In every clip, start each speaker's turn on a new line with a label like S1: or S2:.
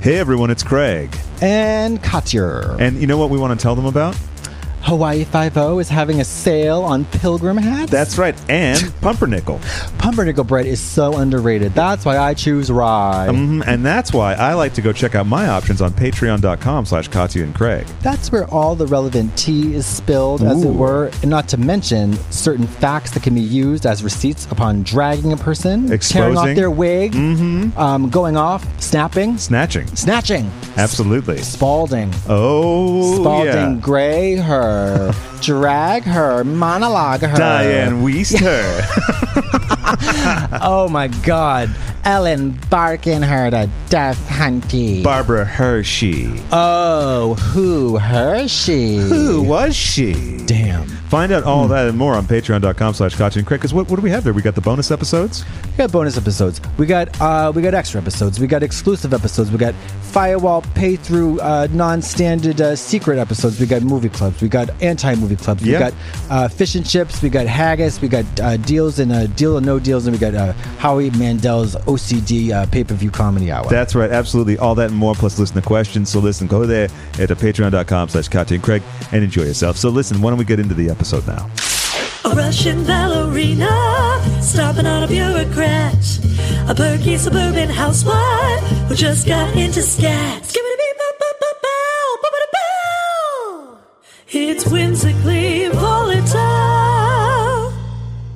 S1: Hey everyone, it's Craig.
S2: And Katyur.
S1: And you know what we want to tell them about?
S2: Hawaii Five-O is having a sale on pilgrim hats.
S1: That's right, and pumpernickel.
S2: Pumpernickel bread is so underrated. That's why I choose rye.
S1: Mhm, and that's why I like to go check out my options on patreon.com slash Katya and Craig.
S2: That's where all the relevant tea is spilled, as
S1: Ooh.
S2: it were, and not to mention certain facts that can be used as receipts upon dragging a person, tearing
S1: Exposing. Mm-hmm.
S2: off their wig, um, going off, snapping,
S1: Snatching.
S2: snatching,
S1: Absolutely.
S2: spalding.
S1: Oh,
S2: Spalding
S1: yeah.
S2: gray her, drag her, monologue her.
S1: Diane Weist her.
S2: Oh my god. Ellen barking her to death, hunty.
S1: Barbara Hershey.
S2: oh, who Hershey?
S1: Who was she?
S2: Damn.
S1: Find out all that and more on patreon.com slash Katya and Craig. Because what, what do we have there? We got the bonus episodes.
S2: We got bonus episodes. We got uh, we got extra episodes. We got exclusive episodes. We got firewall pay through uh, non-standard uh, secret episodes. We got movie clubs. We got anti-movie clubs.
S1: Yeah.
S2: We got uh, fish and chips. We got haggis. We got uh, deals and uh, deal or no deals. And we got uh, Howie Mandel's OCD uh, pay-per-view comedy hour.
S1: That's right, absolutely. All that and more, plus listen to questions. So listen, go there at patreon.com slash Katya and Craig and enjoy yourself. So listen, why don't we get into the episode now?
S3: A Russian ballerina, stomping on a bureaucrat. A perky suburban housewife who just got into scat. Skibbidi-bee-bop-bop-bop-bow, boppity-bow. It's whimsically volatile.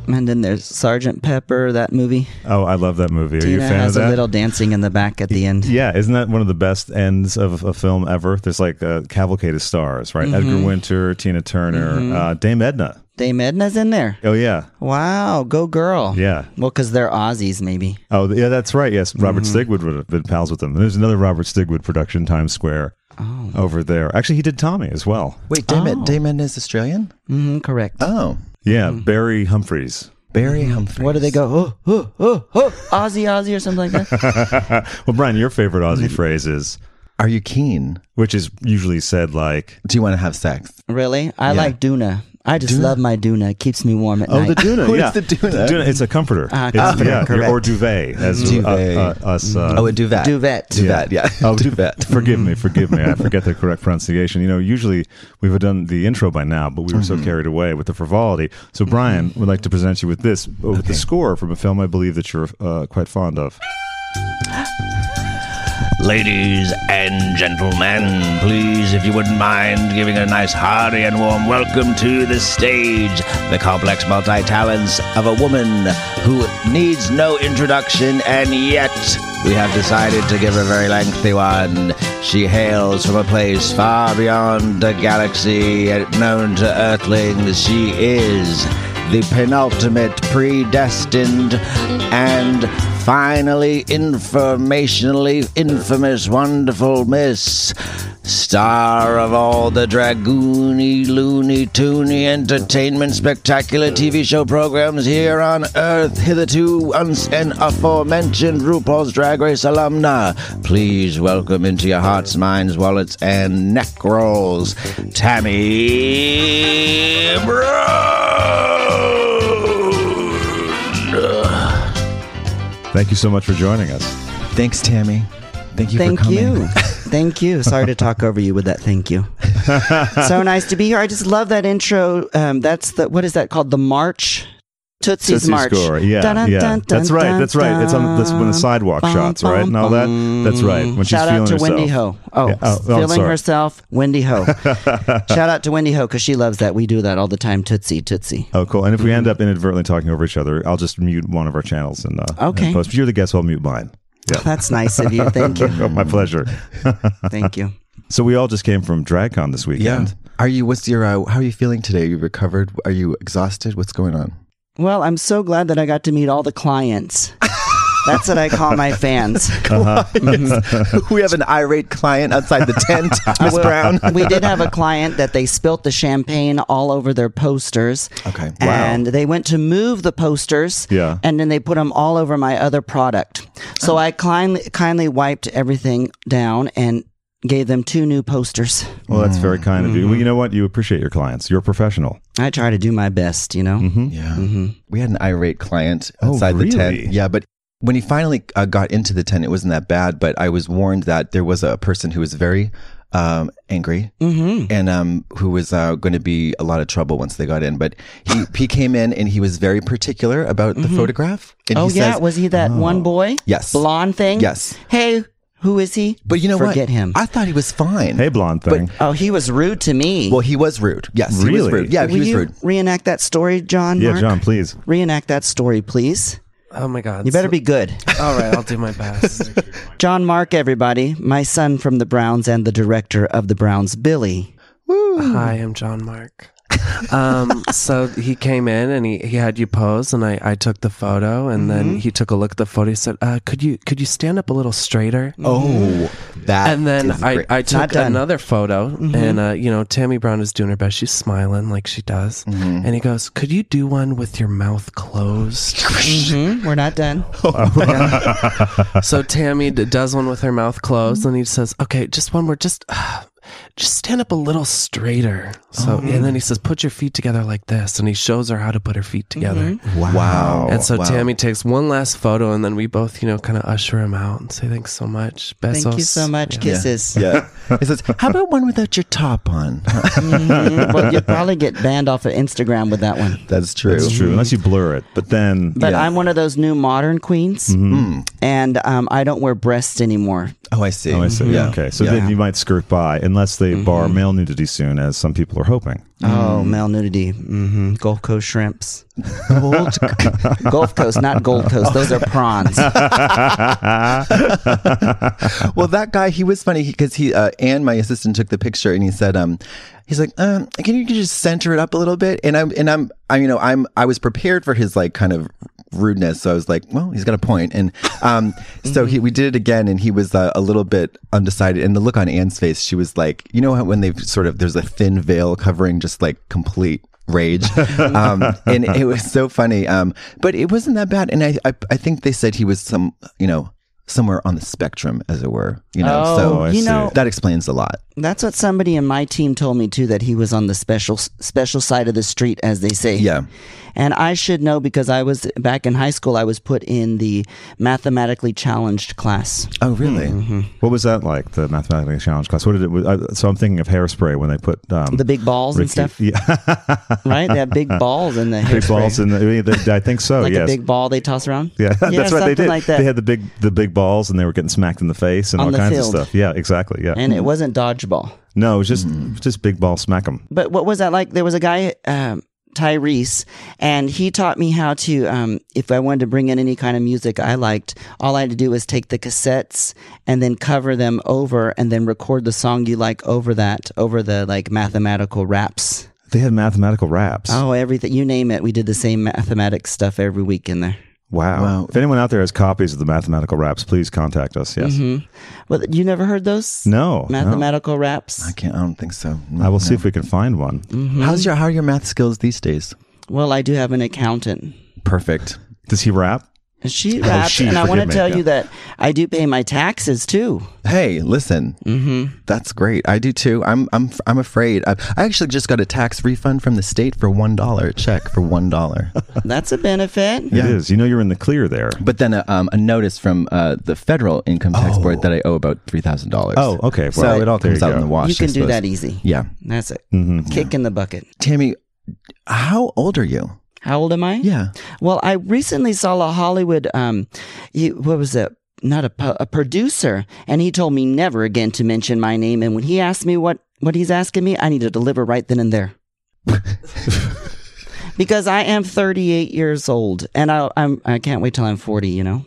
S4: And then there's Sergeant Pepper, that movie.
S1: Oh, I love that movie. Are you a
S4: Tina
S1: fan of
S4: has
S1: that?
S4: a little dancing in the back at the end.
S1: yeah, isn't that one of the best ends of a film ever? There's like a cavalcade of stars, right?
S4: Mm-hmm.
S1: Edgar Winter, Tina Turner, uh, Dame Edna.
S4: Dame Edna's in there.
S1: Oh yeah,
S4: Wow, go girl.
S1: Yeah.
S4: Well, because they're Aussies, maybe.
S1: oh yeah, that's right. Yes, Robert
S4: Mm-hmm.
S1: Stigwood would have been pals with them. There's another Robert Stigwood production, Times Square,
S4: Oh.
S1: over there. Actually, he did Tommy as well.
S2: Wait, Damon, Damon is Australian?
S4: hmm correct.
S2: Oh.
S1: Yeah,
S4: Mm-hmm.
S1: Barry Humphries.
S2: Barry Humphries.
S4: What do they go? Oh, oh, oh, oh, Aussie, Aussie, or something like that.
S1: Well, Brian, your favorite
S4: Mm-hmm.
S1: Aussie phrase is,
S5: Are you keen?
S1: which is usually said like,
S5: Do you want to have sex?
S4: really? I like Duna. I just love my Duna. It keeps me warm at night.
S1: Duna.
S5: What is the Duna?
S1: It's a comforter.
S4: Ah,
S1: It's-
S4: comforter,
S1: yeah,
S4: correct.
S1: or duvet, as uh,
S5: Duvet.
S1: uh, us. Uh,
S5: Oh, a duvet.
S4: Duvet.
S5: Duvet, yeah.
S1: Oh,
S5: duvet.
S1: Forgive
S4: Mm.
S1: me, forgive me. I forget the correct pronunciation. You know, usually we would have done the intro by now, but we were
S4: Mm-hmm.
S1: so carried away with the frivolity. So, Brian would like to present you with this, uh, with the score from a film I believe that you're uh, quite fond of.
S6: Ladies and gentlemen, please, if you wouldn't mind giving a nice, hearty, and warm welcome to the stage, the complex multi talents of a woman who needs no introduction, and yet we have decided to give a very lengthy one. She hails from a place far beyond the galaxy and known to Earthlings. She is the penultimate predestined and finally informationally infamous wonderful miss star of all the dragoony loony toony entertainment spectacular tv show programs here on earth hitherto uns- an aforementioned rupaul's drag race alumna please welcome into your hearts minds wallets and neck rolls tammy Brown.
S1: Thank you so much for joining us.
S5: Thanks, Tammy. Thank you for
S4: Thank
S5: coming.
S4: you. Thank you. Sorry to talk over you with that. Thank you. so nice to be here. I just love that intro. Um, that's the what is that called? The march. Tootsie's,
S1: Tootsie
S4: march.
S1: score, yeah,
S4: Dun-dun,
S1: yeah.
S4: dun-dun,
S1: that's right, that's right. It's on that's when the
S4: dun.
S1: sidewalk
S4: Bum,
S1: shots, right,
S4: bum,
S1: and all that. That's right. When
S4: Shout
S1: she's
S4: out to
S1: feeling herself.
S4: Wendy Ho. Oh,
S1: Yeah. Oh, oh, I'm
S4: feeling
S1: sorry.
S4: herself, Wendy Ho. Shout out to Wendy Ho because she loves that. We do that all the time. Tootsie, Tootsie.
S1: Oh, cool. And if we end up inadvertently talking over each other, I'll just mute one of our channels and, uh, and
S4: Okay.
S1: post. If you're the guest, I'll mute mine. Yeah.
S4: That's nice of you. Thank you.
S1: My pleasure.
S4: Thank you.
S1: So we all just came from DragCon this
S5: Yeah.
S1: weekend.
S5: Are you, what's your, uh, how are you feeling today? Are you recovered? Are you exhausted? What's going on?
S4: Well, I'm so glad that I got to meet all the clients. That's what I call my fans.
S6: Uh-huh.
S5: we have an irate client outside the tent, Miss
S4: Well,
S5: Brown.
S4: we did have a client that they spilt the champagne all over their posters.
S5: Okay. Wow.
S4: And they went to move the posters.
S1: Yeah.
S4: And then they put them all over my other product. So I kindly, kindly wiped everything down and gave them two new posters.
S1: Well, that's very kind of you. Well, you know what? You appreciate your clients. You're a professional.
S4: I
S6: Mm-hmm.
S4: try to do my best, you know? Mm-hmm.
S5: Yeah. We had an irate client
S1: Oh,
S5: outside the
S1: really?
S5: tent. Yeah, but
S6: when he finally uh, got into the tent, it wasn't that bad, but I was warned that there was a person who was very um, angry
S4: Mm-hmm.
S6: and um, who was uh, going to be a lot of trouble once they got in. But he, he came in and he was very particular about the photograph. And
S4: Oh
S6: he
S4: yeah,
S6: says-
S4: was he that one boy?
S6: Yes.
S4: blonde thing.
S6: Yes.
S4: Hey, who is he?
S6: But you know what?
S4: Forget him.
S6: I thought he was fine.
S1: Hey, blonde thing.
S4: oh, he was rude to me.
S6: Well, he was rude. Yes, he was
S1: Really?
S6: rude. Yeah,
S4: Will
S6: he was
S4: you
S6: rude.
S4: reenact that story, John?
S1: yeah,
S4: Mark?
S1: John, please.
S4: Reenact that story, please.
S7: Oh my god.
S4: You better be good.
S7: All right, I'll do my best.
S4: John Mark, everybody, my son from the Browns and the director of the Browns, Billy.
S7: Hi, I'm John Mark. um, so he came in and he, he had you pose and I, I took the photo and then he took a look at the photo. He said, uh, could you, could you stand up a little straighter?
S4: Mm-hmm.
S6: Oh, that.
S7: and then
S6: is
S7: I,
S6: great.
S7: I
S4: not
S7: took
S4: done.
S7: another photo and uh, you know tammy brown is doing her best she's smiling like she does and he goes could you do one with your mouth closed
S6: Mm-hmm.
S4: Mm, we're not done.
S7: so tammy d- does one with her mouth closed and he says okay just one more just just stand up a little straighter so
S4: Mm-hmm.
S7: and then he says put your feet together like this and he shows her how to put her feet
S4: Mm-hmm.
S7: together
S4: Oh,
S6: wow.
S7: And so
S6: wow.
S7: Tammy takes one last photo, and then we both, you know, kind of usher him out and say thanks so much. Besos.
S4: Thank you so much.
S7: Yeah.
S4: Kisses.
S6: Yeah. He says, "How about one without your top on?"
S4: Mhm. Well, you'll probably get banned off of Instagram with that one.
S6: That's true.
S1: It's true, unless you blur it. But then,
S6: Yeah.
S4: But
S6: Mm-hmm.
S4: I'm one of those new modern queens, and um, I don't wear breasts anymore.
S6: Oh, I see.
S1: oh, I see.
S6: Yeah.
S1: Okay, so
S6: Yeah.
S1: then you might skirt by, unless they bar male nudity soon, as some people are hoping.
S6: Mm-hmm.
S4: Oh, male nudity. hmm Gulf Coast shrimps. Gulf Coast, not Gold Coast. Those are prawns.
S6: well, that guy, he was funny because he uh, and my assistant took the picture and he said, um, he's like, um, can you just center it up a little bit? And I'm, and I'm, I, you know, I'm, I was prepared for his like kind of rudeness, so I was like, well, he's got a point. And um, so he, we did it again, and he was uh, a little bit undecided. And the look on Anne's face, she was like, you know, how when they've sort of there's a thin veil covering just like complete rage um and it was so funny um but it wasn't that bad and I, I i think they said he was some you know somewhere on the spectrum, as it were. You know,
S4: Oh,
S6: so
S1: I
S4: you
S1: see.
S4: know,
S6: that explains a lot.
S4: that's what somebody in my team told me too. That he was on the special special side of the street, as they say.
S6: Yeah.
S4: And I should know because I was back in high school. I was put in the mathematically challenged class.
S6: Oh, really?
S4: Mm-hmm.
S1: What was that like? The mathematically challenged class. What did it? I, so I'm thinking of hairspray when they put um,
S4: The big balls and
S1: Ricky-
S4: stuff,
S1: Yeah,
S4: right? They have big balls in the
S1: big
S4: hairspray.
S1: balls, and the, the- I think so.
S4: like
S1: yes.
S4: a big ball they toss around.
S1: yeah, that's what they
S4: something
S1: did.
S4: Like that.
S1: They had the big the big balls, and they were getting smacked in the face and
S4: On
S1: all
S4: the
S1: kinds
S4: field.
S1: of stuff. Yeah, exactly. Yeah,
S4: and it wasn't dodgeball.
S1: no, it was just
S6: Hmm.
S1: just big ball smack them.
S4: but what was that like? There was a guy, um, Tyrese, and he taught me how to, um, if I wanted to bring in any kind of music I liked, all I had to do was take the cassettes and then cover them over and then record the song you like over that, over the like mathematical raps.
S1: They had mathematical raps.
S4: Oh, everything, you name it. We did the same mathematics stuff every week in there.
S1: Wow.
S6: Wow.
S1: If anyone out there has copies of the mathematical raps, please contact us. Yes.
S4: Mm-hmm. Well, you never heard those?
S1: No. no.
S4: Mathematical raps.
S6: I can't. I don't think so. Mm.
S1: I will see if we can find one.
S4: Mm. Mm-hmm.
S6: How's your How are your math skills these days?
S4: Well, I do have an accountant.
S6: Perfect.
S1: Does he rap?
S4: And she raps,
S1: Oh, she,
S4: and I
S1: forgive
S4: want to
S1: me,
S4: tell
S1: yeah.
S4: you that I do pay my taxes too.
S6: Hey, listen. Mm-hmm. That's great. I do too. I'm I'm I'm afraid. I, I actually just got a tax refund from the state for one dollar. A check for one dollar.
S4: That's a benefit.
S6: Yeah.
S1: It is. You know you're in the clear there.
S6: but then a, um, a notice from uh, the federal income tax board that I owe about three thousand dollars.
S1: Oh, okay.
S6: So
S1: Well,
S6: it all
S1: there
S6: comes
S1: you
S6: out
S1: go.
S6: in the wash.
S4: you
S6: I
S4: can do
S6: suppose.
S4: that e- easy.
S6: Yeah,
S4: That's it.
S1: Mm-hmm.
S4: Kick in the bucket.
S6: Tammy, how old are you?
S4: How old am I?
S6: Yeah.
S4: Well, I recently saw a Hollywood, um, you, what was it? Not a, pu- a producer. And he told me never again to mention my name. And when he asked me what, what he's asking me, I need to deliver right then and there. because I am 38 years old and I, I'm, I can't wait till I'm 40, you know?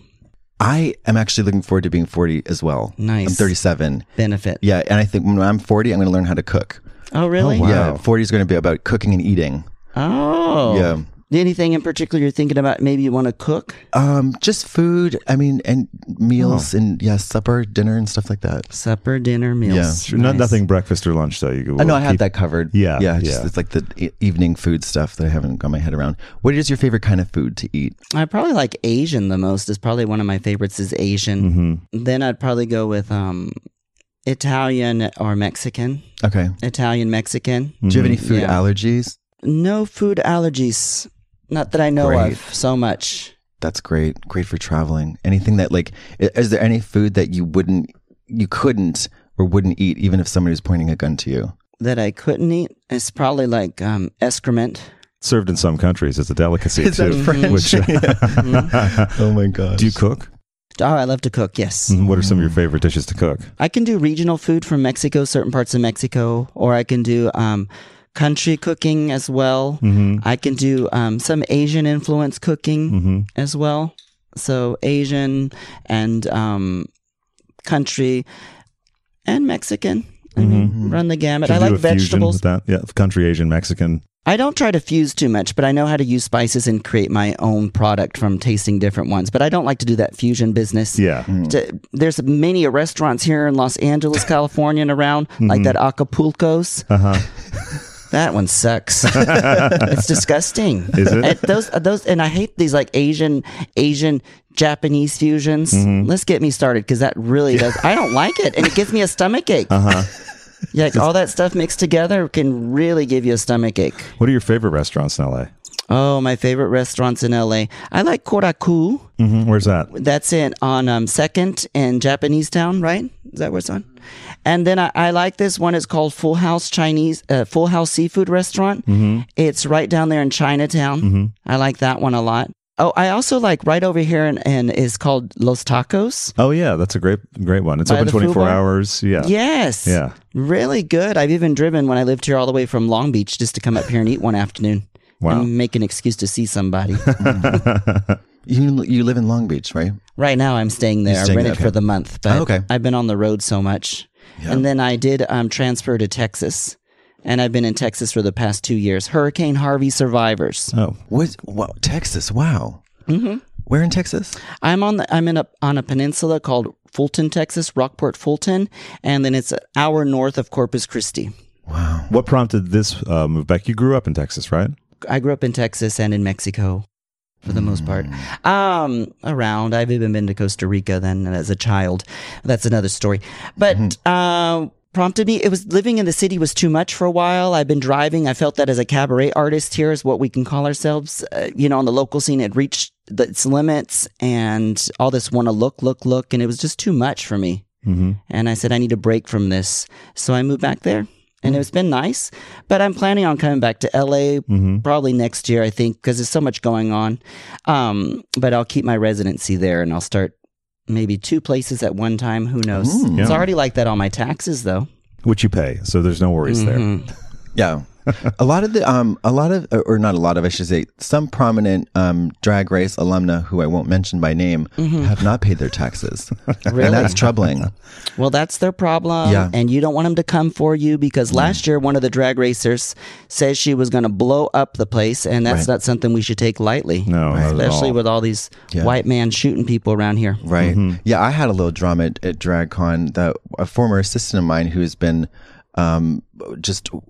S6: I am actually looking forward to being 40 as well.
S4: Nice.
S6: I'm 37.
S4: Benefit.
S6: Yeah, and I think when I'm 40, I'm going to learn how to cook.
S4: Oh, really?
S1: wow.
S6: Yeah, 40 is going to be about cooking and eating.
S4: Oh.
S6: Yeah.
S4: Anything in particular you're thinking about? Maybe you want to cook?
S6: Um, just food. I mean, and
S1: Oh.
S6: meals and yeah, supper, dinner, and stuff like that.
S4: Supper, dinner, meals.
S6: Yeah.
S1: Sure, Not,
S4: Nice.
S1: nothing breakfast or lunch though. You
S6: I know I had
S1: keep-
S6: that covered.
S1: Yeah,
S6: yeah. Just,
S1: yeah.
S6: It's like the e- evening food stuff that I haven't got my head around. What is your favorite kind of food to eat?
S4: I probably like Asian the most. Is probably one of my favorites is Asian.
S1: Mhm.
S4: Then I'd probably go with um, Italian or Mexican.
S6: Okay.
S4: Italian Mexican.
S6: Do you
S1: Mm-hmm.
S6: have any food
S4: Yeah.
S6: allergies?
S4: No food allergies, not that I know
S6: Great.
S4: of. So much.
S6: That's great. Great for traveling. Anything that like, i- is there any food that you wouldn't, you couldn't or wouldn't eat even if somebody was pointing a gun to you?
S4: that I couldn't eat is probably like um, excrement.
S1: Served in some countries as a delicacy
S6: Is that
S1: too.
S6: French?
S1: Which,
S4: Mm-hmm.
S6: Oh my gosh.
S1: do you cook?
S4: Oh, I love to cook. Yes,
S1: And What are some of your favorite dishes to cook?
S4: I can do regional food from Mexico, certain parts of Mexico, or I can do um, country cooking as well.
S1: Mm-hmm.
S4: I can do um, some Asian influence cooking as well. So Asian and um, country and Mexican. I mean, run the gamut.
S1: Mm-hmm. Can
S4: I
S1: you do
S4: like
S1: a fusion
S4: vegetables.
S1: with that? Yeah, country Asian Mexican.
S4: I don't try to fuse too much, but I know how to use spices and create my own product from tasting different ones. But I don't like to do that fusion business.
S1: Yeah.
S4: To- there's many restaurants here in Los Angeles, California, and around, like that Acapulco's.
S1: Mm-hmm. Uh-huh.
S4: That one sucks. it's disgusting.
S1: Is it?
S4: And those uh, those and I hate these like Asian Asian Japanese fusions.
S1: Mm-hmm.
S4: Let's get me started because that really does. I don't like it, and it gives me a stomach ache. Uh-huh. Yeah, like, all that stuff mixed together can really give you a stomach ache.
S1: What are your favorite restaurants in LA?
S4: Oh, my favorite restaurants in LA. I like Koraku.
S1: hmm Where's that?
S4: That's it on um, Second in Japanese Town, right? Is that where it's on? And then I, I like this one. It's called Full House Chinese, uh, Full House Seafood Restaurant.
S1: Mm-hmm.
S4: It's right down there in Chinatown. I like that one a lot. Oh, I also like right over here, and in, is called Los Tacos.
S1: Oh yeah, that's a great great one. It's
S4: By
S1: open
S4: the food
S1: 24
S4: bar?
S1: hours. Yeah.
S4: Yes.
S1: Yeah.
S4: Really good. I've even driven when I lived here all the way from Long Beach just to come up here and eat one afternoon.
S1: Wow.
S4: And make an excuse to see somebody.
S6: You, you live in Long Beach, right?
S4: Right now, I'm staying there.
S6: staying
S4: I rented
S6: there, okay.
S4: for the month, but
S6: Oh, okay.
S4: I've been on the road so much. And then I did um, transfer to Texas, and I've been in Texas for the past two years. Hurricane Harvey survivors.
S1: Oh,
S6: What? Wow, Texas. Wow. Mm-hmm. Where in Texas?
S4: I'm on the, I'm in a on a peninsula called Fulton, Texas, Rockport, Fulton, and then it's an hour north of Corpus Christi.
S1: what prompted this uh, move back? You grew up in Texas, right?
S4: I grew up in Texas and in Mexico for the most part. Um, around. I've even been to Costa Rica then as a child. That's another story. But uh, prompted me, it was living in the city was too much for a while. I've been driving. I felt that as a cabaret artist here is what we can call ourselves. Uh, you know, on the local scene, it reached the, its limits and all this want to look, look, look. And it was just too much for me.
S1: Mm-hmm.
S4: And I said, I need a break from this. So I moved back there and it's been nice. But I'm planning on coming back to LA
S1: Mm-hmm.
S4: probably next year, I think, because there's so much going on. Um, but I'll keep my residency there and I'll start maybe two places at one time. Who knows? It's already like that on my taxes, though.
S1: Which you pay, so there's no worries there.
S6: Yeah. a lot of the um a lot of or not a lot of I should say some prominent um drag race alumna who I won't mention by name have not paid their taxes.
S4: Really?
S6: And that's troubling.
S4: Well, that's their problem.
S6: Yeah.
S4: And you don't want them to come for you because last year, one of the drag racers says she was going to blow up the place. And that's not something we should take lightly.
S1: No, not at
S4: Especially
S1: all.
S4: with all these
S6: Yeah.
S4: white man shooting people around here.
S6: Right.
S1: Mm-hmm.
S6: Yeah, I had a little drama at, at DragCon that a former assistant of mine who's been um just w-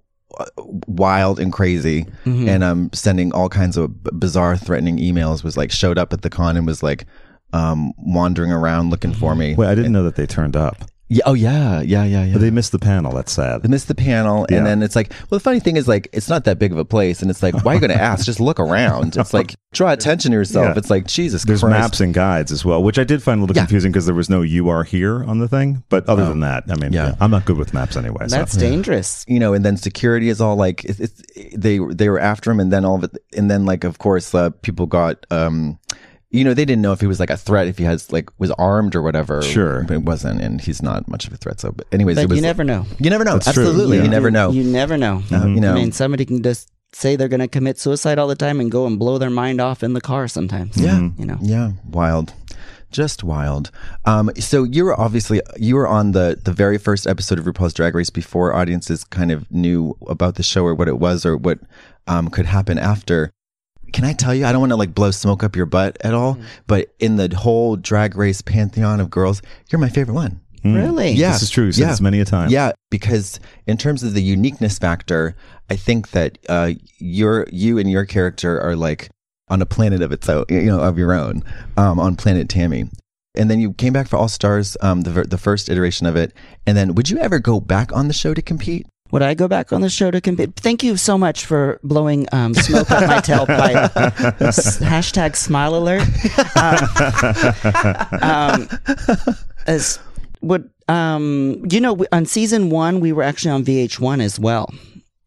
S6: wild and crazy
S1: Mm-hmm.
S6: and um sending all kinds of b- bizarre threatening emails was like showed up at the con and was like um wandering around looking for me.
S1: Mm-hmm. Wait, I didn't know that they turned up.
S6: Yeah, oh yeah. Yeah, yeah, yeah.
S1: But they missed the panel. That's sad.
S6: They missed the panel,
S1: Yeah.
S6: and then it's like, well, the funny thing is, like, it's not that big of a place, and it's like, why are you going to ask? Just look around. It's like, draw attention to yourself.
S1: Yeah.
S6: It's like, Jesus
S1: There's
S6: Christ.
S1: maps and guides as well, which I did find a little
S6: Yeah.
S1: confusing because there was no "you are here" on the thing. But other than that, I mean,
S6: Yeah.
S1: yeah, I'm not good with maps anyway. so-
S4: Oh. That's dangerous.
S6: You know, and then security is all like, it's, it's they they were after him, and then all of it, and then like, of course, uh, people got, um, you know, they didn't know if he was like a threat, if he has like was armed or whatever.
S1: Sure.
S6: but it wasn't, and he's not much of a threat. So, but anyways, it
S4: But
S6: was
S4: you never know.
S6: you never know.
S1: true.
S6: Absolutely,
S1: Yeah. Mm-hmm.
S6: you never know.
S4: You never know.
S6: Uh, you know.
S4: I mean, somebody can just say they're going to commit suicide all the time and go and blow their mind off in the car sometimes.
S6: Yeah.
S1: Mm-hmm.
S4: You know,
S6: Yeah, wild. Just wild. Um, so you were obviously you were on the the very first episode of RuPaul's Drag Race before audiences kind of knew about the show or what it was or what um, could happen after. Can I tell you? I don't want to like blow smoke up your butt at all, but in the whole Drag Race pantheon of girls, you're my favorite one.
S1: Mm.
S4: really.
S6: Mm. Yeah,
S1: This is true. You've said
S6: yeah.
S1: this many a time.
S6: Yeah, because in terms of the uniqueness factor, I think that uh, your you and your character are like on a planet of its own, you know, of your own, um, on planet Tammy. And then you came back for All Stars, um, the ver- the first iteration of it. And then, would you ever go back on the show to compete?
S4: Would I go back on the show to compete? Thank you so much for blowing um, smoke up my tailpipe. S- hashtag smile alert. Um, um, as would um, you know? we- On season one, we were actually on VH1 as well.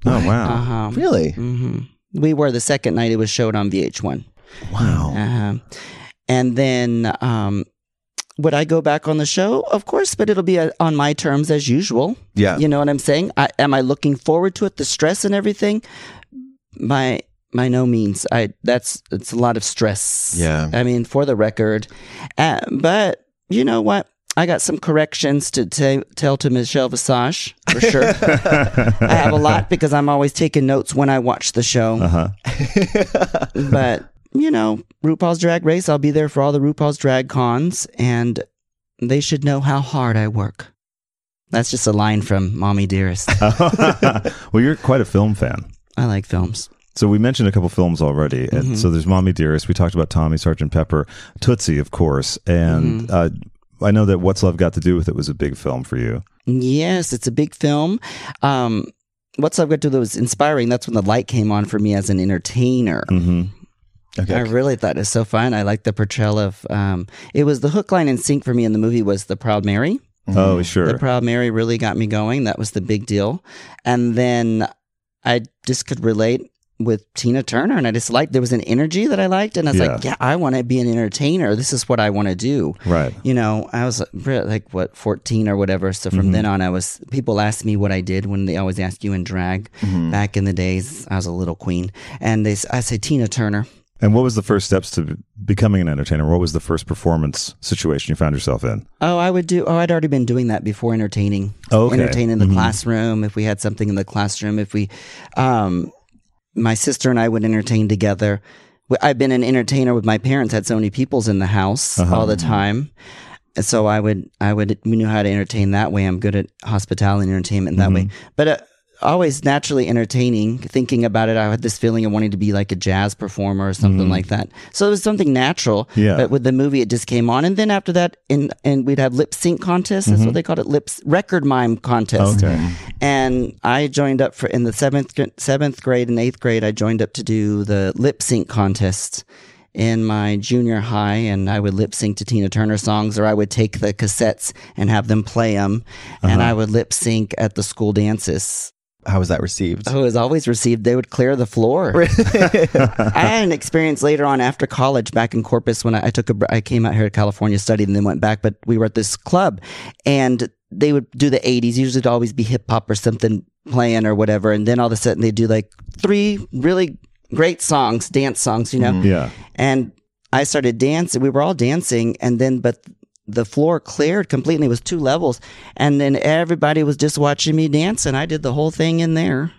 S1: Oh wow.
S4: Uh-huh.
S6: Really?
S4: hmm We were the second night it was showed on VH1.
S6: Wow.
S4: Uh-huh. And then um, would I go back on the show? Of course, but it'll be uh on my terms as usual.
S6: Yeah.
S4: You know what I'm saying? I, am I looking forward to it? The stress and everything. By by no means. I that's it's a lot of stress.
S6: Yeah.
S4: I mean, for the record, uh, but you know what? I got some corrections to ta tell to Michelle Visage for sure. Uh-huh. I have a lot because I'm always taking notes when I watch the show.
S1: Uh-huh.
S4: but you know, RuPaul's Drag Race. I'll be there for all the RuPaul's Drag Cons, and they should know how hard I work. That's just a line from Mommy Dearest.
S1: well, you're quite a film fan.
S4: I like films.
S1: So we mentioned a couple films already, and
S4: Mm-hmm.
S1: so there's Mommy Dearest. We talked about Tommy Sergeant Pepper, Tootsie, of course, and
S4: Mm-hmm.
S1: uh, I know that What's Love Got to Do with It was a big film for you.
S4: Yes, it's a big film. Um, what's I've got to do that was inspiring. That's when the light came on for me as an entertainer.
S1: Mm-hmm.
S6: Okay.
S4: I really thought it was so fun. I liked the portrayal of. Um, it was the hook, line, and sink for me in the movie was the Proud Mary.
S6: Mm-hmm.
S1: Oh, sure.
S4: The Proud Mary really got me going. That was the big deal. And then I just could relate with Tina Turner. And I just liked, there was an energy that I liked. And I was like,
S1: Yeah.
S4: yeah, I want to be an entertainer. This is what I want to do.
S1: right.
S4: You know, I was re- like, what, 14 or whatever. So
S1: Mm-hmm.
S4: from then on, I was, people asked me what I did when they always ask you in drag.
S1: Mm-hmm.
S4: Back in the days, I was a little queen. And they, s- I say, Tina Turner.
S1: And what was the first steps to be- becoming an entertainer? What was the first performance situation you found yourself in?
S4: Oh, I would do. Oh, I'd already been doing that before entertaining.
S1: Oh, okay.
S4: Entertaining the classroom. If we had something in the classroom, if we, um, my sister and I would entertain together. We- I've been an entertainer with my parents. Had so many peoples in the house
S1: Uh-huh.
S4: all the time, And so I would, I would, we knew how to entertain that way. I'm good at hospitality and entertainment that way.
S1: Mm-hmm.
S4: But uh, always naturally entertaining. Thinking about it, I had this feeling of wanting to be like a jazz performer or something like that. So it was something natural.
S1: Mm-hmm. Yeah.
S4: But with the movie, it just came on, and then after that, in and we'd have lip sync contests. That's what they called it, lip record mime contest.
S1: Okay.
S4: And I joined up for in the seventh gr- seventh grade and eighth grade. I joined up to do the lip sync contest in my junior high, and I would lip sync to Tina Turner songs, or I would take the cassettes and have them play them, and I would lip sync at the school dances.
S6: How was that received?
S4: Who Oh, was always received, they would clear the floor. I had an experience later on after college back in Corpus when I, I took a, br- I came out here to California, studied, and then went back. But we were at this club, and they would do the '80s. Usually, it'd always be hip hop or something playing or whatever. And then all of a sudden, they do like three really great songs, dance songs, you know.
S1: Yeah.
S4: And I started dancing. We were all dancing, and then but the floor cleared completely. It was two levels, and then everybody was just watching me dance, and I did the whole thing in there,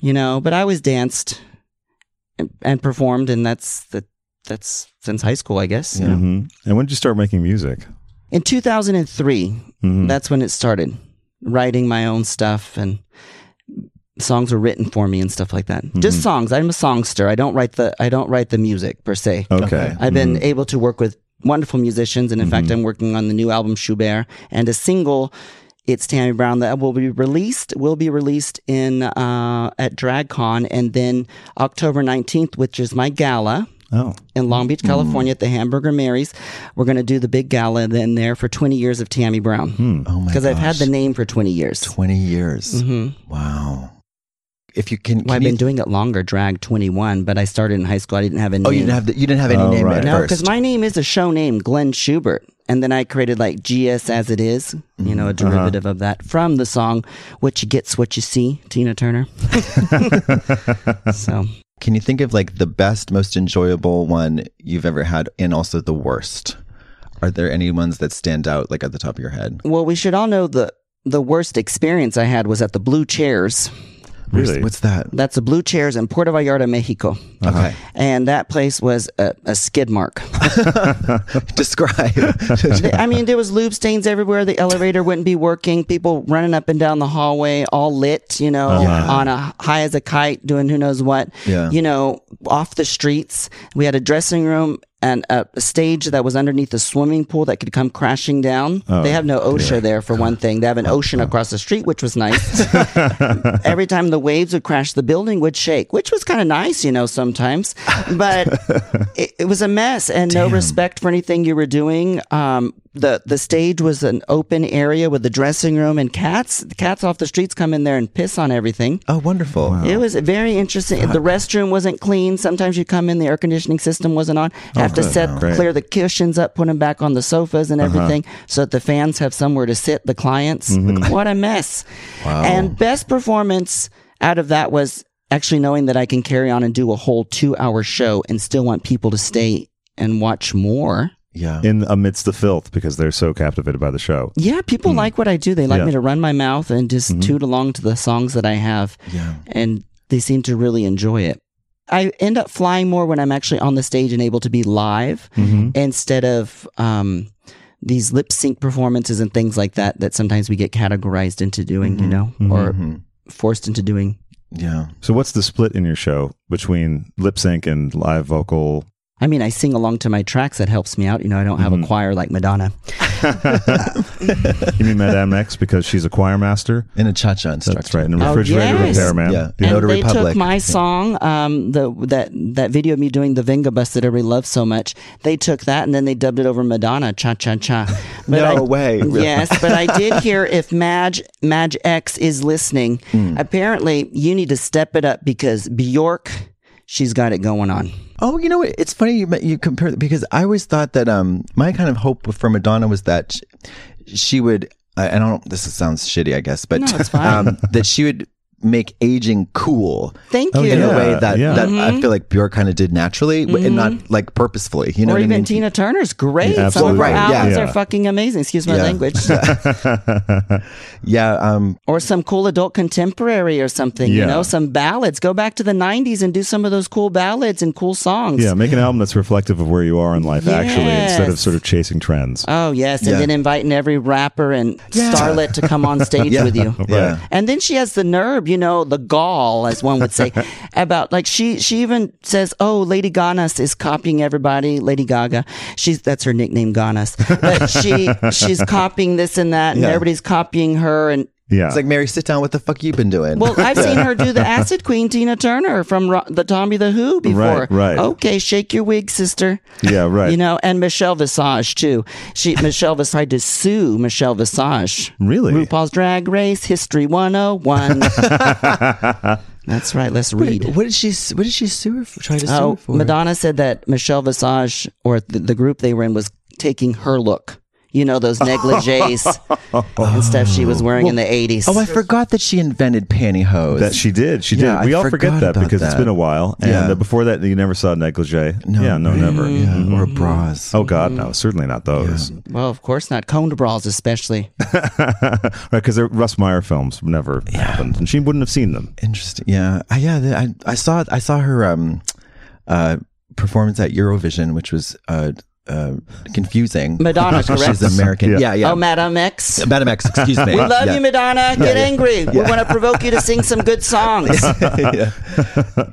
S4: you know. But I always danced and, and performed, and that's the that's since high school, I guess. you know.
S1: hmm And when did you start making music? Mm-hmm.
S4: In 2003,
S1: Hmm.
S4: that's when it started. Writing my own stuff and songs were written for me and stuff like that. Just songs. I'm a songster. I don't write the I don't write the music per se.
S1: Okay.
S4: I've been
S6: Mm-hmm.
S4: able to work with wonderful musicians, and in fact, I'm working on the new album Schubert and a single. It's Tammy Brown that will be released. Will be released in uh, at DragCon, and then October 19th, which is my gala
S1: Oh.
S4: in Long
S6: Mm-hmm.
S4: Beach, California, at the Hamburger Mary's. We're going to do the big gala then there for 20 years of Tammy
S1: Hmm.
S4: Brown
S6: Oh my
S4: because I've had
S6: gosh.
S4: the name for 20 years.
S6: 20 years.
S4: hmm
S6: Wow. If you can, can
S4: Well, I've
S6: you-
S4: been doing it longer, drag 21, but I started in high school. I didn't have a name.
S6: Oh, you didn't have the, you didn't have any
S1: Oh,
S6: name
S1: right.
S6: at
S4: No,
S6: first.
S4: because my name is a show name, Glenn Schubert. And then I created like GS as it is, you know, a
S6: Mm-hmm.
S4: derivative of that from the song What You Gets What You See, Tina Turner. so
S6: Can you think of like the best, most enjoyable one you've ever had, and also the worst? Are there any ones that stand out like at the top of your head?
S4: well we should all know the the worst experience I had was at the Blue Chairs.
S1: Really?
S6: What's that?
S4: That's the Blue Chairs in Puerto Vallarta, Mexico.
S6: Okay,
S4: And that place was a, a skid mark.
S6: describe.
S4: I mean, there was lube stains everywhere. The elevator wouldn't be working. People running up and down the hallway, all lit, you know, on a high as a kite, doing who knows what.
S6: Yeah.
S4: You know, off the streets. We had a dressing room and a, a stage that was underneath a swimming pool that could come crashing down. they have no OSHA there for one thing. They have an ocean across the street, which was nice. Every time the waves would crash, the building would shake, which was kind of nice, you know, sometimes. But it, it was a mess and no respect for anything you were doing. Um, the the stage was an open area with a dressing room and cats. The cats off the streets come in there and piss on everything.
S6: Oh, wonderful.
S4: It was very interesting. The restroom wasn't clean. Sometimes you come in, the air conditioning system wasn't on. Have to set,
S1: Great. Uh-huh.
S4: clear the cushions up, put them back on the sofas and everything, so that the fans have somewhere to sit. The clients.
S1: Mm-hmm.
S4: What a mess! And best performance out of that was actually knowing that I can carry on and do a whole two-hour show and still want people to stay and watch more.
S6: Yeah.
S1: in amidst the filth because they're so captivated by the show.
S4: Yeah, people like what I do. They like
S1: Hmm. Yeah. Mm-hmm.
S4: me to run my mouth and just toot along to the songs that I have.
S6: Yeah.
S4: And they seem to really enjoy it. I end up flying more when I'm actually on the stage and able to be live
S6: Mm-hmm.
S4: instead of um, these lip sync performances and things like that that sometimes we get categorized into doing, you know, or forced into doing.
S6: Mm-hmm. Yeah.
S1: So what's the split in your show between lip sync and live vocal?
S4: I mean, I sing along to my tracks. That helps me out. You know, I don't have a choir like Madonna.
S1: You mean Madame X because she's a choir master?
S6: In a cha cha instructor.
S1: That's right, and a
S4: Oh,
S1: refrigerator
S4: yes.
S1: repairman.
S6: Yeah.
S1: Yeah.
S6: Notary
S4: and they
S6: Public.
S4: took my song, um, the that that video of me doing the Venga bus that everybody loves so much. They took that and then they dubbed it over Madonna, cha cha cha. But
S6: No
S4: I-
S6: way.
S4: Yes, but I did hear if Madge Madge X is listening,
S6: Hmm.
S4: apparently you need to step it up because Bjork, she's got it going on.
S6: Oh, you know what? It's funny you, you compare because I always thought that um my kind of hope for Madonna was that sh- she would. I, I don't. This sounds shitty, I guess, but
S4: No, it's fine.
S6: um that she would make aging cool.
S4: Thank you.
S6: In a way
S1: Oh, Yeah,
S6: that,
S1: yeah.
S6: that I feel like Bjork kind of did naturally w and not like purposefully. You know
S4: or
S6: what
S4: even
S6: I mean?
S4: Tina Turner's great.
S1: Yeah,
S4: Some of
S6: absolutely.
S4: her
S6: Right, yeah.
S4: albums are
S1: Yeah.
S4: fucking amazing. Excuse my
S6: Yeah.
S4: language.
S6: Yeah. Um.
S4: or some cool adult contemporary or something, you
S1: Yeah.
S4: know, some ballads. Go back to the 90s and do some of those cool ballads and cool songs.
S1: Yeah, make an album that's reflective of where you are in life, actually, instead of
S4: Yes.
S1: sort of chasing
S6: Uh,
S1: trends.
S4: Oh, yes. And
S6: Yeah.
S4: then inviting every rapper and starlet to come on stage with you.
S6: Yeah.
S4: And then she has the nerve, you know, the gall, as one would say, about like she she even says, "Oh, Lady Ganas is copying everybody." Lady Gaga, she's that's her nickname, Ganas. But she she's copying this and that, and
S6: Yeah.
S4: everybody's copying her. And
S1: Yeah.
S6: It's like Mary, sit down. What the fuck you been doing?
S4: well, I've seen her do the Acid Queen, Tina Turner from Ro- the Tommy the Who before.
S1: Right, right.
S4: Okay, shake your wig, sister.
S1: yeah, right.
S4: You know, and Michelle Visage too. She Michelle Visage tried to sue Michelle Visage.
S1: Really?
S4: RuPaul's Drag Race History 101. That's right. Let's read.
S6: what did she? s- What did she sue her for? Try to sue her
S4: Oh,
S6: for?
S4: Madonna said that Michelle Visage or the, the group they were in was taking her look. You know those negligees and stuff she was wearing in the 80s.
S6: Oh, I forgot that she invented pantyhose.
S1: That she did. She
S6: Yeah,
S1: did. We
S6: I
S1: all forget
S6: forgot
S1: that
S6: about
S1: because it's
S6: that.
S1: been a while. And
S6: Yeah.
S1: uh, before that, you never saw negligee.
S6: No,
S1: yeah, no,
S6: right.
S1: never.
S4: Mm-hmm.
S6: Yeah, or bras.
S1: Oh God, no! Certainly not those.
S4: well, of course not. Coned bras especially.
S1: right? Because they're Russ Meyer films never happened, and she wouldn't have seen them.
S6: Interesting. Yeah. I, yeah. the- I, I saw, I saw her, um, uh, performance at Eurovision, which was, uh, uh, confusing.
S4: Madonna, correct?
S6: She's American.
S1: Yeah.
S6: Yeah. Yeah.
S4: Oh, Madame X.
S6: Madam X, excuse me.
S4: We love you, Madonna. Get
S6: yeah.
S4: angry. We want to provoke you to sing some good songs.
S6: yeah.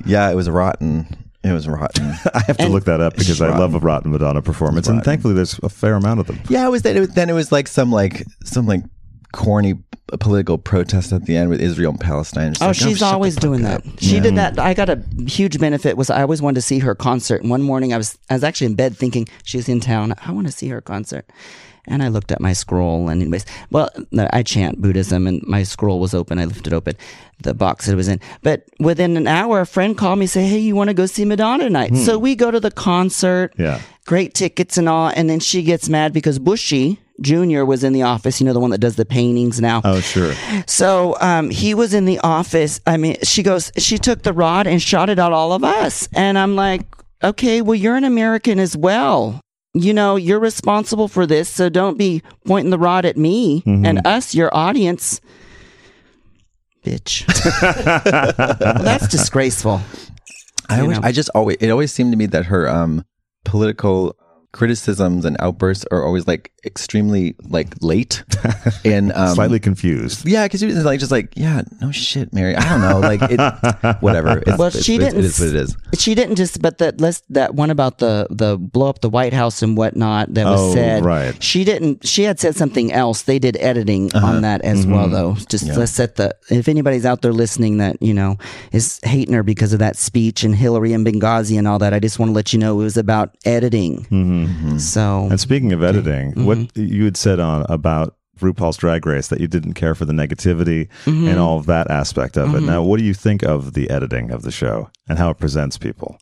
S6: yeah. It was rotten. It was rotten.
S1: I have to
S4: And-
S1: look that up because I love a Rotten Madonna performance, and thankfully there's a fair amount of them.
S6: yeah. It was that. It was, then it was like some, like, some, like, corny political protest at the end with Israel and Palestine. It's
S4: Oh,
S6: like,
S4: she's
S6: shut the
S4: always
S6: fuck
S4: doing
S6: up.
S4: that. She
S6: Yeah.
S4: did that. I got a huge benefit was I always wanted to see her concert. And one morning I was I was actually in bed thinking she was in town. I want to see her concert. And I looked at my scroll and anyways, well, no, I chant Buddhism and my scroll was open. I lifted open the box that it was in. But within an hour, a friend called me and said, Hey, you want to go see Madonna tonight? So
S6: Hmm.
S4: we go to the concert.
S1: Yeah.
S4: Great tickets and all. And then she gets mad because Bushy Jr. was in the office, you know, the one that does the paintings now.
S1: Oh, sure.
S4: So um, he was in the office. I mean, she goes, she took the rod and shot it at all of us. And I'm like, okay, well, you're an American as well. You know, you're responsible for this. So don't be pointing the rod at me and us, your audience. Bitch. well, that's disgraceful.
S6: I,
S4: you
S6: always,
S4: know.
S6: I just always it always seemed to me that her um political criticisms and outbursts are always like extremely like late and um,
S1: Slightly confused.
S6: Yeah, because you're like just like yeah, no shit, Mary. I don't know, like it, whatever. It's,
S4: well,
S6: it's-
S4: she
S6: it's-
S4: didn't.
S6: It is what it is.
S4: She didn't just. But that let's that one about the the blow up the White House and whatnot that was
S1: Oh,
S4: said.
S1: right. Uh-huh.
S4: She didn't. She had said something else. They did editing on that as
S1: Mm-hmm.
S4: well, though. Just let's set the. If anybody's out there listening that you know is hating her because of that speech and Hillary and Benghazi and all that, I just want to let you know it was about editing.
S1: Mm-hmm. Hmm.
S4: So
S1: And speaking of editing, what you had said on about RuPaul's Drag Race that you didn't care for the negativity and all of that aspect of it. Now, what do you think of the editing of the show and how it presents people?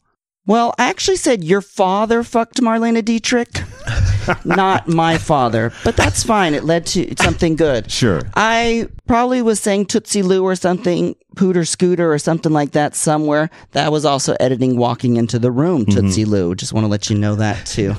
S4: Well, I actually said your father fucked Marlena Dietrich, not my father, but that's fine. It led to something good.
S1: Sure.
S4: I probably was saying Tootsie Lou or something, Pooter Scooter or something like that somewhere. That was also editing Walking into the Room, Tootsie Lou. Just want to let you know that too.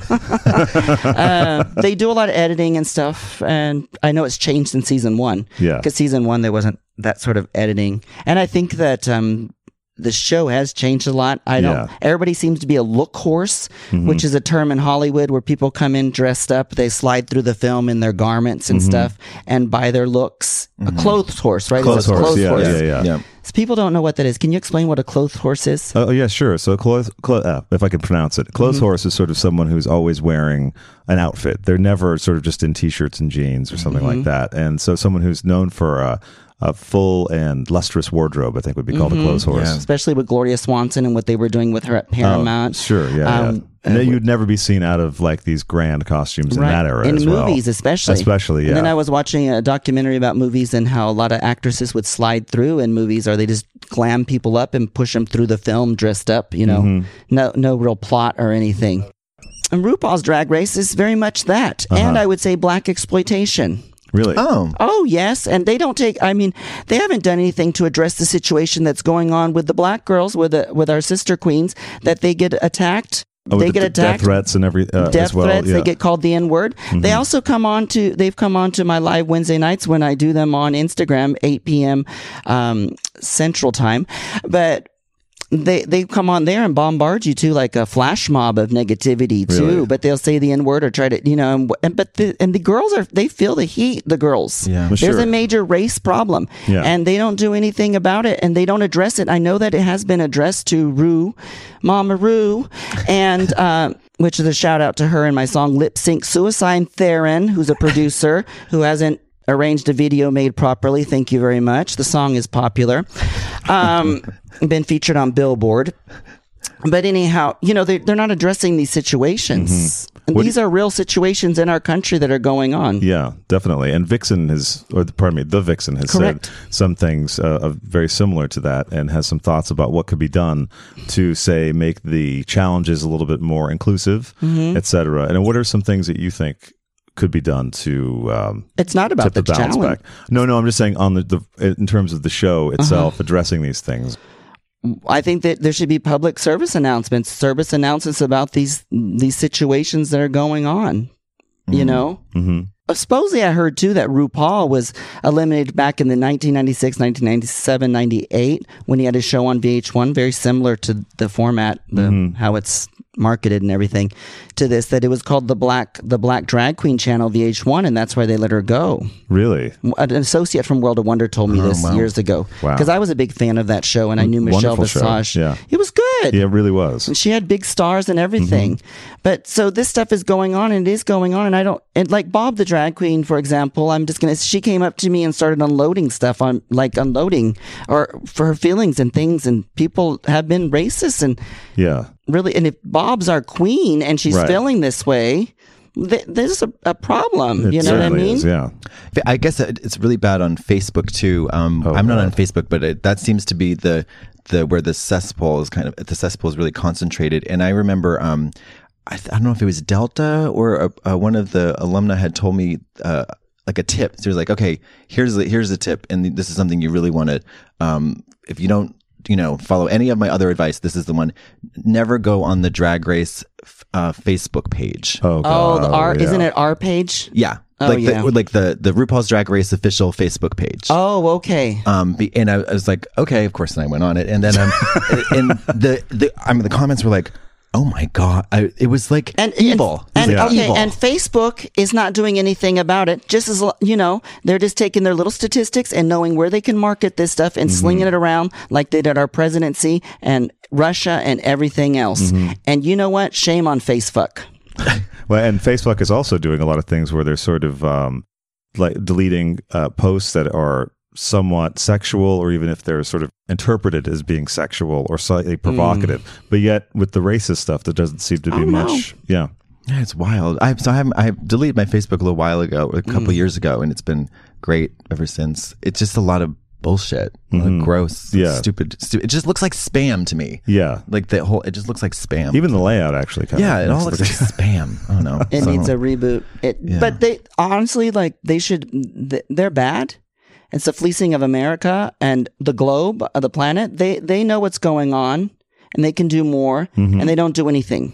S4: uh, they do a lot of editing and stuff, and I know it's changed since season one.
S1: Yeah.
S4: Because season one, there wasn't that sort of editing. And I think that um, the show has changed a lot. I don't.
S1: Yeah. Mm-hmm.
S4: Everybody seems to be a look horse, which is a term in Hollywood where people come in dressed up. They slide through the film in their garments
S1: Mm-hmm.
S4: and stuff and by their looks. A clothes horse, right?
S1: Clothes
S4: It's a
S1: horse, yeah,
S4: horse.
S1: yeah, yeah.
S4: So people don't know what that is. Can you explain what a clothes horse is?
S1: Oh yeah, sure. So close, clo- uh, if I can pronounce it, clothes
S4: Mm-hmm.
S1: horse is sort of someone who's always wearing an outfit. They're never sort of just in t-shirts and jeans or something
S4: Mm-hmm.
S1: like that. And so someone who's known for a, a full and lustrous wardrobe, I think, would be called
S4: Mm-hmm.
S1: a clothes horse.
S4: Especially with Gloria Swanson and what they were doing with her
S1: Oh,
S4: at Paramount.
S1: Sure, yeah.
S4: Um,
S1: yeah. No, you'd never be seen out of like these grand costumes in that era
S4: in
S1: as well.
S4: movies especially
S1: Especially,
S4: and then
S1: yeah.
S4: i was watching a documentary about movies and how a lot of actresses would slide through in movies or they just glam people up and push them through the film dressed up you know
S1: Mm-hmm.
S4: no no real plot or anything and rupaul's drag race is very much that
S1: Uh-huh.
S4: and i would say black exploitation
S1: really.
S6: Oh,
S4: Oh, yes. And they don't take, I mean, they haven't done anything to address the situation that's going on with the black girls, with, the, with our sister queens, that they get attacked.
S1: Oh, with
S4: they
S1: the
S4: get
S1: d-
S4: attacked
S1: death threats and every uh,
S4: death
S1: as well.
S4: threats.
S1: yeah. Mm-hmm.
S4: They get called the N word. They also come on to they've come on to my live Wednesday nights when I do them on Instagram, 8 p.m. Um, Central Time, but. They they come on there and bombard you too, like a flash mob of negativity too.
S1: Really?
S4: But they'll say the n word or try to you know. And, and but the and the girls are they feel the heat. The girls,
S6: Yeah.
S1: Well,
S4: there's
S1: sure.
S4: a major race problem,
S1: Yeah.
S4: and they don't do anything about it, and they don't address it. I know that it has been addressed to Rue, Mama Rue, and uh, which is a shout out to her in my song "Lip Sync Suicide." Theron, who's a producer who hasn't arranged a video made properly. Thank you very much. The song is popular. Um, been featured on Billboard. But anyhow, you know, they're, they're not addressing these situations. And
S1: Mm-hmm. What do
S4: these are real situations in our country that are going on.
S1: Yeah, definitely. And Vixen has, or the- pardon me, the Vixen has
S4: Correct.
S1: said some things uh, of- very similar to that, and has some thoughts about what could be done to say make the challenges a little bit more inclusive,
S4: Mm-hmm.
S1: et cetera. And what are some things that you think could be done to um,
S4: It's not
S1: tip
S4: about
S1: the,
S4: the,
S1: balance
S4: challenge. Uh-huh.
S1: back? No, no, I'm just saying on the, the in terms of the show itself, addressing these things.
S4: I think that there should be public service announcements, service announcements about these these situations that are going on. You know,
S1: hmm
S4: Uh, supposedly I heard too that RuPaul was eliminated back in the 1996, 1997, 98 when he had a show on VH1, very similar to the format, the, how it's marketed and everything to this that it was called the black the black drag queen channel vh1 and that's why they let her go
S1: Really,
S4: an associate from World of Wonder told me this years ago
S1: Oh, Wow.
S4: because I was a big fan of that show and I knew Michelle
S1: Wonderful show.
S4: Visage.
S1: Yeah.
S4: It was good.
S1: yeah, Mm-hmm. it really was.
S4: And she had big stars and everything. But so this stuff is going on and it is going on. And I don't, and like Bob the drag queen, for example, I'm just going to, she came up to me and started unloading stuff on like unloading or for her feelings and things. And people have been racist and
S1: Yeah,
S4: really, and if Bob's our queen and she's
S1: Right.
S4: feeling this way, th- there's a, a problem.
S1: It
S4: you know what I
S1: certainly
S4: mean?
S1: is, yeah,
S6: Fa- I guess it- it's really bad on Facebook too. Um,
S1: Oh,
S6: I'm not
S1: God.
S6: on Facebook, but it, that seems to be the the where the cesspool is kind of the cesspool is really concentrated. And I remember, um, I, th- I don't know if it was Delta or uh, uh, one of the alumni had told me uh, like a tip. So he was like, "Okay, here's the, here's a tip, and this is something you really want to. Um, if you don't." You know, follow any of my other advice. This is the one: never go on the Drag Race f- uh, Facebook page.
S1: oh,
S4: Oh,
S1: God,
S4: the R,
S1: yeah.
S4: isn't it our page?
S6: Yeah.
S4: Oh,
S6: like
S4: yeah.
S6: the like the the RuPaul's Drag Race official Facebook page.
S4: Oh, okay.
S6: Um, be, and I, I was like, okay, of course. And I went on it, and then um, and the the I mean, the comments were like, oh my god, I, it was like
S4: and
S6: evil. It was
S4: And, and,
S6: like
S4: okay,
S6: evil.
S4: and Facebook is not doing anything about it. Just as l- you know, they're just taking their little statistics and knowing where they can market this stuff
S6: Mm-hmm.
S4: and slinging it around like they did our presidency and Russia and everything else.
S6: Mm-hmm.
S4: And you know what? Shame on Facebook.
S1: Well, and Facebook is also doing a lot of things where they're sort of um, like deleting uh, posts that are somewhat sexual, or even if they're sort of interpreted as being sexual or slightly
S4: Hmm.
S1: provocative. But yet, with the racist stuff, there doesn't seem
S4: Oh,
S1: to be much. Yeah,
S6: yeah, it's wild. I so I haven't- I deleted my Facebook a little while ago, a
S4: Mm.
S6: couple years ago, and it's been great ever since. It's just a lot of bullshit,
S4: Mm-hmm.
S6: like gross,
S1: Yeah.
S6: stupid, stu- It just looks like spam to me.
S1: yeah.
S6: Like the whole, it just looks like spam.
S1: Even the layout actually kind
S6: yeah,
S1: of
S6: it all looks like spam. I don't know.
S4: It
S6: So-
S4: needs a reboot. It, But they honestly, like, they should. th- They're bad. It's the fleecing of America and the globe of the planet. They they know what's going on and they can do more,
S6: Mm-hmm.
S4: and they don't do anything.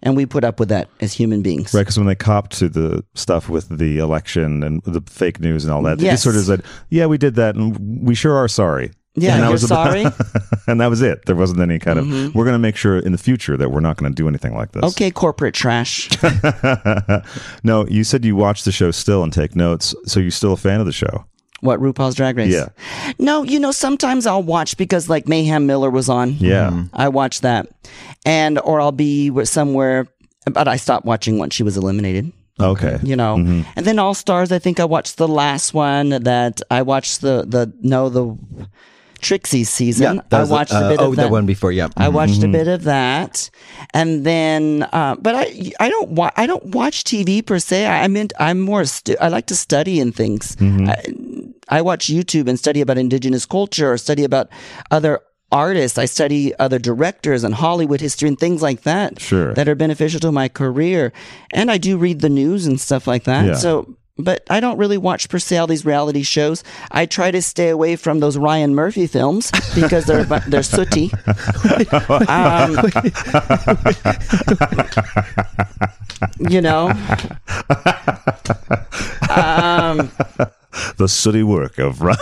S4: And we put up with that as human beings.
S1: Right, because when they copped to the stuff with the election and the fake news and all that, they just
S4: Yes.
S1: sort of said, "Yeah, we did that, and we sure are sorry."
S4: Yeah,
S1: and
S4: you're
S1: was about-
S4: sorry?
S1: and that was it. There wasn't any kind of. We're going to make sure in the future that we're not going to do anything like this.
S4: Mm-hmm. Okay, corporate trash.
S1: no, you said you watch the show still and take notes, so you're still a fan of the show.
S4: What RuPaul's Drag Race?
S1: Yeah.
S4: No, you know sometimes I'll watch because like Mayhem Miller was on.
S1: Yeah.
S6: Mm-hmm.
S4: I watch that, and or I'll be with- somewhere. But I stopped watching once she was eliminated.
S1: Okay.
S4: You know, and then All Stars. I think I watched the last one that I watched the the no the Trixie season.
S6: that
S4: I
S6: was,
S4: watched
S6: uh,
S4: a bit
S6: oh,
S4: of
S6: the
S4: that
S6: one before. Yeah,
S4: I watched a bit of that, and then, uh, but I I don't wa- I don't watch TV per se. I, I mean, I'm more stu- I like to study and things. I, I watch YouTube and study about indigenous culture or study about other artists. I study other directors and Hollywood history and things like that.
S1: Sure.
S4: that are beneficial to my career, and I do read the news and stuff like that.
S1: Yeah.
S4: So. But I don't really watch per se all these reality shows. I try to stay away from those Ryan Murphy films because they're they're sooty. Um, you know, um,
S1: The sooty work of Ryan.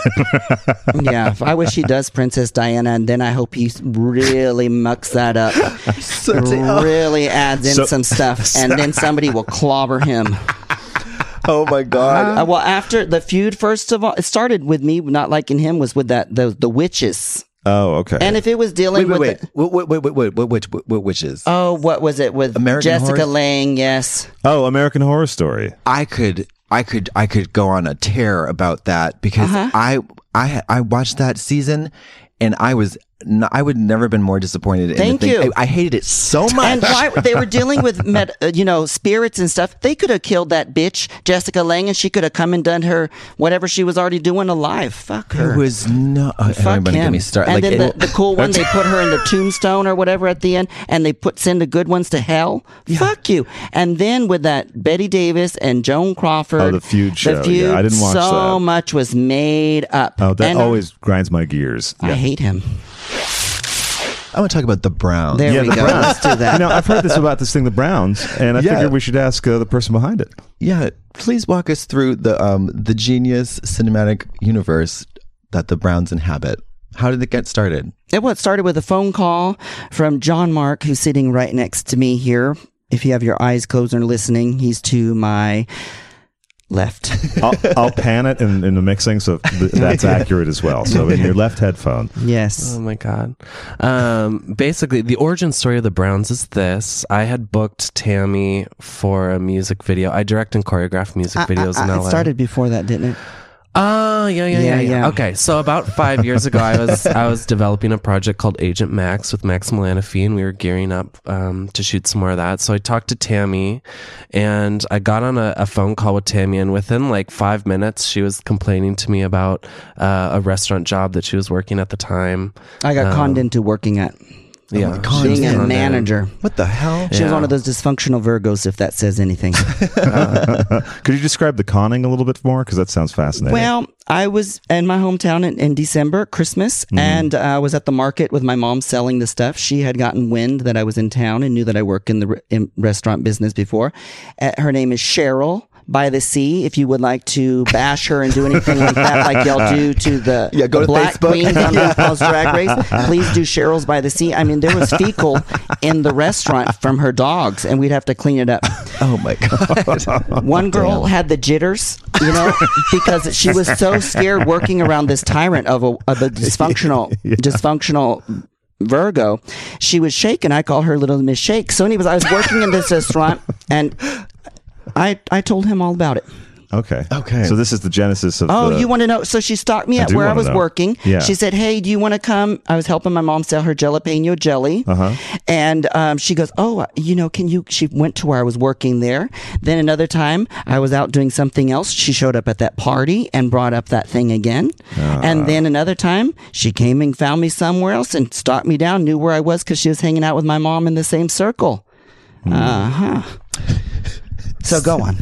S4: yeah. I wish he does Princess Diana, and then I hope he really mucks that up, really adds in
S1: So-
S4: some stuff, and then somebody will clobber him.
S6: oh my god.
S4: Uh, well, after the feud, first of all, it started with me not liking him was with that the the witches,
S1: oh, okay.
S4: and if it was
S6: Wait,
S4: dealing
S6: wait,
S4: with
S6: wait.
S4: the-
S6: Wait, wait, wait, wait, wait, wait, wait, wait, witches.
S4: oh, what was it with
S6: American
S4: Jessica
S6: Horror-
S4: Lange? Yes,
S1: oh, American Horror Story.
S6: I could I could I could go on a tear about that because
S4: Uh-huh.
S6: I I I watched that season and I was n- I would never been more disappointed. in
S4: Thank
S6: the thing.
S4: you.
S6: I, I hated it so much.
S4: And why they were dealing with met, uh, you know spirits and stuff. They could have killed that bitch Jessica Lang, and she could have come and done her whatever she was already doing alive. Fuck her.
S6: There was no. Oh,
S4: Fuck
S6: everybody
S4: him.
S6: Get me started.
S4: and
S6: Like,
S4: then
S6: it-
S4: the, the cool one, they put her in the tombstone or whatever at the end, and they put send the good ones to hell. Fuck you. And then with that Betty Davis and Joan Crawford,
S1: Oh, the feud show. Yeah,
S4: feud,
S1: I didn't watch
S4: so
S1: that.
S4: much was made up.
S1: Oh, that
S4: And, uh,
S1: always grinds my gears.
S4: I hate him.
S6: I want to talk about the Browns.
S4: There
S1: Yeah,
S4: we
S1: the
S4: go.
S1: Browns.
S4: Let's do
S1: You
S4: that.
S1: know, I've heard this about this thing, the Browns, and I
S6: Yeah.
S1: figured we should ask uh, the person behind it.
S6: Yeah, please walk us through the um the genius cinematic universe that the Browns inhabit. How did it get started?
S4: It what started with a phone call from John Mark, who's sitting right next to me here. If you have your eyes closed and are listening, he's to my left.
S1: I'll, I'll pan it in, in the mixing so th- that's accurate as well. So in your left headphone.
S4: yes.
S7: Oh my god. Um, basically, the origin story of the Browns is this: I had booked Tammy for a music video. I direct and choreograph music videos in
S4: I- I-
S7: LA.
S4: it started before that, didn't it?
S7: Oh yeah, yeah,
S4: Yeah,
S7: yeah, yeah,
S4: yeah.
S7: Okay, so about five years ago, I was I was developing a project called Agent Max with Max Malanafee, and we were gearing up um, to shoot some more of that. So I talked to Tammy, and I got on a, a phone call with Tammy, and within like five minutes, she was complaining to me about uh, a restaurant job that she was working at the time.
S4: I got conned into working at.
S7: yeah.
S4: being a manager.
S6: What the hell?
S4: She was
S7: Yeah.
S4: one of those dysfunctional Virgos, if that says anything.
S1: Could you describe the conning a little bit more? Because that sounds fascinating.
S4: well, I was in my hometown in, in December, Christmas,
S6: Mm-hmm.
S4: and I was at the market with my mom selling the stuff. She had gotten wind that I was in town and knew that I work in the re- in restaurant business before. Uh, her name is Cheryl. By the sea, if you would like to bash her and do anything like that, like y'all do to the,
S6: Yeah, go
S4: the
S6: to
S4: black
S6: Facebook.
S4: queens on RuPaul's Drag Race, please do Cheryl's by the sea. I mean, there was fecal in the restaurant from her dogs, and we'd have to clean it up.
S6: Oh my god.
S4: One girl had the jitters, you know, because she was so scared working around this tyrant of a, of a dysfunctional, dysfunctional Virgo. She was shaken. I call her Little Miss Shake. So, anyways, I was working in this restaurant, and I I told him all about it.
S1: okay.
S6: Okay.
S1: So this is the genesis of.
S4: Oh,
S1: the,
S4: you want to know? So she stopped me
S1: I
S4: at
S1: do
S4: where I
S1: wanna
S4: was
S1: know.
S4: working.
S1: Yeah.
S4: She said, "Hey, do you want to come?" I was helping my mom sell her jalapeno jelly,
S1: Uh-huh.
S4: and um, she goes, "Oh, you know, can you?" She went to where I was working there. Then another time, I was out doing something else. She showed up at that party and brought up that thing again.
S1: Ah.
S4: and then another time, she came and found me somewhere else and stalked me down. Knew where I was because she was hanging out with my mom in the same circle.
S1: Hmm.
S4: Uh huh. So go on.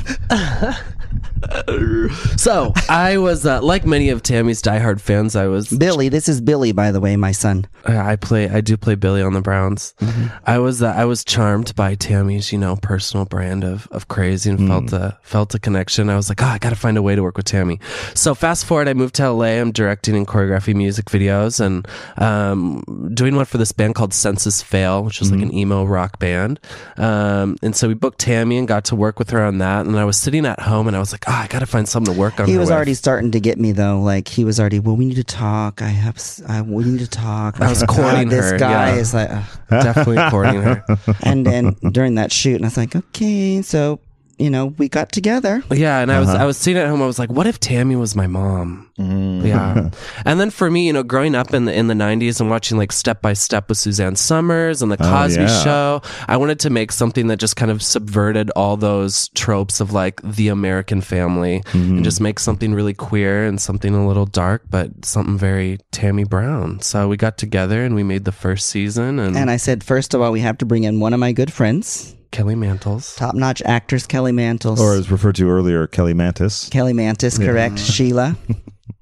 S7: So I was uh, like many of Tammy's diehard fans. I was
S4: Billy, this is Billy, by the way, my son.
S7: I play I do play Billy on the Browns.
S4: Mm-hmm.
S7: I was uh, I was charmed by Tammy's you know personal brand of of crazy and
S4: Mm.
S7: felt a felt a connection. I was like, oh, I got to find a way to work with Tammy. So fast forward, I moved to LA. I'm directing and choreographing music videos and um, doing one for this band called Census Fail, which was
S4: Mm-hmm.
S7: like an emo rock band. Um, and so we booked Tammy and got to work with her on that. And I was sitting at home and I was like, oh, I got to find something to work on.
S4: He
S7: her
S4: was
S7: with."
S4: already starting to get me though. Like he was already. Well, we need to talk. I have. s- I, we need to talk.
S7: I was
S4: God,
S7: courting
S4: This
S7: her,
S4: guy
S7: yeah.
S4: is like. ugh.
S7: definitely courting her.
S4: And then during that shoot, and I was like, okay, so you know, we got together.
S7: Yeah, and I was I was sitting at home. I was like, "What if Tammy was my mom?" Yeah, and then for me, you know, growing up in the in the '90s and watching like Step by Step with Suzanne Summers and the Cosby
S1: yeah.
S7: Show, I wanted to make something that just kind of subverted all those tropes of like the American family and just make something really queer and something a little dark, but something very Tammy Brown. So we got together and we made the first season, and,
S4: And I said, first of all, we have to bring in one of my good friends,
S7: Kelly Mantles.
S4: top-notch actress Kelly Mantles.
S1: or as referred to earlier, Kelly Mantis.
S4: Kelly Mantis, correct? Sheila.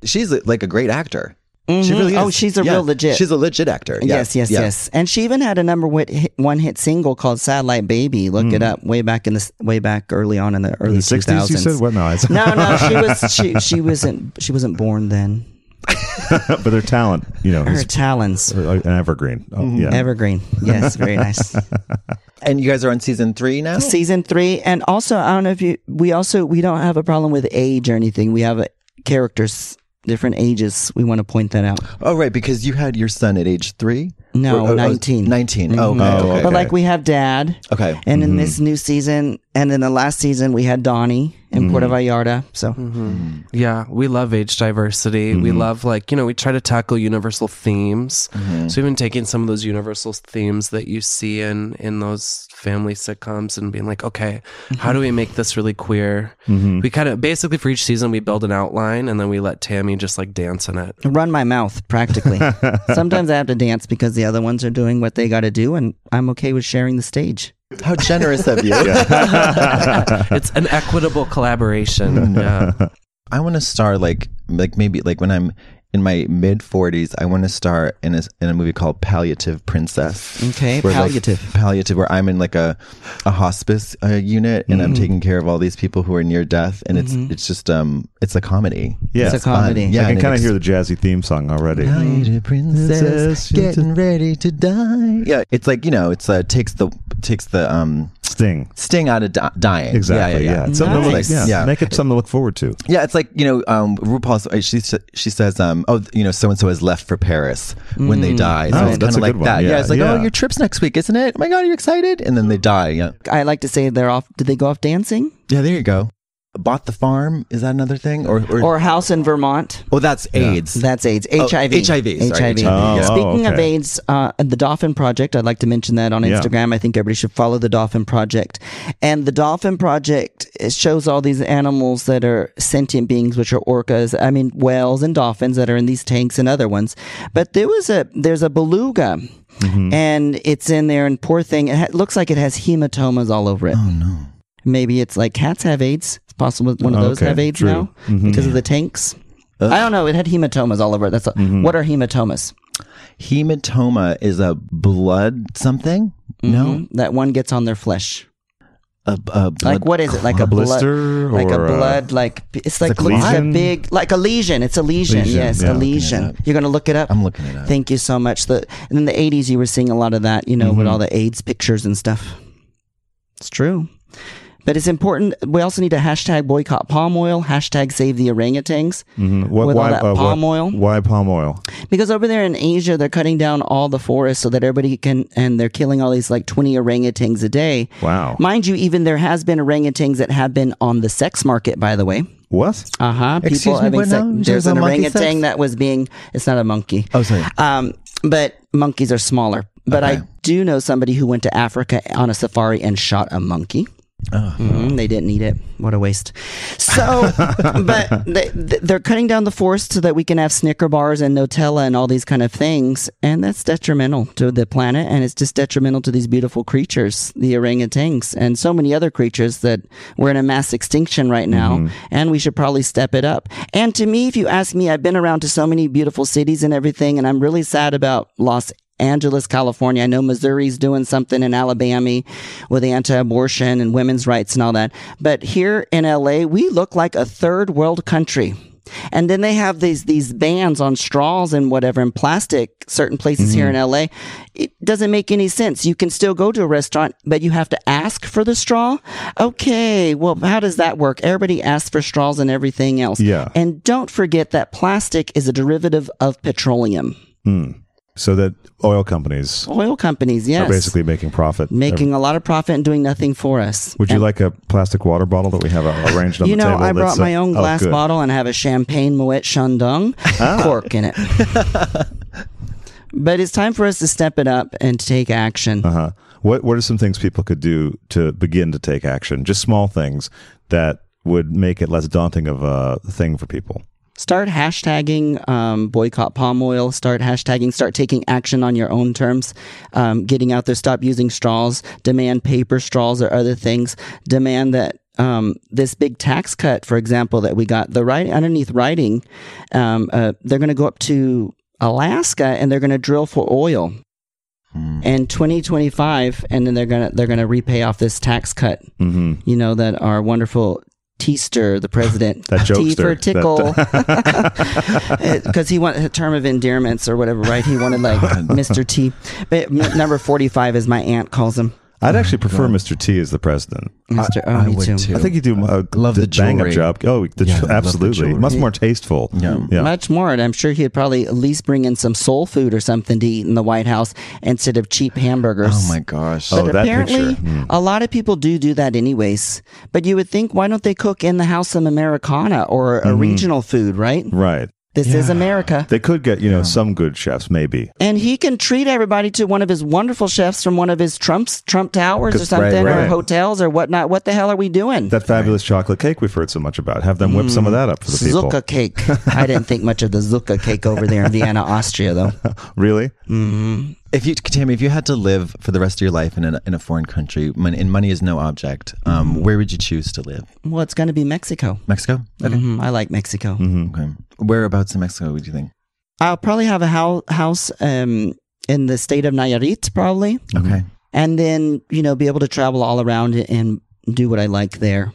S6: she's a- like a great actor. She
S4: Mhm.
S6: really is.
S4: Oh, she's a
S6: Yeah.
S4: real legit.
S6: She's a legit actor.
S4: Yes, yes,
S6: Yeah.
S4: yes. And she even had a number one hit, one hit single called "Satellite Baby." Look it up. Way back in the s- way back early on in the early
S1: the 60s, you
S4: 2000s.
S1: said? What? No, it's-
S4: no, no. She was she she wasn't she wasn't born then.
S1: but their talent, you know,
S4: Her
S1: is
S4: talons.
S1: an evergreen. Oh,
S6: Mm-hmm.
S1: yeah.
S4: Evergreen. Yes, very nice.
S6: And you guys are on season three now.
S4: Season three. And also, I don't know if you, we also, we don't have a problem with age or anything. We have uh, characters, different ages. We want to point that out.
S6: Oh, right, because you had your son at age three.
S4: No,
S6: Or- or-
S4: 19.
S6: 19. Oh, okay,
S1: Mhm. Oh,
S6: okay.
S4: But like we have dad.
S6: Okay. Mm-hmm.
S4: And in this new season, and in the last season, we had Donnie in Puerto
S6: Mm-hmm.
S4: Vallarta. So
S7: Yeah, we love age diversity. We love like, you know, we try to tackle universal themes. So we've been taking some of those universal themes that you see in in those family sitcoms and being like, okay, how do we make this really queer? We kind of basically for each season we build an outline and then we let Tammy just like dance in it.
S4: run my mouth practically. Sometimes I have to dance because the other ones are doing what they got to do, and I'm okay with sharing the stage.
S6: How generous of you.
S7: it's an equitable collaboration. Yeah.
S6: I want to star like like maybe like when I'm in my mid 40s, I want to star in a in a movie called Palliative Princess.
S4: Okay,
S6: Where, like,
S4: palliative.
S6: palliative, where I'm in like a a hospice uh, unit
S1: Mm-hmm.
S6: and I'm taking care of all these people who are near death, and it's it's just um it's a comedy.
S1: Yeah. Mm-hmm.
S4: It's a
S1: It's fun.
S4: comedy.
S6: Yeah,
S1: I can
S6: and
S1: kind of
S6: it's-
S1: hear the jazzy theme song already.
S6: Palliative princess,
S1: Princess, Mm-hmm.
S6: getting ready to die. Yeah, it's like you know, it's uh, takes the takes the um
S1: Sting.
S6: sting out of di- dying.
S1: Exactly. Yeah. It's something to look-
S6: Nice.
S1: yeah.
S6: Yeah.
S1: Make it something to look forward to.
S6: Yeah, it's like you know, um, RuPaul's. uh, She sa- she says, um, "Oh, you know, so and so has left for Paris when they die." So
S1: Oh,
S6: it's
S1: that's
S6: kind
S1: a
S6: of like
S1: good one.
S6: that. Yeah,
S1: Yeah,
S6: it's like,
S1: yeah.
S6: "Oh, your trip's next week, isn't it? Oh my God, are you excited?" And then they die. Yeah,
S4: I like to say they're off. Did they go off dancing
S6: yeah. There you go. Bought the farm. Is that another thing? Or or,
S4: or a house in Vermont?
S6: oh, that's AIDS.
S4: That's AIDS.
S6: Oh,
S4: HIV.
S6: HIV, sorry,
S4: HIV.
S6: HIV, Oh,
S1: yeah.
S4: Speaking of
S1: okay.
S4: AIDS, uh, the Dolphin Project, I'd like to mention that on
S1: Yeah.
S4: Instagram. I think everybody should follow the Dolphin Project. And the Dolphin Project it shows all these animals that are sentient beings, which are orcas, I mean, whales and dolphins that are in these tanks and other ones. But there was a, there's a beluga. and it's in there. And poor thing, it ha- looks like it has hematomas all over it. Oh no! Maybe it's like cats have AIDS. It's possible one of
S1: Oh,
S4: those
S1: okay.
S4: have AIDS
S1: True.
S4: now
S1: Mhm.
S4: because of the tanks. I
S6: Uh,
S4: don't know. It had hematomas all over it. That's a,
S1: Mm-hmm.
S4: what are hematomas?
S6: Hematoma is a blood something. No,
S4: Mhm. that one gets on their flesh.
S6: a, a blood
S4: like what is it? Like a,
S1: blister
S4: blood, like a
S1: or a-
S4: blood, like it's like
S1: like a
S4: looks like a
S1: lesion?
S4: big, like a lesion. It's a lesion.
S1: Lesion,
S4: Yes,
S1: yeah.
S4: a lesion. You're gonna look it up.
S6: I'm looking it up.
S4: Thank you so much. The and in the 80s, you were seeing a lot of that, you know,
S1: Mm-hmm.
S4: with all the AIDS pictures and stuff. It's true. But it's important. We also need to hashtag boycott palm oil, hashtag save the orangutans.
S1: Mhm. What-
S4: With all that
S1: what-
S4: palm oil?
S1: Why palm oil?
S4: Because over there in Asia, they're cutting down all the forests so that everybody can, and they're killing all these like 20 orangutans a day.
S1: Wow.
S4: Mind you, even there has been orangutans that have been on the sex market, by the way.
S1: What?
S4: Uh huh.
S6: Uh-huh. Excuse
S4: People
S6: me,
S4: having
S6: what
S4: sex.
S6: now? There's
S4: There's
S6: a
S4: an
S6: monkey sex?
S4: orangutan that was being. It's not a monkey.
S6: Oh, sorry.
S4: Um, but monkeys are smaller. But I do know somebody who went to Africa on a safari and shot a monkey. Mhm, they didn't eat it. What a waste. So, but they, they're cutting down the forest so that we can have Snicker bars and Nutella and all these kind of things. And that's detrimental to the planet. And it's just detrimental to these beautiful creatures, the orangutans, and so many other creatures that we're in a mass extinction right now. And we should probably step it up. And to me, if you ask me, I've been around to so many beautiful cities and everything. And I'm really sad about Los Angeles, California. I know Missouri's doing something in Alabama with anti abortion and women's rights and all that. But here in LA, we look like a third world country. And then they have these these bans on straws and whatever and plastic certain places here
S1: Mm-hmm.
S4: in LA. It doesn't make any sense. You can still go to a restaurant, but you have to ask for the straw. Okay, well, how does that work? Everybody asks for straws and everything else.
S1: Yeah.
S4: And don't forget that plastic is a derivative of petroleum.
S1: So that oil companies
S4: Oil companies, yes.
S1: are Oh, basically making profit.
S4: making a lot of profit and doing nothing for us.
S1: Would you
S4: And-
S1: like a plastic water bottle that we have uh, arranged on
S4: You
S1: the
S4: know,
S1: table?
S4: I brought
S1: that's, uh,
S4: my own
S1: oh,
S4: glass
S1: good. Ah.
S4: bottle and I have a champagne Moet Shandong cork in it. but it's time for us to step it up and take action.
S1: Uh-huh. What What are some things people could do to begin to take action? Just small things that would make it less daunting of a thing for people.
S4: Start hashtagging um, boycott palm oil. Start hashtagging. Start taking action on your own terms. Um, getting out there. Stop using straws. Demand paper straws or other things. Demand that um, this big tax cut, for example, that we got the right underneath writing. Um, uh, they're going to go up to Alaska and they're going to drill for oil. And 2025, and then they're gonna they're gonna repay off this tax cut.
S1: Mm-hmm.
S4: You know that our wonderful Teaster, the president,
S1: That
S4: T for
S1: jokester.
S4: tickle.
S1: That-
S4: because Uh, he wanted a term of endearments or whatever, right? He wanted like Mr. T. But m- number 45, as my aunt calls him.
S6: Oh,
S1: I'd actually prefer Mr. T as the president.
S4: Mr. oh,
S6: I
S4: me
S6: would
S4: too.
S6: too. Uh,
S1: I think you do a
S6: Love the
S1: bang up
S6: jewelry.
S1: job. Oh, the,
S6: Yeah, I love the
S1: absolutely,
S6: jewelry.
S1: much more tasteful.
S6: Yeah.
S4: Much more. And I'm sure he'd probably at least bring in some soul food or something to eat in the White House instead of cheap hamburgers.
S6: Oh my gosh.
S1: Oh,
S4: But
S1: that
S4: apparently,
S1: picture. Mm.
S4: a lot of people do do that anyways. But you would think, why don't they cook in the house some Americana or a regional food, right?
S1: Right.
S4: This is America.
S1: They could get you know some good chefs maybe.
S4: and he can treat everybody to one of his wonderful chefs from one of his Trump's Trump Towers or
S1: Cause- right,
S4: something, or
S1: right.
S4: hotels or whatnot. What the hell are we doing?
S1: That fabulous chocolate cake we've heard so much about. Have them whip
S6: Mm.
S1: some of that up for the people.
S4: Zucca cake. I didn't think much of the Zucca cake over there in Vienna, Austria, though.
S1: Really?
S6: If you, Tammy, if you had to live for the rest of your life in a, in a foreign country, money, and money is no object, um, where would you choose to live?
S4: Well, it's going to be Mexico.
S6: Mexico. Okay.
S4: Mhm, I like Mexico.
S1: Mm-hmm.
S6: Okay. Whereabouts in Mexico would you think?
S4: I'll probably have a hou- house um, in the state of Nayarit, probably,
S6: Okay.
S4: and then you know be able to travel all around and do what I like there.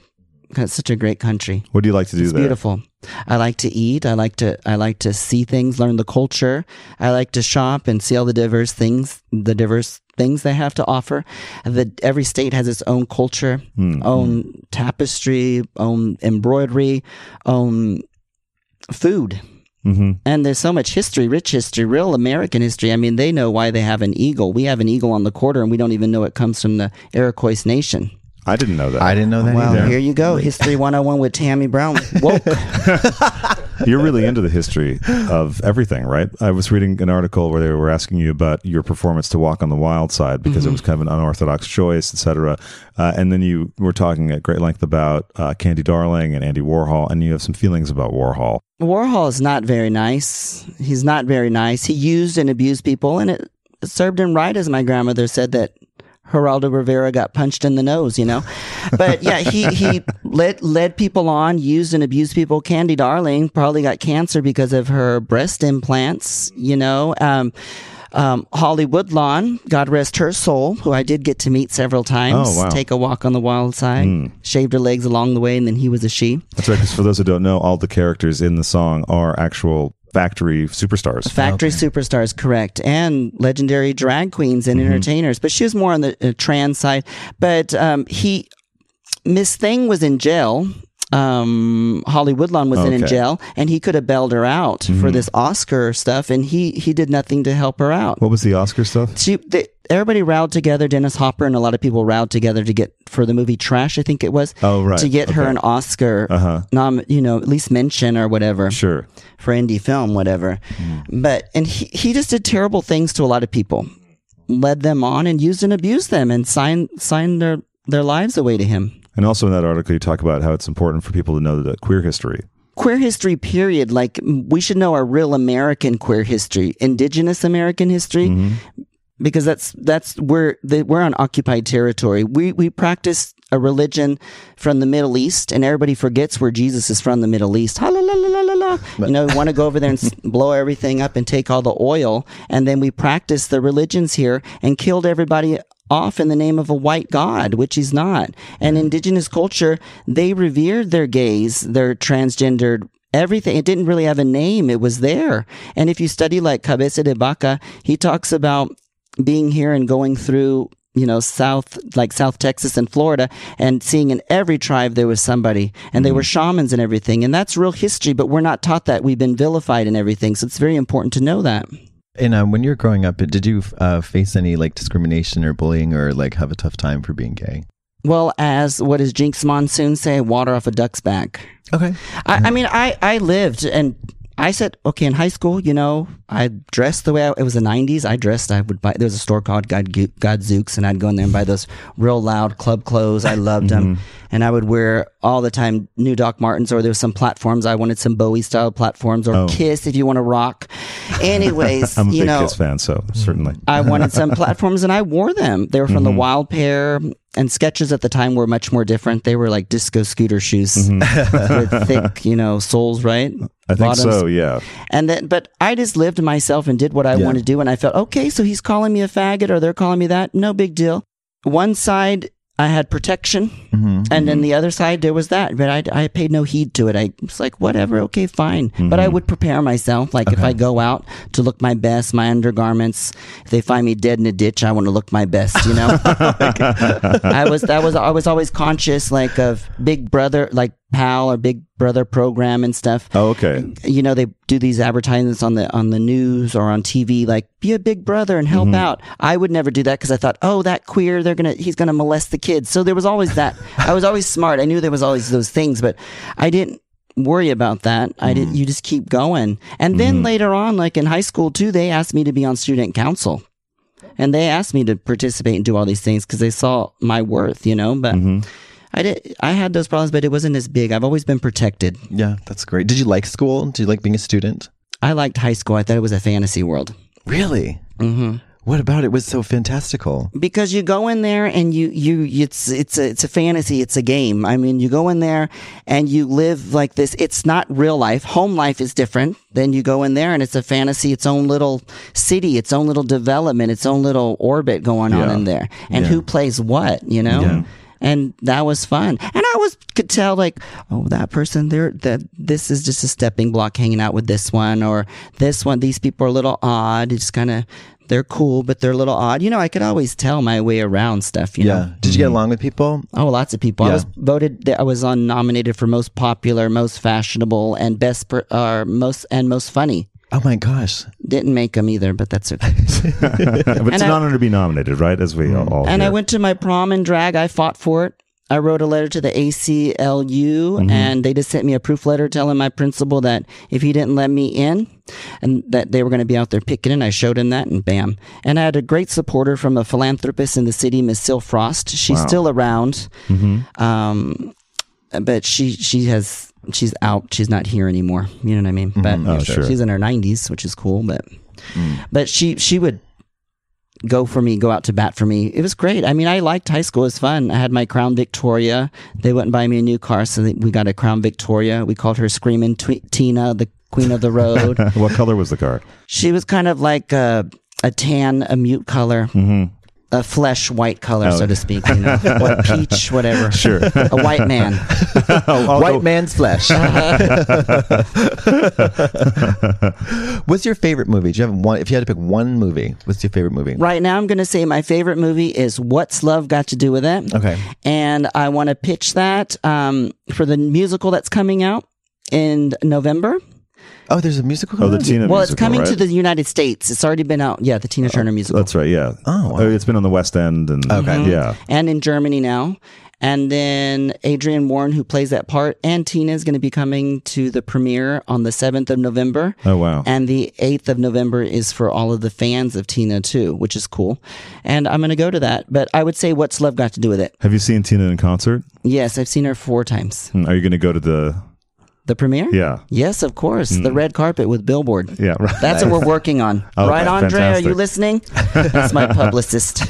S4: 'Cause It's such a great country.
S1: What do you like to do
S4: It's
S1: there?
S4: beautiful. I like to eat. I like to I like to see things, learn the culture. I like to shop and see all the diverse things, the diverse things they have to offer. The every state has its own culture,
S1: Hmm,
S4: own tapestry, own embroidery, own food.
S1: Mm-hmm.
S4: And there's so much history, rich history, real American history. I mean, they know why they have an eagle. We have an eagle on the quarter, and we don't even know it comes from the Iroquois nation.
S1: I didn't know that.
S6: I didn't know that
S4: Well,
S6: either.
S4: here you go, History 101 with Tammy Brown. Woke.
S1: You're really into the history of everything, right? I was reading an article where they were asking you about your performance to Walk on the Wild Side because
S4: Mm-hmm.
S1: it was kind of an unorthodox choice, etc. Uh, and then you were talking at great length about uh, Candy Darling and Andy Warhol, and you have some feelings about Warhol.
S4: Warhol is not very nice. He's not very nice. He used and abused people, and it served him right, as my grandmother said that Geraldo Rivera got punched in the nose, you know. But yeah, he he led led people on, used and abused people. Candy Darling probably got cancer because of her breast implants, you know. Um, um, Holly Woodlawn, God rest her soul, who I did get to meet several times,
S1: Oh, wow. Hmm.
S4: take a walk on the wild side, shaved her legs along the way, and then he was a she.
S1: That's right. Because for those who don't know, all the characters in the song are actual factory superstars.
S4: Factory superstars, correct, and legendary drag queens and
S1: Mm-hmm.
S4: entertainers. But she was more on the uh, trans side. But um, he, Miss Thing was in jail. Um, Holly Woodlawn was in in
S1: Okay. Mm-hmm.
S4: jail, and he could have bailed her out for this Oscar stuff, and he he did nothing to help her out.
S1: what was the Oscar stuff?
S4: she they, everybody rowed together. Dennis Hopper and a lot of people rowed together to get for the movie Trash, I think it was.
S1: Oh, right.
S4: To get her
S1: Okay.
S4: an Oscar,
S1: Uh-huh.
S4: nom, you know, at least mention or whatever
S1: Sure.
S4: for indie film, whatever. But and he he just did terrible things to a lot of people, led them on and used and abused them and signed signed their their lives away to him.
S1: And also in that article, you talk about how it's important for people to know the queer history.
S4: Queer history, period. Like we should know our real American queer history, Indigenous American history. because that's that's where the, we're on occupied territory. We we practice a religion from the Middle East, and everybody forgets where Jesus is from the Middle East. Ha, la, la, la, la, la, la. You know, we want to go over there and s- blow everything up and take all the oil, and then we practice the religions here and killed everybody off in the name of a white god, which he's not. And indigenous culture, they revered their gays, their transgendered everything. It didn't really have a name. It was there. And if you study like Cabeza de Vaca, he talks about being here and going through, you know, South, like South Texas and Florida and seeing in every tribe there was somebody and they were shamans and everything. And that's real history, but we're not taught that. We've been vilified and everything. So it's very important to know that.
S6: And um, when you were growing up, did you uh, face any like discrimination or bullying or like have a tough time for being gay?
S4: Well, as what does Jinx Monsoon say? Water off a duck's back.
S6: Okay.
S4: I,
S1: Mm-hmm.
S4: I mean, I, I lived and I said, okay, in high school, you know, I dressed the way I, it was the 90s. I dressed, I would buy, there was a store called God, Gu- God Zooks, and I'd go in there and buy those real loud club clothes. I loved them.
S1: Mm-hmm.
S4: And I would wear all the time new Doc Martens or there was some platforms. I wanted some Bowie style platforms or Kiss if you want to rock. Anyways,
S1: Oh. I'm a
S4: you
S1: big
S4: know,
S1: Kiss fan, so certainly.
S4: I wanted some platforms and I wore them. They were from
S1: Mm-hmm.
S4: the Wild Pair and Sketches at the time were much more different. They were like disco scooter shoes
S1: Mm-hmm.
S4: with thick, you know, soles, right?
S1: I think so, yeah.
S4: And then, but I just lived myself and did what I wanted to do. And I felt, okay, so he's calling me a faggot or they're calling me that. No big deal. One side, I had protection.
S1: Mm-hmm,
S4: And then the other side, there was that. But I, I paid no heed to it. I was like, whatever, okay, fine. But I
S1: Mm-hmm.
S4: would prepare myself. Like if I go out to look my best, my undergarments, if they find me dead in a ditch, I want to look my best, you know? I was that was I was always conscious like of Big Brother like PAL or Big Brother program and stuff
S1: Oh, okay.
S4: you know they do these advertisements on the on the news or on TV like be a big brother and help out. I would never do that cuz I thought, "Oh, that queer, they're going to he's going to molest the kids." So there was always that. I was always smart. I knew there was always those things, but I didn't worry about that. I didn't you just keep going. And then later on like in high school too, they asked me to be on student council. And they asked me to participate and do all these things cuz they saw my worth, you know, but I did I had those problems, but it wasn't as big. I've always been protected.
S6: Yeah, that's great. Did you like school? Did you like being a student?
S4: I liked high school. I thought it was a fantasy world
S6: Really? Mm-hmm. What about it was so fantastical?
S4: because you go in there and you you it's it's a, it's a fantasy. It's a game. I mean, you go in there and you live like this. It's not real life. Home life is different. Then you go in there and it's a fantasy. Its own little city. Its own little development. Its own little orbit going on in there. And who plays what? You know. And that was fun. And I was could tell like, oh, that person there that this is just a stepping block hanging out with this one or this one. These people are a little odd. It's kind of they're cool, but they're a little odd. You know, I could always tell my way around stuff, you
S6: Yeah. Mm-hmm.
S4: know.
S6: Did you get along with people?
S4: Oh, lots of people. I
S6: Yeah.
S4: was voted. I was on nominated for most popular, most fashionable, and best, per, uh, most and most funny.
S6: Oh my gosh.
S4: Didn't make them either, but that's okay.
S1: but it's
S4: And
S1: an
S4: I-
S1: honor to be nominated, right? As we all
S4: And I
S1: hear.
S4: went to my prom and drag. I fought for it. I wrote a letter to the ACLU, and they just sent me a proof letter telling my principal that if he didn't let me in, and that they were going to be out there picking. And I showed him that, and bam. And I had a great supporter from a philanthropist in the city, Miss Sil Frost. She's still around, um, but she she has she's out. She's not here anymore. You know what I mean? But
S1: Oh, sure.
S4: she's in her nineties, which is cool. But but she she would go for me, go out to bat for me. It was great. I mean, I liked high school. It was fun. I had my Crown Victoria. They wouldn't buy me a new car, so they- we got a Crown Victoria. We called her Screaming Twe- Tina, the Queen of the Road.
S1: what color was the car?
S4: she was kind of like a, a tan, a mute color.
S1: Mm-hmm.
S4: A flesh white color,
S1: Oh.
S4: so to speak, you know, or peach, whatever. Sure, a white man.
S6: White man's flesh. what's your favorite movie? Do you have one? If you had to pick one movie, what's your favorite movie?
S4: Right now, I'm going to say my favorite movie is What's Love Got to Do with It?
S6: Okay.
S4: And I want to pitch that um, for the musical that's coming out in November.
S6: Oh, there's a musical.
S1: Oh,
S6: coming
S1: the
S6: out?
S1: Tina.
S4: well,
S1: musical,
S4: it's coming to
S1: right? Oh,
S4: the United States. It's already been out. Yeah, the Tina Turner musical.
S1: That's right. Yeah.
S6: Oh, wow.
S1: it's been on the West End and
S6: Okay.
S1: Yeah.
S4: and in Germany now. And then Adrian Warren, who plays that part, and Tina is going to be coming to the premiere on the 7th of November.
S1: Oh wow.
S4: And the 8th of November is for all of the fans of Tina, too, which is cool. And I'm going to go to that. But I would say, what's love got to do with it?
S1: Have you seen Tina in concert?
S4: Yes, I've seen her four times.
S1: Mm, Are you going to go to the?
S4: The premiere?
S1: Yeah. Mm.
S4: Yes, of course. The red carpet with Billboard.
S1: Yeah. Right.
S4: That's what we're working on.
S1: Oh,
S4: right, Andre? Are you
S1: fantastic.
S4: listening? That's my publicist.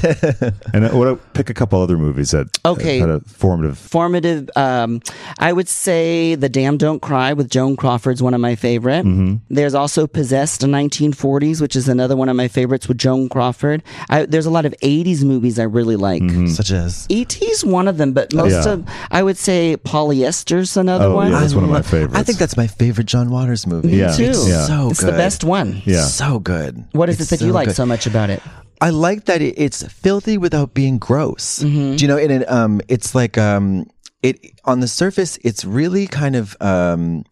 S1: and uh, what? Pick a couple other movies that uh,
S4: Okay.
S1: had a formative.
S4: formative. Um, I would say The Damn Don't Cry with Joan Crawford's one of my favorite.
S1: Mm-hmm.
S4: There's also Possessed 1940s, which is another one of my favorites with Joan Crawford. I, there's a lot of 80s movies I really like.
S6: Such as.
S4: E.T.'s one of them, but most
S1: Mm-hmm. Yeah.
S4: of, I would say Polyester's another
S1: Oh
S4: one.
S1: yeah, that's one of my
S6: love-
S1: favorites.
S6: I think that's my favorite John Waters movie.
S1: Yeah.
S4: too.
S1: It's Yeah.
S6: so
S4: it's
S6: good.
S4: the best one.
S1: Yeah.
S6: So good.
S4: What is
S6: It's
S4: it that you like
S6: good.
S4: so much about it?
S6: I like that it, it's filthy without being gross. Do you know? And it, um, it's like um, it on the surface, it's really kind of um,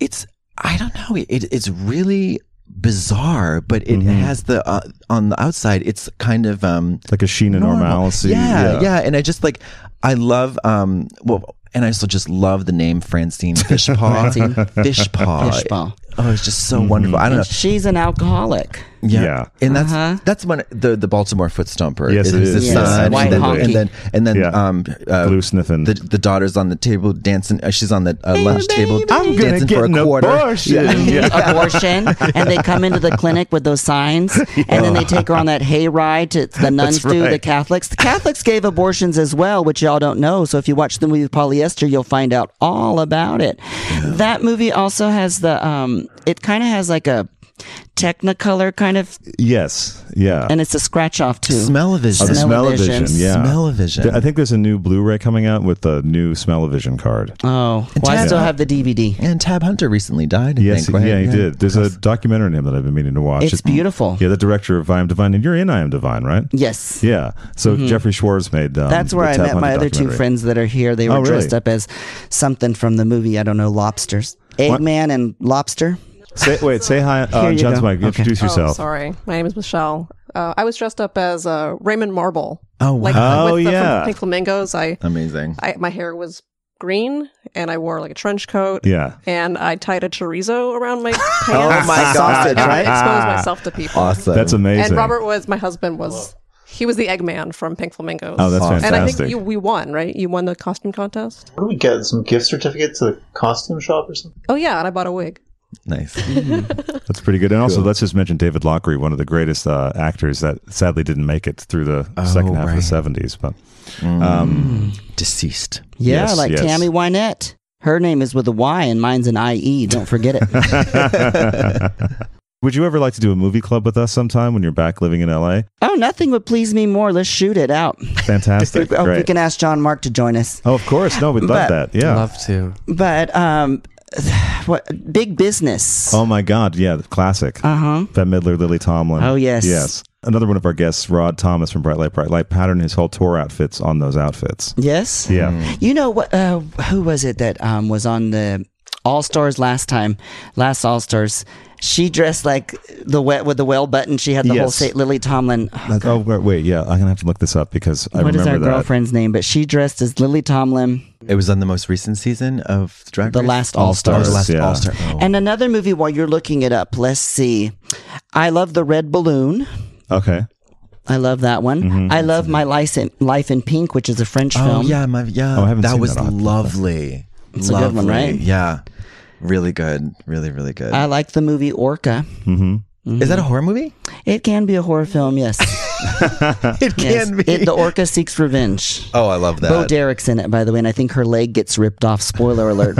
S6: it's I don't know. It, it's really bizarre, but it has the uh, on the outside, it's kind of um,
S1: like a Sheen and
S6: normal.
S1: Normalcy.
S6: Yeah, yeah, And I just like, I love, um, well, and I also just love the name Francine Fishpaw.
S4: Francine.
S6: Fishpaw.
S4: Fishball.
S6: Oh, it's just so wonderful. I don't know.
S4: She's an alcoholic.
S6: Yeah.
S1: Yeah.
S6: And that's
S4: Uh-huh.
S6: that's when the the Baltimore foot stomper.
S1: Yes, it is.
S6: his
S1: Yes.
S6: son,
S4: White
S6: and, then,
S4: honky.
S6: and then and then
S1: Yeah.
S6: um uh,
S1: Blue sniffing.
S6: The, the daughter's on the table dancing. Uh, she's on the uh, lunch table.
S1: I'm gonna
S6: dancing
S1: get
S6: for a
S1: an
S6: quarter.
S1: abortion.
S6: Yeah.
S1: Yeah.
S4: abortion, and they come into the clinic with those signs, and then they take her on that hay ride to the nuns do the
S1: right.
S4: Catholics. The Catholics gave abortions as well, which y'all don't know. So if you watch the movie Polyester, you'll find out all about it. That movie also has the um, it kind of has like a Technicolor kind of,
S1: Yes. Yeah.
S4: and it's a scratch off too.
S6: Smell-o-vision.
S1: Oh, the
S4: Smell-o-vision.
S1: Smell-o-vision, yeah.
S6: Smell-o-vision.
S1: I think there's a new Blu-ray coming out with a new Smell-o-vision card.
S4: Oh, well, I
S6: Tab-
S4: still have the DVD.
S6: And Tab Hunter recently died. I
S1: Yes,
S6: think, right?
S1: yeah, he did. There's a documentary on him that I've been meaning to watch.
S4: It's beautiful.
S1: Yeah, the director of I Am Divine, and you're in I Am Divine, right?
S4: Yes. Mm-hmm.
S1: Yeah. So Jeffrey Schwartz made. Um,
S4: That's where
S1: the
S4: I
S1: Tab
S4: met my
S1: Hunter
S4: other two
S1: documentary.
S4: friends that are here. They were
S1: Oh, really?
S4: dressed up as something from the movie. I don't know, lobsters, Eggman, and lobster.
S1: Say, wait, say hi,
S4: Here
S1: uh,
S4: you
S1: John's
S4: go.
S1: Mike.
S4: Okay.
S1: Introduce
S8: Oh,
S1: yourself.
S8: sorry. My name is Michelle. Uh, I was dressed up as uh, Raymond Marble.
S6: Oh,
S8: Like
S1: wow. Oh,
S8: with the fl-
S1: yeah.
S8: Pink Flamingos. I,
S6: Amazing.
S8: I my hair was green and I wore like a trench coat.
S1: Yeah.
S8: And I tied a chorizo around my pants.
S6: my
S8: and
S6: God.
S8: I exposed myself to people.
S6: Awesome.
S1: That's amazing.
S8: And Robert was my husband was he was the Eggman from Pink Flamingos.
S1: Oh, that's
S8: and I
S1: fantastic.
S8: think you, we won, right? You won the costume contest.
S9: What do we get? Some gift certificate to the costume shop or something?
S8: Oh yeah, and I bought a wig.
S6: nice.
S1: That's pretty good. And also, let's just mention David Lockery, one of the greatest uh, actors that sadly didn't make it through the
S4: Oh,
S1: second half
S6: right.
S1: of the 70s. But
S4: Mm.
S1: um,
S6: Deceased.
S4: Yeah,
S1: Yes,
S4: like
S1: yes.
S4: Tammy Wynette. Her name is with a Y and mine's an IE. Don't forget it.
S1: would you ever like to do a movie club with us sometime when you're back living in LA?
S4: oh, nothing would please me more. Let's shoot it out.
S1: Fantastic.
S4: oh, we
S1: Great.
S4: can ask John Mark to join us.
S1: Oh, of course. No, we'd love
S4: But-
S1: that. Yeah.
S7: Love to.
S4: But um, what big business?
S1: Oh my God! Yeah, the classic.
S4: Uh huh.
S1: Bette Midler, Lily Tomlin.
S4: Oh, yes.
S1: yes. Another one of our guests, Rod Thomas from Bright Light, Bright Light, patterned his whole tour outfits on those outfits.
S4: Yes.
S1: Yeah,
S4: You know what? Uh, who was it that um, was on the All Stars last time? Last All Stars. She dressed like the wet with the well button. She had the whole
S1: Yes.
S4: state. Lily Tomlin. Oh,
S1: Like, oh wait, wait, yeah, I'm gonna have to look this up because I
S4: what is
S1: remember
S4: our
S1: that.
S4: girlfriend's name? But she dressed as Lily Tomlin.
S6: It was on the most recent season of Drag
S4: The
S6: Race?
S4: last All-Stars,
S6: Oh, the last
S1: yeah.
S6: All Star. Oh.
S4: And another movie while you're looking it up, let's see. I love The Red Balloon.
S1: Okay,
S4: I love that one. I love My Life in, Life in Pink, which is a French
S6: Mm-hmm. Oh
S4: film.
S6: yeah, my yeah.
S1: Oh, I haven't
S6: that
S1: seen
S6: was
S1: that. I'll have to look
S6: lovely.
S4: It's a
S6: lovely.
S4: good one, right?
S6: Yeah, really good. Really, really good.
S4: I like the movie Orca.
S6: Is that a horror movie?
S4: It can be a horror film, yes.
S6: it can
S4: Yes.
S6: be.
S4: It, the orca seeks revenge.
S6: oh, I love that.
S4: Bo Derek's in it, by the way, and I think her leg gets ripped off. Spoiler alert.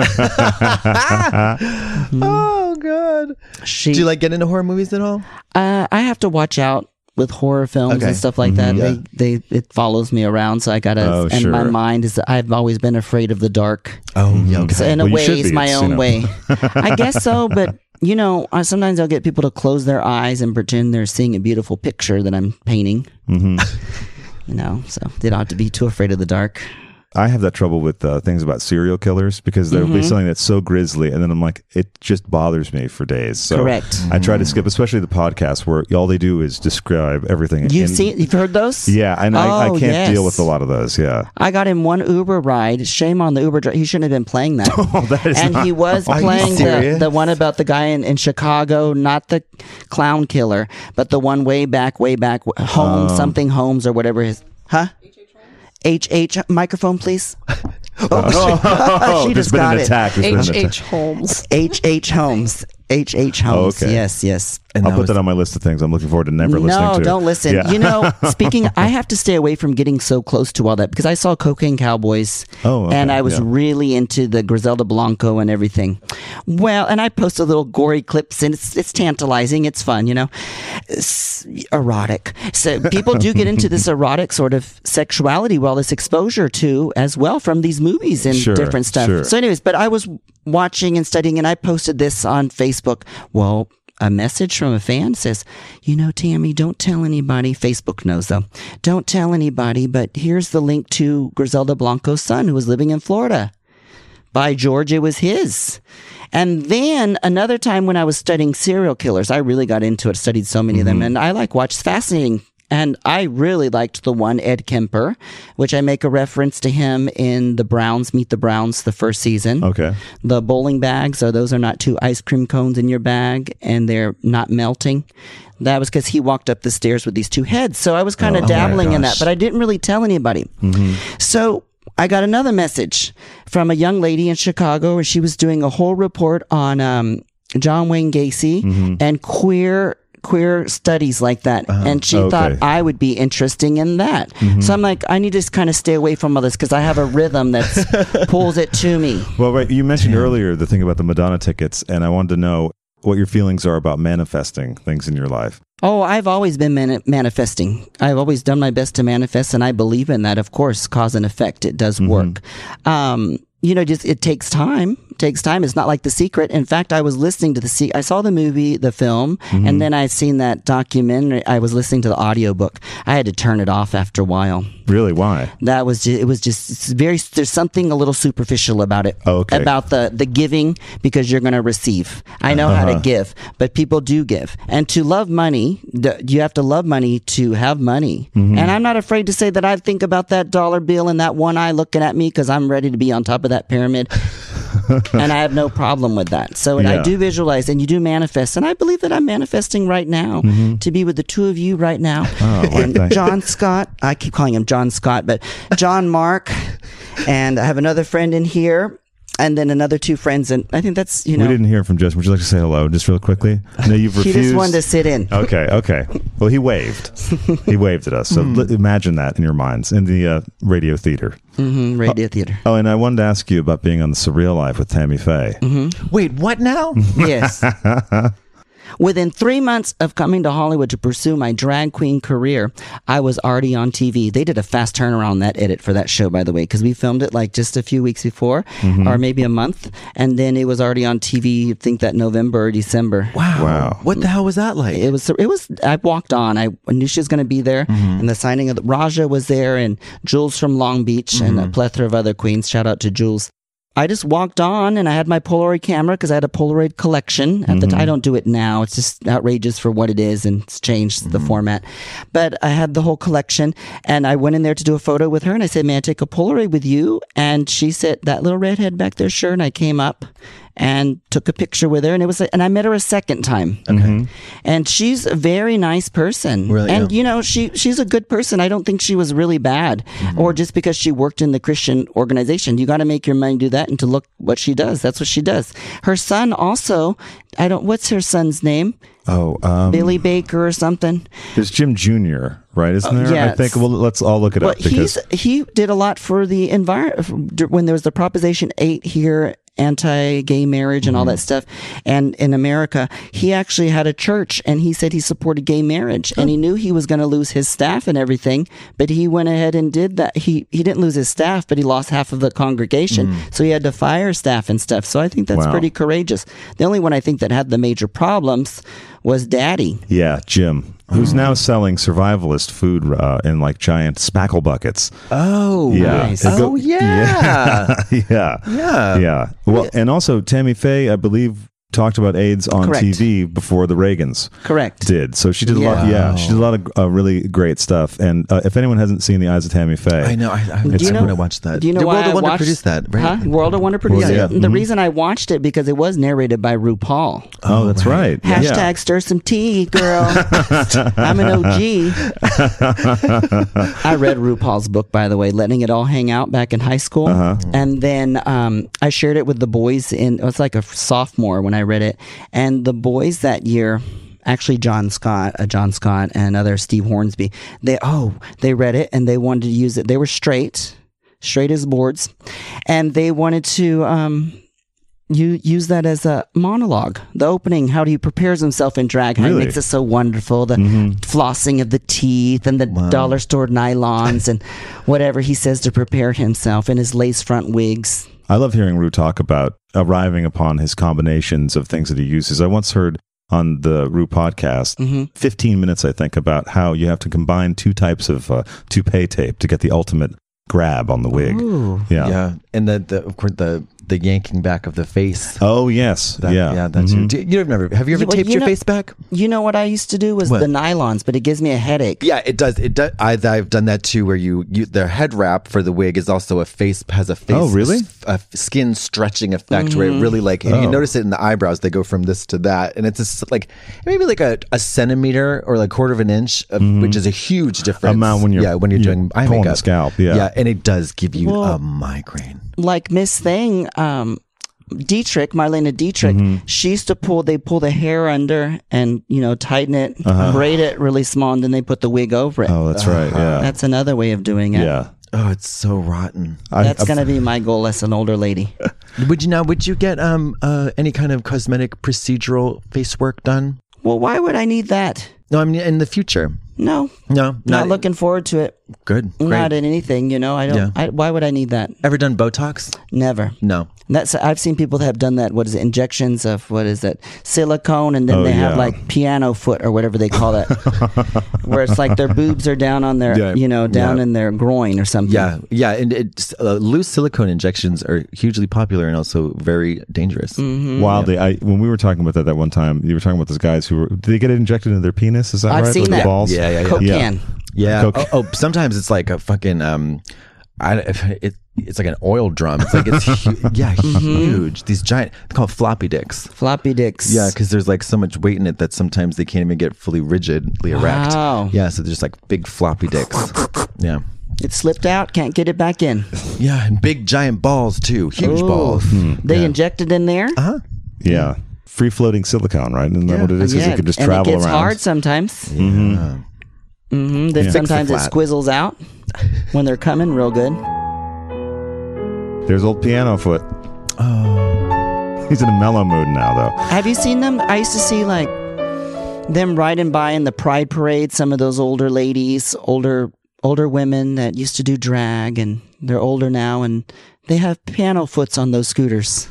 S6: oh God.
S4: She,
S6: Do you like get into horror movies at all?
S4: uh, I have to watch out with horror films
S6: Okay.
S4: and stuff like that. They, they, it follows me around, so I gotta.
S1: Mm-hmm. Oh,
S4: and my
S1: sure.
S4: mind is. I've always been afraid of the dark.
S6: Oh yeah. Okay.
S4: So in a
S1: Well, you
S4: way,
S1: should
S4: it's
S1: be.
S4: my
S1: It's,
S4: own
S1: you know.
S4: way. I guess so, but you know, I, sometimes I'll get people to close their eyes and pretend they're seeing a beautiful picture that I'm painting.
S1: Mm-hmm.
S4: you know, so they don't have to be too afraid of the dark.
S1: I have that trouble with uh, things about serial killers because there'll
S4: Mm-hmm.
S1: be something that's so grisly, and then I'm like, it just bothers me for days. So
S4: Correct.
S1: I try to skip, especially the podcast where all they do is describe everything.
S4: You've
S1: in-
S4: seen, you've heard those?
S1: Yeah, and I, I
S4: Oh,
S1: can't deal
S4: yes.
S1: with a lot of those. Yeah.
S4: I got him one Uber ride. Shame on the Uber driver. He shouldn't have been playing that.
S1: Oh, that is
S4: and
S1: not-
S4: he was
S6: Are you
S4: playing the,
S6: serious?
S4: the one about the guy in, in Chicago, not the clown killer, but the one way back, way back, home,
S6: Oh.
S4: something homes or whatever his. Huh? HH microphone, please.
S1: Oh,
S4: she
S1: there's
S4: just
S1: been
S4: got
S1: an
S4: it.
S1: attack. There's been an
S8: H.
S1: attack.
S8: H. Holmes.
S4: HH Holmes. HH Holmes.
S1: okay.
S4: Yes, yes.
S6: And
S1: I'll
S6: that
S1: put
S6: was-
S1: that on my list of things I'm looking forward to never listening
S4: no,
S1: to.
S4: don't listen.
S1: Yeah.
S4: You know, speaking, I have to stay away from getting so close to all that because I saw Cocaine Cowboys.
S1: Oh, okay,
S4: and I was
S1: yeah.
S4: really into the Griselda Blanco and everything. Well, and I posted little gory clips, and it's it's tantalizing. It's fun, you know, it's erotic. So people do get into this erotic sort of sexuality, well, this exposure to as well from these movies and
S1: Sure,
S4: different stuff.
S1: sure.
S4: So, anyways, but I was watching and studying, and I posted this on Facebook. Well, a message from a fan says, You know, Tammy, don't tell anybody. Facebook knows though. Don't tell anybody, but here's the link to Griselda Blanco's son who was living in Florida. By George, it was his. And then another time when I was studying serial killers, I really got into it, studied so many of them, and I like watched fascinating. And I really liked the one Ed Kemper, which I make a reference to him in the Browns Meet the Browns, the first season.
S1: Okay.
S4: The bowling bags, so those are not two ice cream cones in your bag, and they're not melting. That was because he walked up the stairs with these two heads. So I was kind of dabbling in that, but I didn't really tell anybody. So I got another message from a young lady in Chicago where she was doing a whole report on um, John Wayne Gacy
S1: Mm-hmm.
S4: and queer queer studies like that and she thought i would be interesting in that so i'm like i need to kind of stay away from all this because i have a rhythm that pulls it to me
S1: Well, right. You mentioned earlier the thing about the Madonna tickets, and I wanted to know what your feelings are about manifesting things in your life.
S4: Oh, I've always been mani- manifesting. I've always done my best to manifest, and I believe in that. Of course, cause and effect. It does work. Um, you know, just it takes time. It takes time. It's not like The Secret. In fact, I was listening to the se- I saw the movie, the film, and then I seen that documentary. I was listening to the audiobook. I had to turn it off after a while.
S1: Really? Why?
S4: That was just, it was just it's very there's something a little superficial about it.
S1: Okay.
S4: About the the giving because you're going to receive. I know
S1: Uh-huh.
S4: how to give, but people do give. And to love money, the- you have to love money to have money.
S1: Mm-hmm.
S4: And I'm not afraid to say that I think about that dollar bill and that one eye looking at me cuz I'm ready to be on top of that pyramid. and I have no problem with that. So and I
S1: Yeah.
S4: do visualize and you do manifest and I believe that I'm manifesting right now to be with the two of you right now.
S1: Mm-hmm. Oh, well,
S4: and
S1: thank-
S4: John Scott. I keep calling him John Scott, but John Mark. And I have another friend in here, and then another two friends. And I think that's you know
S1: We didn't hear from Justin. Would you like to say hello, just real quickly? No, you've
S4: he
S1: refused.
S4: just wanted to sit in.
S1: Okay, okay. Well, he waved. He waved at us. So
S4: Hmm.
S1: li- imagine that in your minds in the uh, radio theater.
S4: Mm, Radio theater.
S1: Oh, and I wanted to ask you about being on the Surreal Life with Tammy Faye.
S4: Mm-hmm.
S6: Wait, what now?
S1: uh,
S4: Yes. Within three months of coming to Hollywood to pursue my drag queen career, I was already on TV. They did a fast turnaround on that edit for that show, by the way, because we filmed it like just a few weeks before,
S1: Mm-hmm.
S4: or maybe a month, and then it was already on TV. I think that November or December.
S6: Wow.
S1: Wow.
S6: What the hell was that like?
S4: it was it was I walked on. I knew she was going to be there, and the signing of the, Raja was there, and Jules from Long Beach, and a plethora of other queens. Shout out to Jules. I just walked on, and I had my Polaroid camera because I had a Polaroid collection at the time. I don't do it now; it's just outrageous for what it is, and it's changed the format. But I had the whole collection, and I went in there to do a photo with her, and I said, "May I take a Polaroid with you?" And she said, "That little redhead back there, sure." And I came up, and took a picture with her. And it was, and I met her a second time. And she's a very nice person.
S6: Mm-hmm. Really,
S4: and
S6: yeah.
S4: you know, she she's a good person. I don't think she was really bad,
S6: Mm-hmm.
S4: or just because she worked in the Christian organization. You got to make your money do that, and to look what she does. That's what she does. Her son also. I don't. What's her son's name?
S1: Oh, um,
S6: Mm.
S4: Billy Baker or something.
S1: there's Jim Jr. Right, isn't there? I
S4: Oh, yes.
S1: think. Well, let's all look it
S4: Well,
S1: up because
S4: he's he did a lot for the environment when there was the Proposition Eight here, anti-gay marriage
S1: Mm-hmm.
S4: and all that stuff, and in America, he actually had a church, and he said he supported gay marriage,
S1: Oh.
S4: and he knew he was going to lose his staff and everything, but he went ahead and did that. He he didn't lose his staff, but he lost half of the congregation, so he had to fire staff and stuff. So I think that's
S1: Mm. Wow.
S4: pretty courageous. The only one I think that had the major problems was Daddy.
S1: yeah, Jim, who's
S4: Oh.
S1: now selling survivalist food uh, in like giant spackle buckets.
S6: Oh,
S1: Yeah.
S6: nice.
S1: It go-
S6: oh yeah.
S1: yeah.
S6: Yeah.
S1: Yeah. Well, and also Tammy Faye, I believe, talked about AIDS on
S4: Correct.
S1: TV before the Reagans
S4: Correct.
S1: did. So she did a lot. Yeah, she did a lot of uh, really great stuff. And uh, if anyone hasn't seen The Eyes of Tammy Faye,
S6: I know. I, I,
S4: Do you
S6: I
S4: know-
S6: want to watch that.
S4: Do you know
S6: the
S4: why
S6: World
S4: I
S6: of Wonder
S4: watched-
S6: produced that, right?
S4: Huh? World of Wonder produced
S1: yeah.
S4: it. The
S1: Mhm.
S4: reason I watched it because it was narrated by RuPaul.
S1: Oh, that's right. Yeah.
S4: Hashtag stir some tea, girl. I'm an OG. I read RuPaul's book, by the way, Letting It All Hang Out back in high school.
S6: Uh-huh.
S4: And then um, I shared it with the boys in, it was like a sophomore when I read it. And the boys that year, actually John Scott, uh, John Scott and another Steve Hornsby, they, oh, they read it and they wanted to use it. They were straight, straight as boards. And they wanted to, um, you use that as a monologue. The opening, how he prepares himself in drag, how
S1: Really? Mm.
S4: he makes it so wonderful. The
S1: Mm-hmm.
S4: flossing of the teeth and the dollar store nylons and whatever he says to prepare himself and his lace front wigs.
S1: I love hearing Rue talk about arriving upon his combinations of things that he uses. I once heard on the Rue podcast,
S4: Mm-hmm.
S1: 15 minutes, I think, about how you have to combine two types of uh, toupee tape to get the ultimate grab on the wig. Yeah.
S6: Yeah. And the, the of course the the yanking back of the face.
S1: Oh, yes.
S6: That,
S1: yeah.
S6: yeah, Mm-hmm. that's
S1: Mhm.
S6: your, do you, you don't remember. Have you ever
S4: Yeah, well,
S6: taped
S4: you
S6: your
S4: know-
S6: face back?
S4: You know what I used to do was
S6: What?
S4: the nylons, but it gives me a headache.
S6: Yeah, it does. It does. I, I've done that too, where you, you the head wrap for the wig is also a face has a face.
S1: Oh, really?
S6: A skin stretching effect where
S4: Mm-hmm.
S6: it really like and you
S1: Oh.
S6: notice it in the eyebrows. They go from this to that, and it's just like maybe like a, a centimeter or like quarter of an inch, of, which is a huge difference.
S1: Mm-hmm. Amount when you're-
S6: yeah when you're,
S1: you're
S6: doing eye
S1: pulling the
S6: makeup.
S1: scalp, yeah.
S6: yeah, and it does give you
S4: Well-
S6: a migraine.
S4: like Miss Thing, um, Dietrich, Marlena Dietrich,
S1: Mm-hmm.
S4: she used to pull, they pull the hair under and, you know, tighten it, braid it really small, and then they put the wig over it.
S1: Uh-huh. Oh,
S6: Uh-huh.
S1: that's right. Yeah.
S4: That's another way of doing it.
S1: yeah.
S6: Oh, it's so rotten.
S1: I-
S4: That's
S1: I-
S4: going to be my goal as an older lady.
S6: Would you now? Would you get um uh, any kind of cosmetic procedural face work done?
S4: Well, why would I need that?
S6: No, I mean in the future.
S4: No,
S6: No,
S4: not, looking forward to it.
S6: good.
S4: Not in anything, you know. I don't.
S6: Yeah.
S4: I, why would I need that?
S6: Ever done Botox?
S4: Never.
S6: No.
S4: That's. I've seen people that have done that. What is it? Injections of what is it? Silicone, and then
S1: Oh,
S4: they
S1: yeah.
S4: have like piano foot or whatever they call that, where it's like their boobs are down on their,
S1: Yeah.
S4: you know, down
S1: Yeah.
S4: in their groin or something.
S6: Yeah, yeah, and it's, uh, loose silicone injections are hugely popular and also very dangerous.
S4: Mm.
S1: Wildly, I when we were talking about that that one time, you were talking about those guys who were did they get it injected into their penis? Is that
S4: I've
S1: right?
S4: seen
S1: With the
S4: that.
S1: balls?
S6: Yeah, yeah, yeah.
S4: Cocaine.
S6: Yeah.
S1: Coke.
S6: Oh, oh, sometimes it's like a fucking um, I it, it's like an oil drum. It's like it's hu- yeah,
S4: Mm-hmm.
S6: huge. These giant they're called floppy dicks.
S4: Floppy dicks.
S6: Yeah, because there's like so much weight in it that sometimes they can't even get fully rigidly erect.
S4: Wow.
S6: Yeah, so there's like big floppy dicks. yeah.
S4: It slipped out. Can't get it back in.
S6: Yeah, and big giant balls too. Huge
S4: Ooh.
S6: balls.
S1: Hmm.
S4: They injected in there.
S1: Uh-huh. Yeah. Free floating silicone, right? Isn't that what it is? 'Cause it can just
S4: Oh, and
S1: travel
S4: it gets
S1: around. Mm-hmm.
S4: hard sometimes. hmm Then sometimes it
S6: flat.
S4: squizzles out when they're coming real good.
S1: There's old piano foot. Oh.
S6: Oh.
S1: He's in a mellow mood now though.
S4: Have you seen them? I used to see like them riding by in the pride parade. Some of those older ladies, older older women that used to do drag, and they're older now, and they have piano foots on those scooters.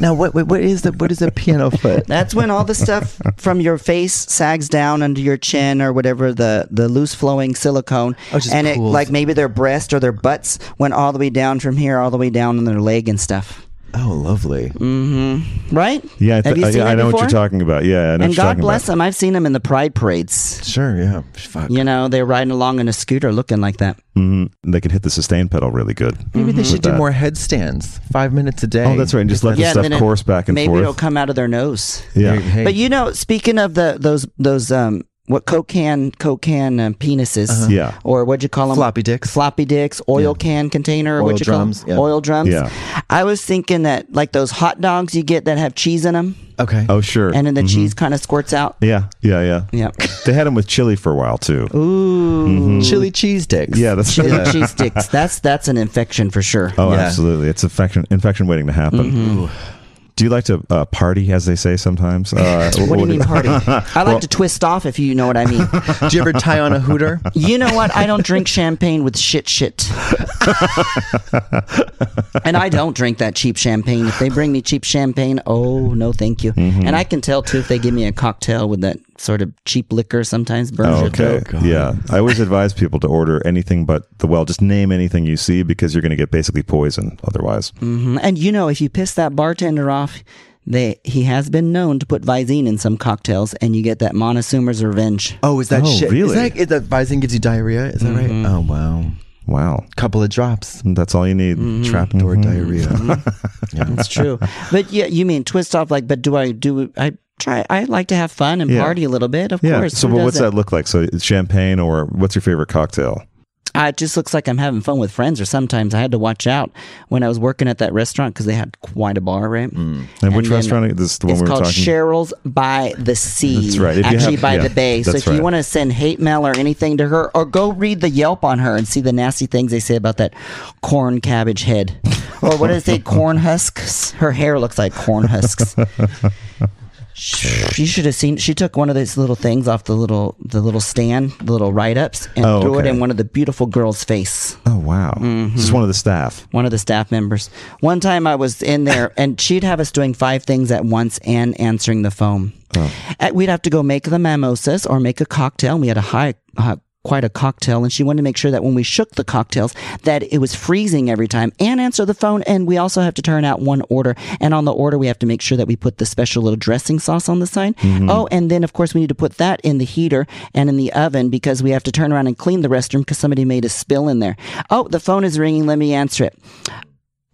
S6: Now what, what what is the what is a piano foot?
S4: That's when all the stuff from your face sags down under your chin or whatever the, the loose flowing silicone,
S6: Oh, just
S4: and it
S6: pools.
S4: like maybe their breast or their butts went all the way down from here, all the way down in their leg and stuff.
S6: Oh, lovely.
S4: Mm-hmm. Right?
S1: Yeah, I,
S4: Have you
S1: uh,
S4: seen
S1: yeah,
S4: that
S1: I know what
S4: before?
S1: you're talking about. Yeah, I know what
S4: and
S1: you're
S4: God
S1: talking
S4: bless
S1: about.
S4: them. I've seen them in the pride parades.
S6: Sure, yeah. Fuck.
S4: You know, they're riding along in a scooter looking like that.
S1: Mhm. They can hit the sustain pedal really good.
S6: Maybe they should
S1: With
S6: do
S1: that.
S6: more headstands. Five minutes a day.
S1: Oh, that's right. And just let the
S4: and
S1: stuff
S4: then it-
S1: course back and
S4: maybe
S1: forth.
S4: it'll come out of their nose.
S1: yeah.
S6: Hey,
S4: But you know, speaking of the those those um what Coke can Coke can um, penises
S1: Uh-huh. Yeah.
S4: or what'd you call them
S6: floppy dicks.
S4: floppy dicks oil can container or
S6: Oil
S4: what you
S6: drums,
S4: call
S6: yeah.
S4: oil drums.
S1: Yeah.
S4: I was thinking that like those hot dogs you get that have cheese in them
S6: Okay.
S1: Oh, sure.
S4: and then the cheese kind of squirts out.
S1: yeah, yeah, yeah.
S4: Yeah.
S1: They had them with chili for a while too.
S4: Ooh.
S6: Chili cheese dicks.
S1: Yeah, that's
S4: Chili cheese sticks. That's that's an infection for sure.
S1: Oh,
S6: Yeah.
S1: absolutely. It's infection infection waiting to happen.
S4: Mm-hmm.
S1: Do you like to uh, party, as they say sometimes? Uh,
S4: What do you mean party? I like to twist off if you know what I mean.
S6: Do you ever tie on a hooter?
S4: You know what? I don't drink champagne with shit shit. and I don't drink that cheap champagne. If they bring me cheap champagne, oh, no, thank you.
S1: Mm-hmm.
S4: And I can tell too if they give me a cocktail with that sort of cheap liquor sometimes burns
S1: Oh,
S4: your
S1: okay.
S4: throat.
S1: yeah. I always advise people to order anything but the well. Just name anything you see because you're going to get basically poisoned otherwise.
S4: Mhm. And you know, if you piss that bartender off, they, he has been known to put Visine in some cocktails and you get that Montezuma's revenge.
S6: Oh, is that
S1: Oh,
S6: shit?
S1: really?
S6: Is that, is that Visine gives you diarrhea? Is that right? Oh, wow.
S1: Wow.
S6: Couple of drops.
S1: That's all you need. Mm-hmm.
S6: Trapdoor diarrhea.
S4: That's true. but yeah, you mean twist off like, but do I do, I try, I like to have fun and
S1: Yeah.
S4: party a little bit, of
S1: Yeah.
S4: course.
S1: so,
S4: Who
S1: but what's
S4: doesn't?
S1: that look like? So, it's champagne or what's your favorite cocktail?
S4: Uh, it just looks like I'm having fun with friends, or sometimes I had to watch out when I was working at that restaurant because they had quite a bar, right?
S1: And which
S4: then
S1: restaurant? This is Mm, the one
S4: It's
S1: we were
S4: called
S1: talking.
S4: Cheryl's by the Sea.
S1: That's right. If you
S4: actually,
S1: have-
S4: by
S1: yeah,
S4: the bay. So
S1: that's
S4: if you
S1: right.
S4: want to send hate mail or anything to her, or go read the Yelp on her and see the nasty things they say about that corn cabbage head, or what does it say? Corn husks. Her hair looks like corn husks. Sh- You should have seen. She took one of those little things off the little the little stand, the little write ups, and
S1: Oh,
S4: threw
S1: okay.
S4: it in one of the beautiful girl's face
S1: oh, wow.
S4: Mm-hmm.
S1: This is one of the staff.
S4: one of the staff members. One time I was in there and she'd have us doing five things at once and answering the phone. And We'd have to go make the mimosas or make a cocktail. And we had a high, uh, quite a cocktail and she wanted to make sure that when we shook the cocktails that it was freezing every time and answer the phone and we also have to turn out one order and on the order we have to make sure that we put the special little dressing sauce on the side oh and then of course we need to put that in the heater and in the oven because we have to turn around and clean the restroom because somebody made a spill in there oh the phone is ringing let me answer it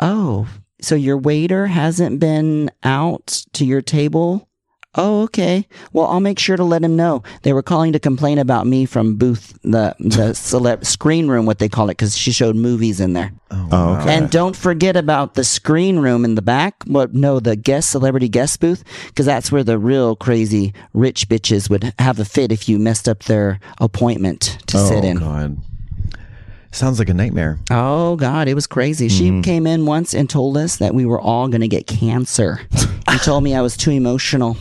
S4: Oh, so your waiter hasn't been out to your table? Oh, okay. Well, I'll make sure to let him know. They were calling to complain about me from booth the the celeb screen room, what they call it, because she showed movies in there.
S1: Oh, okay.
S4: And don't forget about the screen room in the back. What? No, the guest celebrity guest booth, because that's where the real crazy rich bitches would have a fit if you messed up their appointment to sit in.
S6: Oh, God. Sounds like a nightmare.
S4: Oh God, it was crazy. She came in once and told us that we were all going to get cancer. She told me I was too emotional.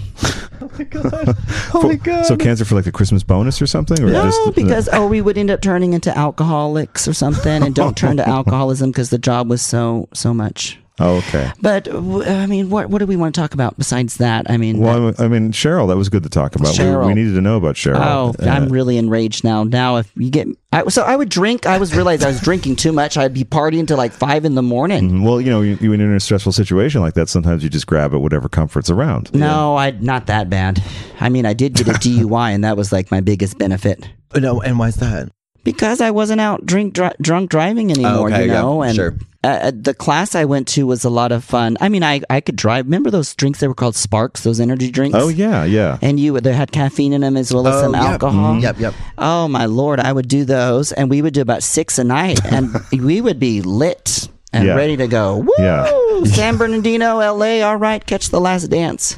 S1: Oh, my God. So, cancer for like the Christmas bonus or something? Or
S4: No,
S1: just,
S4: because oh, we would end up turning into alcoholics or something, and don't turn to alcoholism because the job was so so much.
S1: Oh, okay.
S4: But w- I mean, what what do we want to talk about besides that? I mean,
S1: Well, I mean, Cheryl, that was good to talk about. We-
S4: Cheryl.
S1: We, needed to know about Cheryl.
S4: Oh,
S1: Uh,
S4: I'm really enraged now. Now, if you get, I, so I would drink. I was realized I was drinking too much. I'd be partying till like five in the morning.
S1: mm-hmm. well, you know, you, you- when you're in a stressful situation like that, sometimes you just grab at whatever comfort's around.
S4: No, I not that bad. I mean, I did get a DUI, and that was like my biggest benefit
S6: Oh, No, and why's that?
S4: because I wasn't out drink dri- drunk driving anymore.
S6: Oh, okay,
S4: you
S6: yeah,
S4: know, and
S6: sure.
S4: uh, uh, the class I went to was a lot of fun. I mean, I I could drive. Remember those drinks? They were called Sparks. Those energy drinks.
S1: Oh yeah, yeah.
S4: And you, they had caffeine in them as well as some
S6: yep.
S4: alcohol.
S6: Oh, Mm-hmm. Yep, yep.
S4: Oh my lord, I would do those, and we would do about six a night, and we would be lit and
S1: Yeah.
S4: ready to go. Woo!
S1: Yeah.
S4: San Bernardino, L.A. All right, catch the last dance,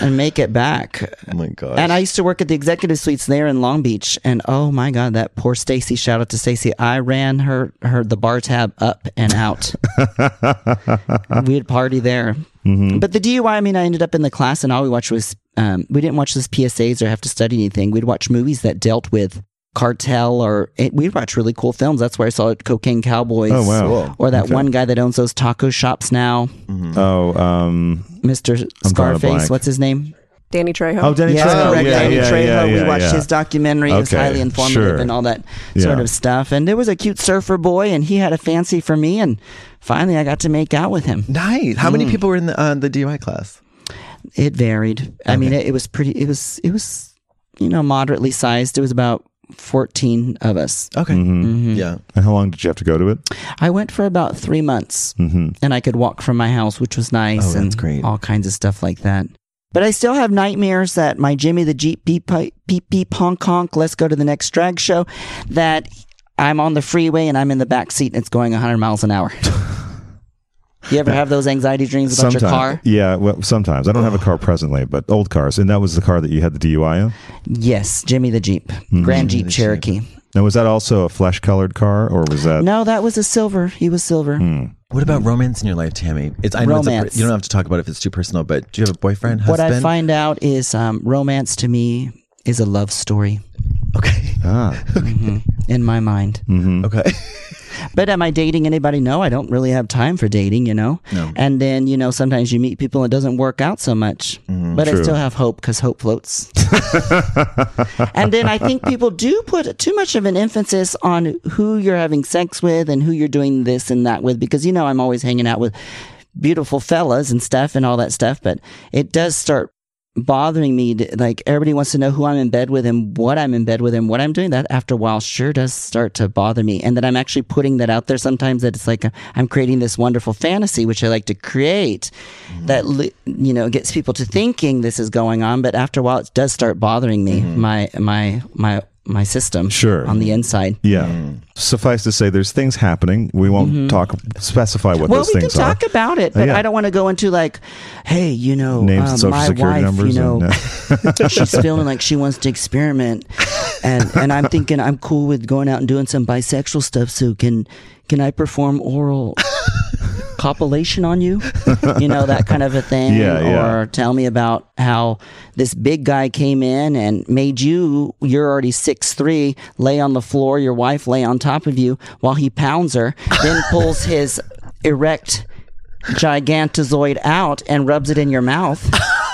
S4: and make it back.
S6: Oh my god.
S4: And I used to work at the executive suites there in Long Beach, and oh my god, that poor Stacy! Shout out to Stacy. I ran her her the bar tab up and out. We'd party there,
S1: Mm-hmm.
S4: but the DUI. I mean, I ended up in the class, and all we watched was um, we didn't watch those PSAs or have to study anything. We'd watch movies that dealt with cartel, or it, we'd watch really cool films. That's where I saw Cocaine Cowboys.
S1: Oh wow.
S4: Or that one guy that owns those taco shops now,
S1: Oh, um,
S4: Mr.
S1: drawing a
S4: Scarface.
S1: blank.
S4: What's his name?
S8: Danny Trejo.
S1: Oh, Danny
S4: yes,
S1: Trejo.
S4: correct.
S1: Yeah,
S4: Danny
S1: yeah,
S4: Trejo.
S1: yeah,
S4: we
S1: yeah,
S4: watched
S1: yeah.
S4: his documentary. It was
S1: Okay,
S4: highly informative
S1: sure.
S4: and all that
S1: Yeah.
S4: sort of stuff. And there was a cute surfer boy, and he had a fancy for me. And finally, I got to make out with him.
S6: Nice. How many people were in the, uh, the DUI class?
S4: It varied. I mean, it, it was pretty. It was. It was, you know, moderately sized. It was about fourteen of us.
S6: Okay. Mm-hmm. Yeah.
S1: And how long did you have to go to it?
S4: I went for about three months,
S1: Mm-hmm.
S4: and I could walk from my house, which was nice.
S6: Oh, that's
S4: and
S6: great.
S4: All kinds of stuff like that. But I still have nightmares that my Jimmy the Jeep beep pi- beep beep honk honk. Let's go to the next drag show. That I'm on the freeway and I'm in the back seat and it's going 100 miles an hour. you ever have those anxiety dreams about your car?
S1: Yeah, well, sometimes. I don't have a car presently, but old cars. And that was the car that you had the DUI on?
S4: Yes, Jimmy the Jeep,
S6: Mm.
S4: Grand Jeep Cherokee.
S1: Now, was that also a flesh colored car or was
S6: Uh,
S1: that.
S4: No, that was a silver. He was silver.
S6: Hmm. What about romance in your life, Tammy? It's I know it's a-
S4: Romance.
S6: you don't have to talk about it if it's too personal, but do you have a boyfriend,
S4: What
S6: husband?
S4: I find out is um, romance to me is a love story
S6: okay.
S1: Ah,
S4: in my mind.
S6: Okay.
S4: But am I dating anybody? No, I don't really have time for dating, you know? No. And then, you know, sometimes you meet people and it doesn't work out so much. but I
S1: True.
S4: still have hope because hope floats. and then I think people do put too much of an emphasis on who you're having sex with and who you're doing this and that with because, you know, I'm always hanging out with beautiful fellas and stuff and all that stuff. But it does start bothering me to, like everybody wants to know who i'm in bed with and what i'm in bed with and what i'm doing that after a while sure does start to bother me and that i'm actually putting that out there sometimes that it's like uh, i'm creating this wonderful fantasy which i like to create that li- you know gets people to thinking this is going on but after a while it does start bothering me my my my my system
S1: Sure.
S4: on the inside
S1: yeah. Suffice to say, there's things happening. We won't talk, specify what
S4: Mm-hmm. well,
S1: those
S4: we can
S1: things are.
S4: talk about it, but
S1: Yeah.
S4: I don't want to go into like, hey, you know,
S1: Names
S4: uh,
S1: and social
S4: my
S1: security
S4: wife,
S1: numbers.
S4: you know,
S1: and, uh,
S4: she's feeling like she wants to experiment and and i'm thinking i'm cool with going out and doing some bisexual stuff so can can i perform oral copulation on you you know that kind of a thing
S1: Yeah, yeah.
S4: or tell me about how this big guy came in and made you you're already six three lay on the floor your wife lay on top of you while he pounds her then pulls his erect gigantozoid out and rubs it in your mouth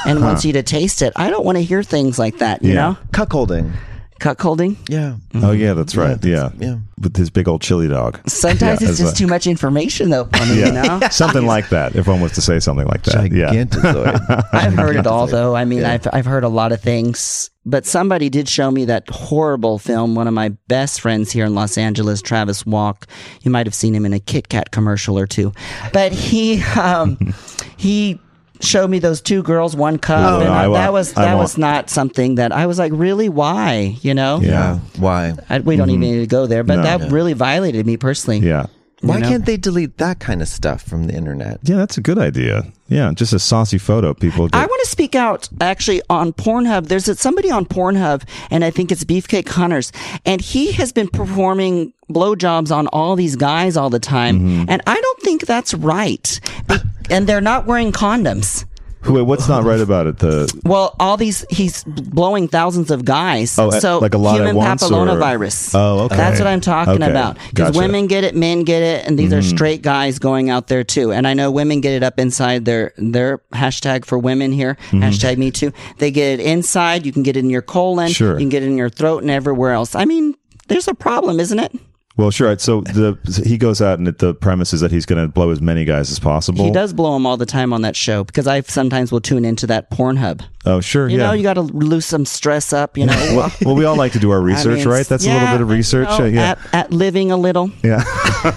S4: and wants you to taste it. I don't want to hear things like that, you
S1: Yeah.
S4: know?
S6: Cuckolding. Mm.
S4: Cuckolding.
S6: Yeah.
S1: oh, yeah, that's right. Yeah.
S6: yeah.
S1: With his big old chili dog.
S4: Sometimes
S1: Yeah, as
S4: it's just
S1: a-
S4: too much information, though, for me, you know?
S1: Something like that, if one was to say something like that. Yeah.
S6: Gigantozoid.
S4: I've heard it all, though. I mean, I've, I've heard a lot of things, but somebody did show me that horrible film. One of my best friends here in Los Angeles, Travis Walk. You might have seen him in a Kit Kat commercial or two, but he um, he showed me those two girls, one cup,
S1: Oh,
S4: and
S1: no,
S4: I-
S1: I won't.
S4: that was
S1: I
S4: that
S1: won't.
S4: was not something that I was like, really, why? You know?
S1: Yeah. Mm-hmm.
S6: yeah. Why?
S4: I, we don't even need to go there, but
S1: No.
S4: that really violated me personally.
S1: Yeah.
S6: Why
S4: know?
S6: can't they delete that kind of stuff from the internet?
S1: Yeah, that's a good idea. Yeah, just a saucy photo. People.
S4: I
S1: Get,
S4: want to speak out actually on Pornhub. There's a- somebody on Pornhub, and I think it's Beefcake Hunters, and he has been performing blowjobs on all these guys all the time, and I don't think that's right. Be- and they're not wearing condoms.
S1: wait, what's not right about it? The
S4: Well, all these he's blowing thousands of guys.
S1: Oh, at-
S4: so
S1: like a lot at
S4: human
S1: once, or-
S4: papillomavirus.
S1: Oh, okay.
S4: That's what I'm talking
S1: Okay.
S4: about. Because
S1: Gotcha. Mm-hmm.
S4: women get it, men get it, and these are straight guys going out there too. And I know women get it up inside their their hashtag for women here,
S1: Mm-hmm.
S4: hashtag me too. They get it inside. You can get it in your colon.
S1: Sure.
S4: You can get it in your throat and everywhere else. I mean, there's a problem, isn't it?
S1: well, sure. So the he goes out and the premise is that he's going to blow as many guys as possible.
S4: He does blow them all the time on that show because I sometimes will tune into that Pornhub.
S1: Oh, sure.
S4: You
S1: yeah.
S4: know, you got to lose some stress up. You know.
S1: well, well, we all like to do our
S4: I
S1: research,
S4: mean,
S1: right? That's a little
S4: yeah,
S1: bit of
S4: you
S1: research.
S4: know,
S1: uh, yeah.
S4: At, at living a little,
S1: yeah.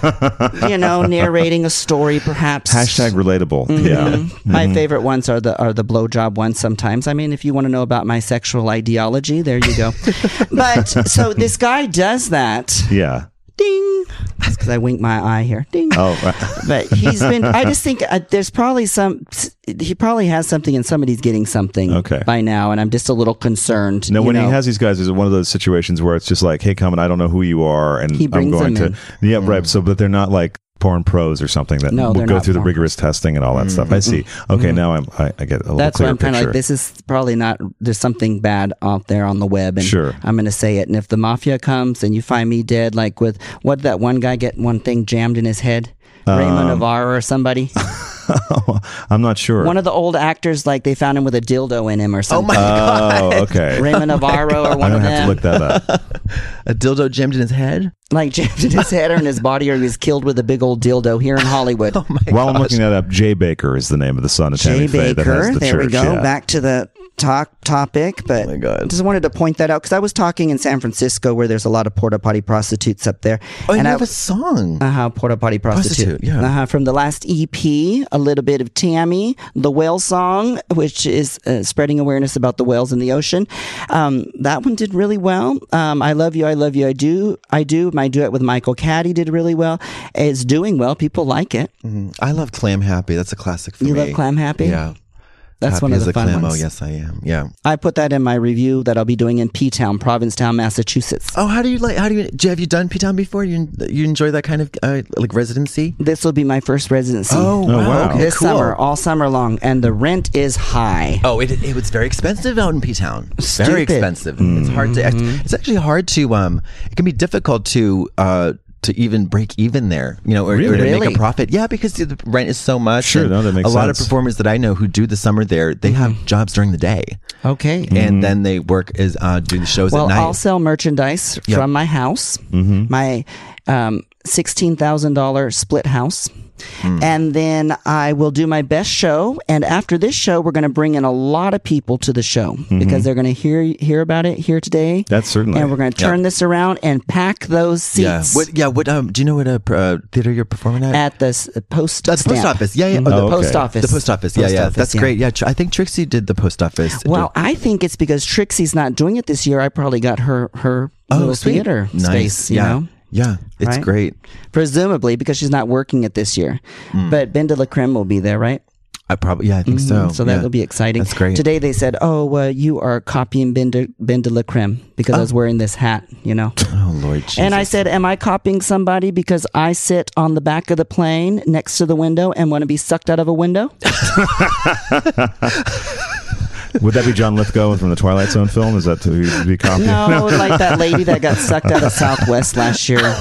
S4: you know, narrating a story, perhaps. Mm-hmm.
S1: Hashtag Mm-hmm. relatable. Yeah.
S4: My favorite ones are the are the blowjob ones. Sometimes, I mean, if you want to know about my sexual ideology, there you go. but so this guy does that.
S1: Yeah.
S4: Ding. That's because I wink my eye here. Ding.
S1: Oh, uh,
S4: But he's been. I just think uh, there's probably some. He probably has something, and somebody's getting something
S1: Okay.
S4: by now, and I'm just a little concerned.
S1: now
S4: you
S1: when he
S4: know.
S1: has these guys, is it one of those situations where it's just like, "Hey, come and I don't know who you are, and
S4: He
S1: I'm
S4: brings
S1: going to."
S4: them
S1: Yeah, right. So, but they're not like porn pros or something that
S4: No,
S1: will
S4: they're
S1: go
S4: not
S1: through the
S4: porn Mm-hmm.
S1: rigorous testing and all that stuff. I see. Okay, now I'm, I, I get a little
S4: That's why
S1: clearer
S4: I'm kind of
S1: picture.
S4: like, this is probably not, there's something bad out there on the web. And
S1: Sure.
S4: I'm going to say it. And if the mafia comes and you find me dead,
S1: Uh,
S4: like with what did that one guy get one thing jammed in his head? Raymond Navarro or somebody?
S1: I'm not sure.
S4: One of the old actors, like they found him with a dildo in him or something.
S6: my God.
S1: oh, okay.
S4: Raymond Navarro or
S1: I'm
S4: one
S1: gonna
S4: of
S1: have to
S4: them. Oh
S1: look that up.
S6: A dildo jammed in his head.
S4: like jammed in his head or in his body, or he was killed with a big old dildo here in Hollywood.
S6: Oh my
S1: While I'm
S6: gosh.
S1: looking that up, Jay Baker is the name of the son of
S4: Jay
S1: Tammy Faye that has
S4: Baker.
S1: the
S4: there
S1: church.
S4: we go.
S1: yeah.
S4: Back to the talk topic, but
S6: Oh my God.
S4: just wanted to point that out because I was talking in San Francisco where there's a lot of porta potty prostitutes up there.
S6: Oh, and, you
S4: I
S6: have a song.
S4: uh-huh, porta potty prostitute.
S6: Prostitute, yeah.
S4: Uh-huh, from the last EP, a little bit of Tammy, the whale song, which is uh, spreading awareness about the whales in the ocean. Um, that one did really well. Um, I love you, I love you, I do, I do. My duet with Michael Caddy did really well. It's doing well. People like it.
S6: I love Clam Happy. That's a classic for
S4: You
S6: me.
S4: love Clam Happy?
S6: Yeah.
S4: That's
S6: Happy
S4: one of
S6: as
S4: the
S6: a
S4: fun
S6: clam.
S4: ones.
S6: Oh, yes, I am. Yeah.
S4: I put that in my review that I'll be doing in P Town, Provincetown, Massachusetts.
S6: Oh, how do you like? How do you? do- Have you done P Town before? You you enjoy that kind of uh, like residency?
S4: This will be my first residency.
S1: Oh, wow. okay,
S4: this summer, all summer long, and the rent is high.
S6: Oh, it, it was very expensive out in P Town.
S4: Stupid.
S6: Very expensive. It's hard to.
S1: Mm-hmm.
S6: It's actually hard to. Um, it can be difficult to uh to even break even there. You know, or, or to make
S4: Really?
S6: a profit. Yeah, because the rent is so much.
S1: Sure,
S6: and
S1: no, that makes
S6: A lot of
S1: sense. Mm-hmm.
S6: performers that I know who do the summer there, they have jobs during the day,
S4: Okay.
S6: and then they work is uh, do the shows
S4: Well,
S6: at night.
S4: I'll sell merchandise
S6: Yep.
S4: from my house, my um, sixteen thousand dollar split house, and then I will do my best show. And after this show, we're going to bring in a lot of people to the show because they're going to hear hear about it here today.
S1: That's certainly.
S4: and we're going to turn this around and pack those
S6: yeah.
S4: seats
S6: What? Yeah. What? Um. Do you know what uh, pr- uh, theater you're performing at?
S4: at the s- post
S6: At the post
S4: stamp.
S6: office. Yeah, yeah.
S4: Mhm.
S6: Oh,
S4: the
S6: the-
S4: post
S1: Mm-hmm. okay.
S4: office.
S6: the post office. Yeah,
S4: Post
S6: yeah.
S4: office,
S6: That's great. Yeah, Tr- I think Trixie did the post office.
S4: Well, I think it's because Trixie's not doing it this year. I probably got her her little
S6: Oh, sweet.
S4: theater
S6: Nice.
S4: space. You
S6: yeah.
S4: know.
S6: Yeah, it's
S4: Right?
S6: great.
S4: presumably because she's not working it this year.
S6: Hmm.
S4: But Ben de la Creme will be there, right?
S6: I probably yeah, I think so.
S4: Mm-hmm. so that
S6: Oh, yeah.
S4: will be exciting.
S6: That's great.
S4: Today they said, "Oh, uh, you are copying Ben de, ben de la Creme because I was wearing this hat," you know.
S6: Oh Lord, Oh. Jesus.
S4: And I said, "Am I copying somebody because I sit on the back of the plane next to the window and want to be sucked out of a window?"
S1: Would that be John Lithgow from the Twilight Zone film? Is that to be- be copied?
S4: No, like that lady that got sucked out of Southwest last year.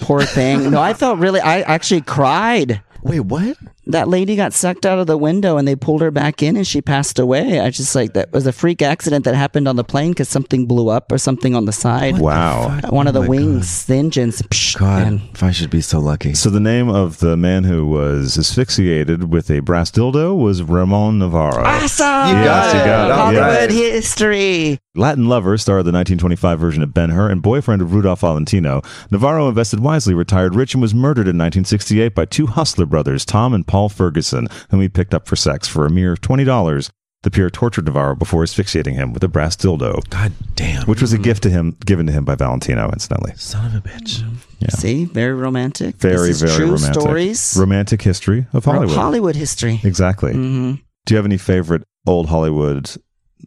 S4: Poor thing. No, I felt really. I actually cried.
S6: wait, what?
S4: that lady got sucked out of the window and they pulled her back in and she passed away. I just like that was a freak accident that happened on the plane because something blew up or something on the side.
S1: Wow.
S4: One of the
S6: Oh my
S4: wings, the engines. Psh,
S6: God,
S4: and-
S6: if I should be so lucky.
S1: So the name of the man who was asphyxiated with a brass dildo was Ramon Navarro.
S4: Awesome!
S6: You got
S1: it.
S6: All
S4: Hollywood
S6: right.
S4: history.
S1: Latin Lover, star of the 1925 version of Ben Hur and boyfriend of Rudolph Valentino, Navarro invested wisely, retired rich, and was murdered in 1968 by two hustler brothers, Tom and Paul Ferguson, whom he picked up for sex for a mere $20. The peer tortured Navarro before asphyxiating him with a brass dildo,
S6: God damn,
S1: which
S4: Mm-hmm.
S1: was a gift to him given to him by Valentino, incidentally.
S6: son of a bitch.
S4: Mm-hmm. See, very romantic.
S1: Very,
S4: This is
S1: very
S4: true
S1: romantic.
S4: stories.
S1: Romantic history of Hollywood.
S4: Hollywood history.
S1: Exactly.
S4: hmm
S1: Do you have any favorite old Hollywood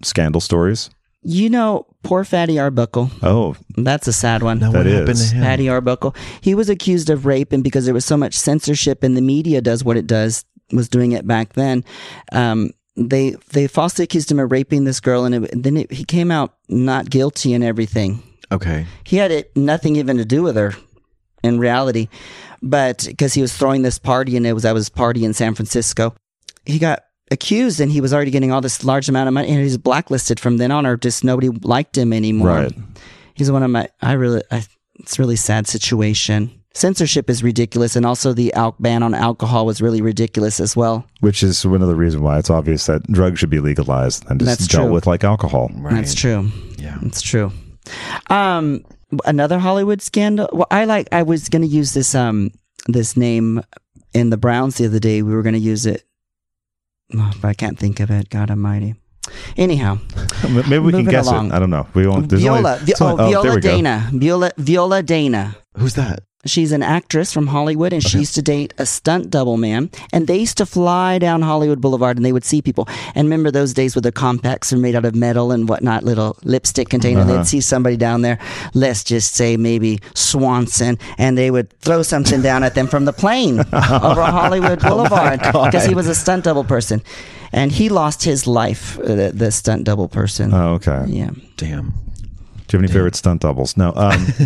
S1: scandal stories?
S4: You know, poor Fatty Arbuckle.
S1: Oh,
S4: That's a sad one.
S6: Now what
S1: That
S6: happened
S1: is.
S6: to him?
S4: Patty Arbuckle. He was accused of rape, and because there was so much censorship, and the media does what it does, was doing it back then. Um, they they falsely accused him of raping this girl, and it, then it, he came out not guilty and everything.
S6: Okay,
S4: He had it nothing even to do with her in reality, but because he was throwing this party, and it was at his party in San Francisco, he got accused, and he was already getting all this large amount of money, and he was blacklisted from then on, or just nobody liked him anymore
S1: right.
S4: he's one of my i really I, it's a really sad situation censorship is ridiculous and also the al- ban on alcohol was really ridiculous as well
S1: Which is another reason why it's obvious that drugs should be legalized and just
S4: That's
S1: dealt
S4: true.
S1: with like alcohol.
S6: right.
S4: that's true
S6: Yeah.
S4: that's true um another hollywood scandal well i like i was gonna use this um this name in the browns the other day we were gonna use it oh, but i can't think of it god almighty anyhow
S1: M- Maybe we can
S4: Moving
S1: guess
S4: along.
S1: it. I don't know. We won't. Oh, There's
S4: viola
S1: Only,
S4: Vi-
S1: it's only- there
S4: oh, viola
S1: we go.
S4: dana viola viola dana
S6: Who's that?
S4: She's an actress from Hollywood and she used to date a stunt double man. And they used to fly down Hollywood Boulevard and they would see people. And remember those days where the compacts are made out of metal and whatnot, little lipstick container.
S6: Uh-huh.
S4: They'd see somebody down there, let's just say maybe Swanson, and they would throw something down at them from the plane over Hollywood
S6: Oh
S4: Boulevard because he was a stunt double person. And he lost his life, uh, the, the stunt double person.
S6: Uh.
S1: Oh, okay.
S4: yeah.
S6: Damn.
S1: Do you have any favorite stunt doubles? No. Um,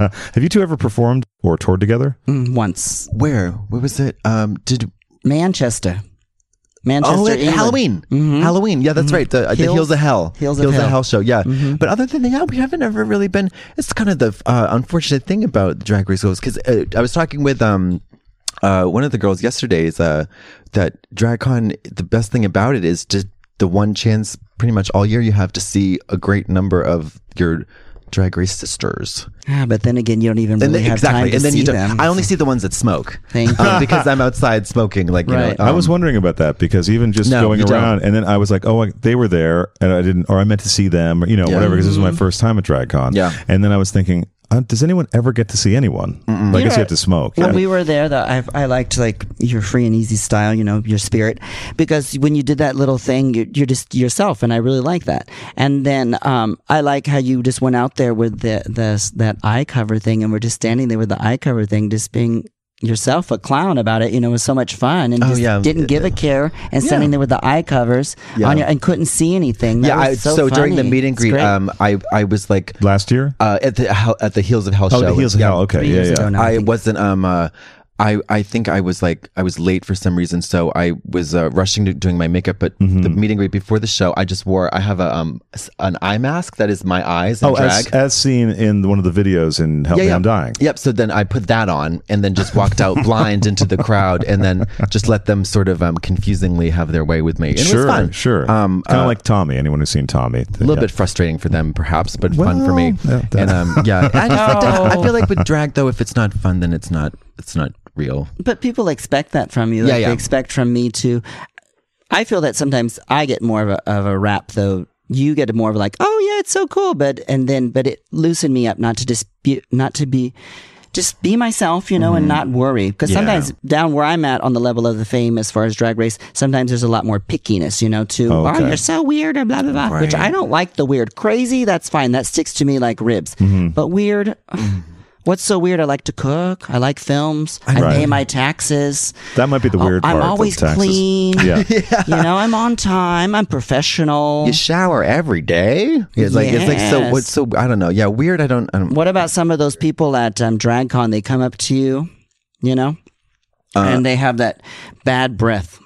S1: have you two ever performed or toured together?
S4: Mm, Once.
S6: Where? What was it? Um, did
S4: Manchester. Manchester.
S6: oh, it-
S4: England.
S6: Halloween.
S4: Mhm.
S6: Halloween. Yeah, that's right. The, the
S4: Heels-
S6: Heels of Hell.
S4: Heels of Hell. Mm-hmm.
S6: show. Yeah. But other than that, we haven't ever really been. It's kind of the uh, unfortunate thing about Drag Race Goes because uh, I was talking with um uh one of the girls yesterday is uh that DragCon the best thing about it is just the one chance pretty much all year you have to see a great number of your Drag Race sisters.
S4: Ah, but then again, you don't even
S6: And
S4: really
S6: then,
S4: have
S6: exactly.
S4: time to
S6: And then
S4: see
S6: you don't.
S4: them.
S6: I only see the ones that smoke.
S4: Thank
S6: Um,
S4: you.
S6: because I'm outside smoking. Like, you know,
S4: Right.
S1: I was
S6: um,
S1: wondering about that because even just
S6: No,
S1: going
S6: you don't.
S1: around, and then I was like, oh, I, they were there, and I didn't, or I meant to see them, or, you know,
S6: Yeah. Mm-hmm.
S1: whatever, because this was my first time at DragCon.
S6: Yeah.
S1: And then I was thinking, uh, does anyone ever get to see anyone? Like, I guess you have to smoke.
S4: When
S1: yeah.
S4: we were there, though, I, I liked like your free and easy style, you know, your spirit, because when you did that little thing, you're, you're just yourself, and I really like that. And then um, I like how you just went out there with the, the that eye cover thing, and we're just standing there with the eye cover thing, just being yourself a clown about it. You know, it was so much fun, and
S6: Oh,
S4: just
S6: yeah.
S4: didn't give a care, and standing there with the eye covers
S6: Yeah.
S4: on your, and couldn't see anything. That
S6: yeah. I,
S4: was so,
S6: so during the
S4: funny.
S6: meet and
S4: It's
S6: greet,
S4: great.
S6: um, I I was like
S1: Last year?
S6: uh, at the hell, at the heels of hell
S1: Oh,
S6: show.
S1: the heels of
S6: Yeah.
S1: hell. Okay.
S4: Three
S1: Yeah,
S4: years
S1: yeah.
S4: ago now, I
S6: I
S4: think.
S6: wasn't. Um, uh, I I think I was like I was late for some reason, so I was uh, rushing to doing my makeup. But the
S1: Mm-hmm.
S6: meet and greet before the show, I just wore. I have a um s- an eye mask that is my eyes. In
S1: Oh,
S6: drag.
S1: as, as seen in one of the videos in Help
S6: yeah,
S1: Me,
S6: yeah.
S1: I'm Dying.
S6: Yep. So then I put that on and then just walked out blind into the crowd and then just let them sort of um, confusingly have their way with me. And it was
S1: Sure,
S6: fun.
S1: sure.
S6: Um,
S1: kind of
S6: uh,
S1: like Tommy. Anyone who's seen Tommy,
S6: a little bit frustrating for them, perhaps, but fun for me.
S1: Well, yeah,
S6: and um, yeah, I, just like to,
S4: No.
S6: I feel like with drag though, if it's not fun, then it's not it's not real.
S4: But people expect that from you. Like
S6: Yeah, yeah.
S4: They expect from me to. I feel that sometimes I get more of a, of a rap though. You get more of like, oh yeah, it's so cool, but and then but it loosened me up not to dispute, not to be, just be myself, you know,
S6: Mm-hmm.
S4: and not worry because sometimes down where I'm at on the level of the fame as far as drag race, sometimes there's a lot more pickiness, you know, to
S1: Oh, okay.
S4: oh you're so weird or blah blah blah, which I don't like the weird, crazy. That's fine, that sticks to me like ribs,
S6: Mm-hmm.
S4: but weird. What's so weird? I like to cook. I like films. I
S1: Right.
S4: pay my taxes.
S1: That might be the
S4: Oh,
S1: weird
S4: I'm
S1: part. of
S4: always
S1: taxes.
S4: clean.
S1: Yeah.
S4: You know, I'm on time. I'm professional.
S6: You shower every day. It's like it's like so.
S4: Yes.
S6: What's so? I don't know. Yeah, weird. I don't. I don't
S4: what about some of those people at um, DragCon? They come up to you, you know, and they have that bad breath.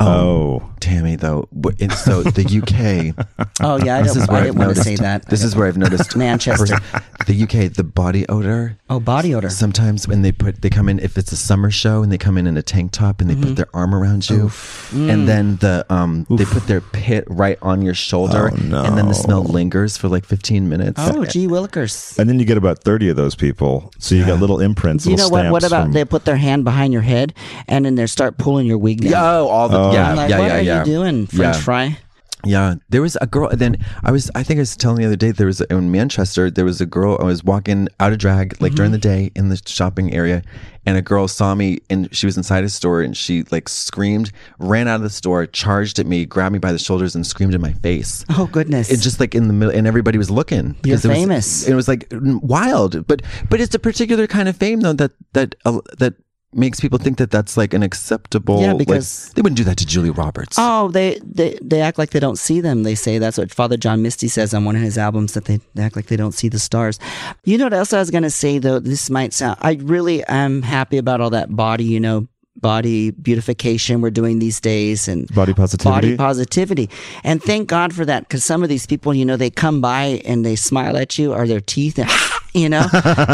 S1: Oh.
S6: Tammy though. wh- And so the UK.
S4: Oh yeah, I,
S6: this is
S4: don't,
S6: where
S4: I
S6: I've
S4: didn't want to
S6: noticed.
S4: say that.
S6: This is where I've noticed.
S4: Manchester.
S6: the UK. The body odor.
S4: Oh, body odor.
S6: Sometimes when they put they come in if it's a summer show and they come in in a tank top and they
S4: Mm-hmm.
S6: put their arm around you
S4: Mm.
S6: and then the um they put their pit right on your shoulder and then the smell lingers for like 15 minutes.
S4: Oh, gee willikers.
S1: And then you get about 30 of those people. So you got little imprints,
S4: You know
S1: little
S4: what? What
S1: stamps
S4: about
S1: from-
S4: they put their hand behind your head and then they start pulling your wig down?
S6: Yeah, oh, all the yeah,
S4: I'm like,
S6: yeah,
S4: what
S6: yeah,
S4: are
S6: yeah.
S4: you doing, French
S6: Yeah.
S4: fry?
S6: Yeah, there was a girl. and Then I was, I think I was telling the other day, there was in Manchester, there was a girl. I was walking out of drag, like
S4: Mm-hmm.
S6: during the day in the shopping area, and a girl saw me, and she was inside a store, and she like screamed, ran out of the store, charged at me, grabbed me by the shoulders, and screamed in my face.
S4: Oh goodness!
S6: It's just like in the middle, and everybody was looking. because
S4: You're
S6: it was-
S4: famous.
S6: and it was like mm, wild, but but it's a particular kind of fame though that that uh, that makes people think that that's like an acceptable.
S4: Yeah,
S6: like-
S4: because-
S6: they wouldn't do that to Julia Roberts.
S4: Oh, they, they they act like they don't see them. They say that's what Father John Misty says on one of his albums that they, they act like they don't see the stars. You know what else I was gonna say though? This might sound. I really am happy about all that body, you know, body beautification we're doing these days and
S1: Body positivity?
S4: Body positivity, and thank God for that because some of these people, you know, they come by and they smile at you or their teeth. And, You know,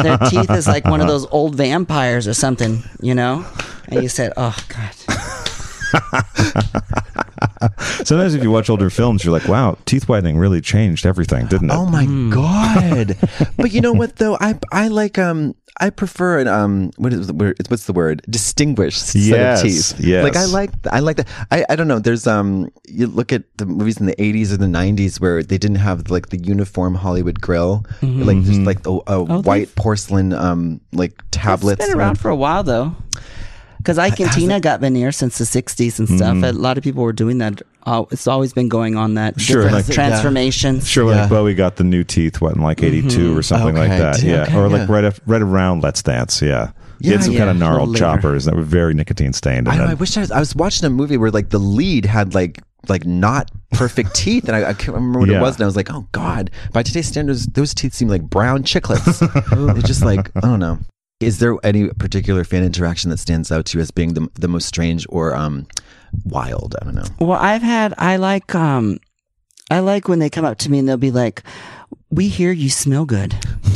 S4: their teeth is like one of those old vampires or something, you know? And you said, Oh, God.
S1: Sometimes if you watch older films, you're like, wow, teeth whitening really changed everything, didn't it?
S6: Oh my
S4: Hmm.
S6: god! but you know what though? I I like um I prefer an um what is the word? What's the word? Distinguished
S1: Yes,
S6: set of teeth.
S1: yes.
S6: Like I like I like that. I I don't know. There's um you look at the movies in the 80s or the 90s where they didn't have like the uniform Hollywood grill, like just
S1: Mm-hmm.
S6: like the, a white porcelain um like tablets.
S4: It's Oh, been around for a while though. Because I cantina got veneer since the '60s and stuff.
S1: Mm-hmm.
S4: A lot of people were doing that. Uh, it's always been going on that
S1: Sure,
S4: different
S1: like-
S4: transformations.
S1: Sure, like
S6: Yeah. Mm-hmm.
S1: Bowie got the new teeth, what in like '82 or something like
S6: Okay,
S1: that.
S6: yeah,
S1: Yeah,
S6: okay,
S1: or like
S6: yeah.
S1: right af- right around Let's Dance. Yeah, he
S6: Yeah,
S1: had some
S6: yeah,
S1: kind of
S4: a little
S1: gnarled
S4: later.
S1: choppers that were very nicotine stained.
S6: I
S1: And
S6: know. I
S1: then,
S6: wish I was. I was watching a movie where like the lead had like like not perfect teeth, and I, I can't remember what
S1: Yeah.
S6: it was. And I was like, oh god, by today's standards, those teeth seem like brown chiclets. They're just like I don't know. Is there any particular fan interaction that stands out to you as being the, the most strange or um, wild? I don't know.
S4: Well, I've had I like um I like when they come up to me and they'll be like, "We hear you smell good."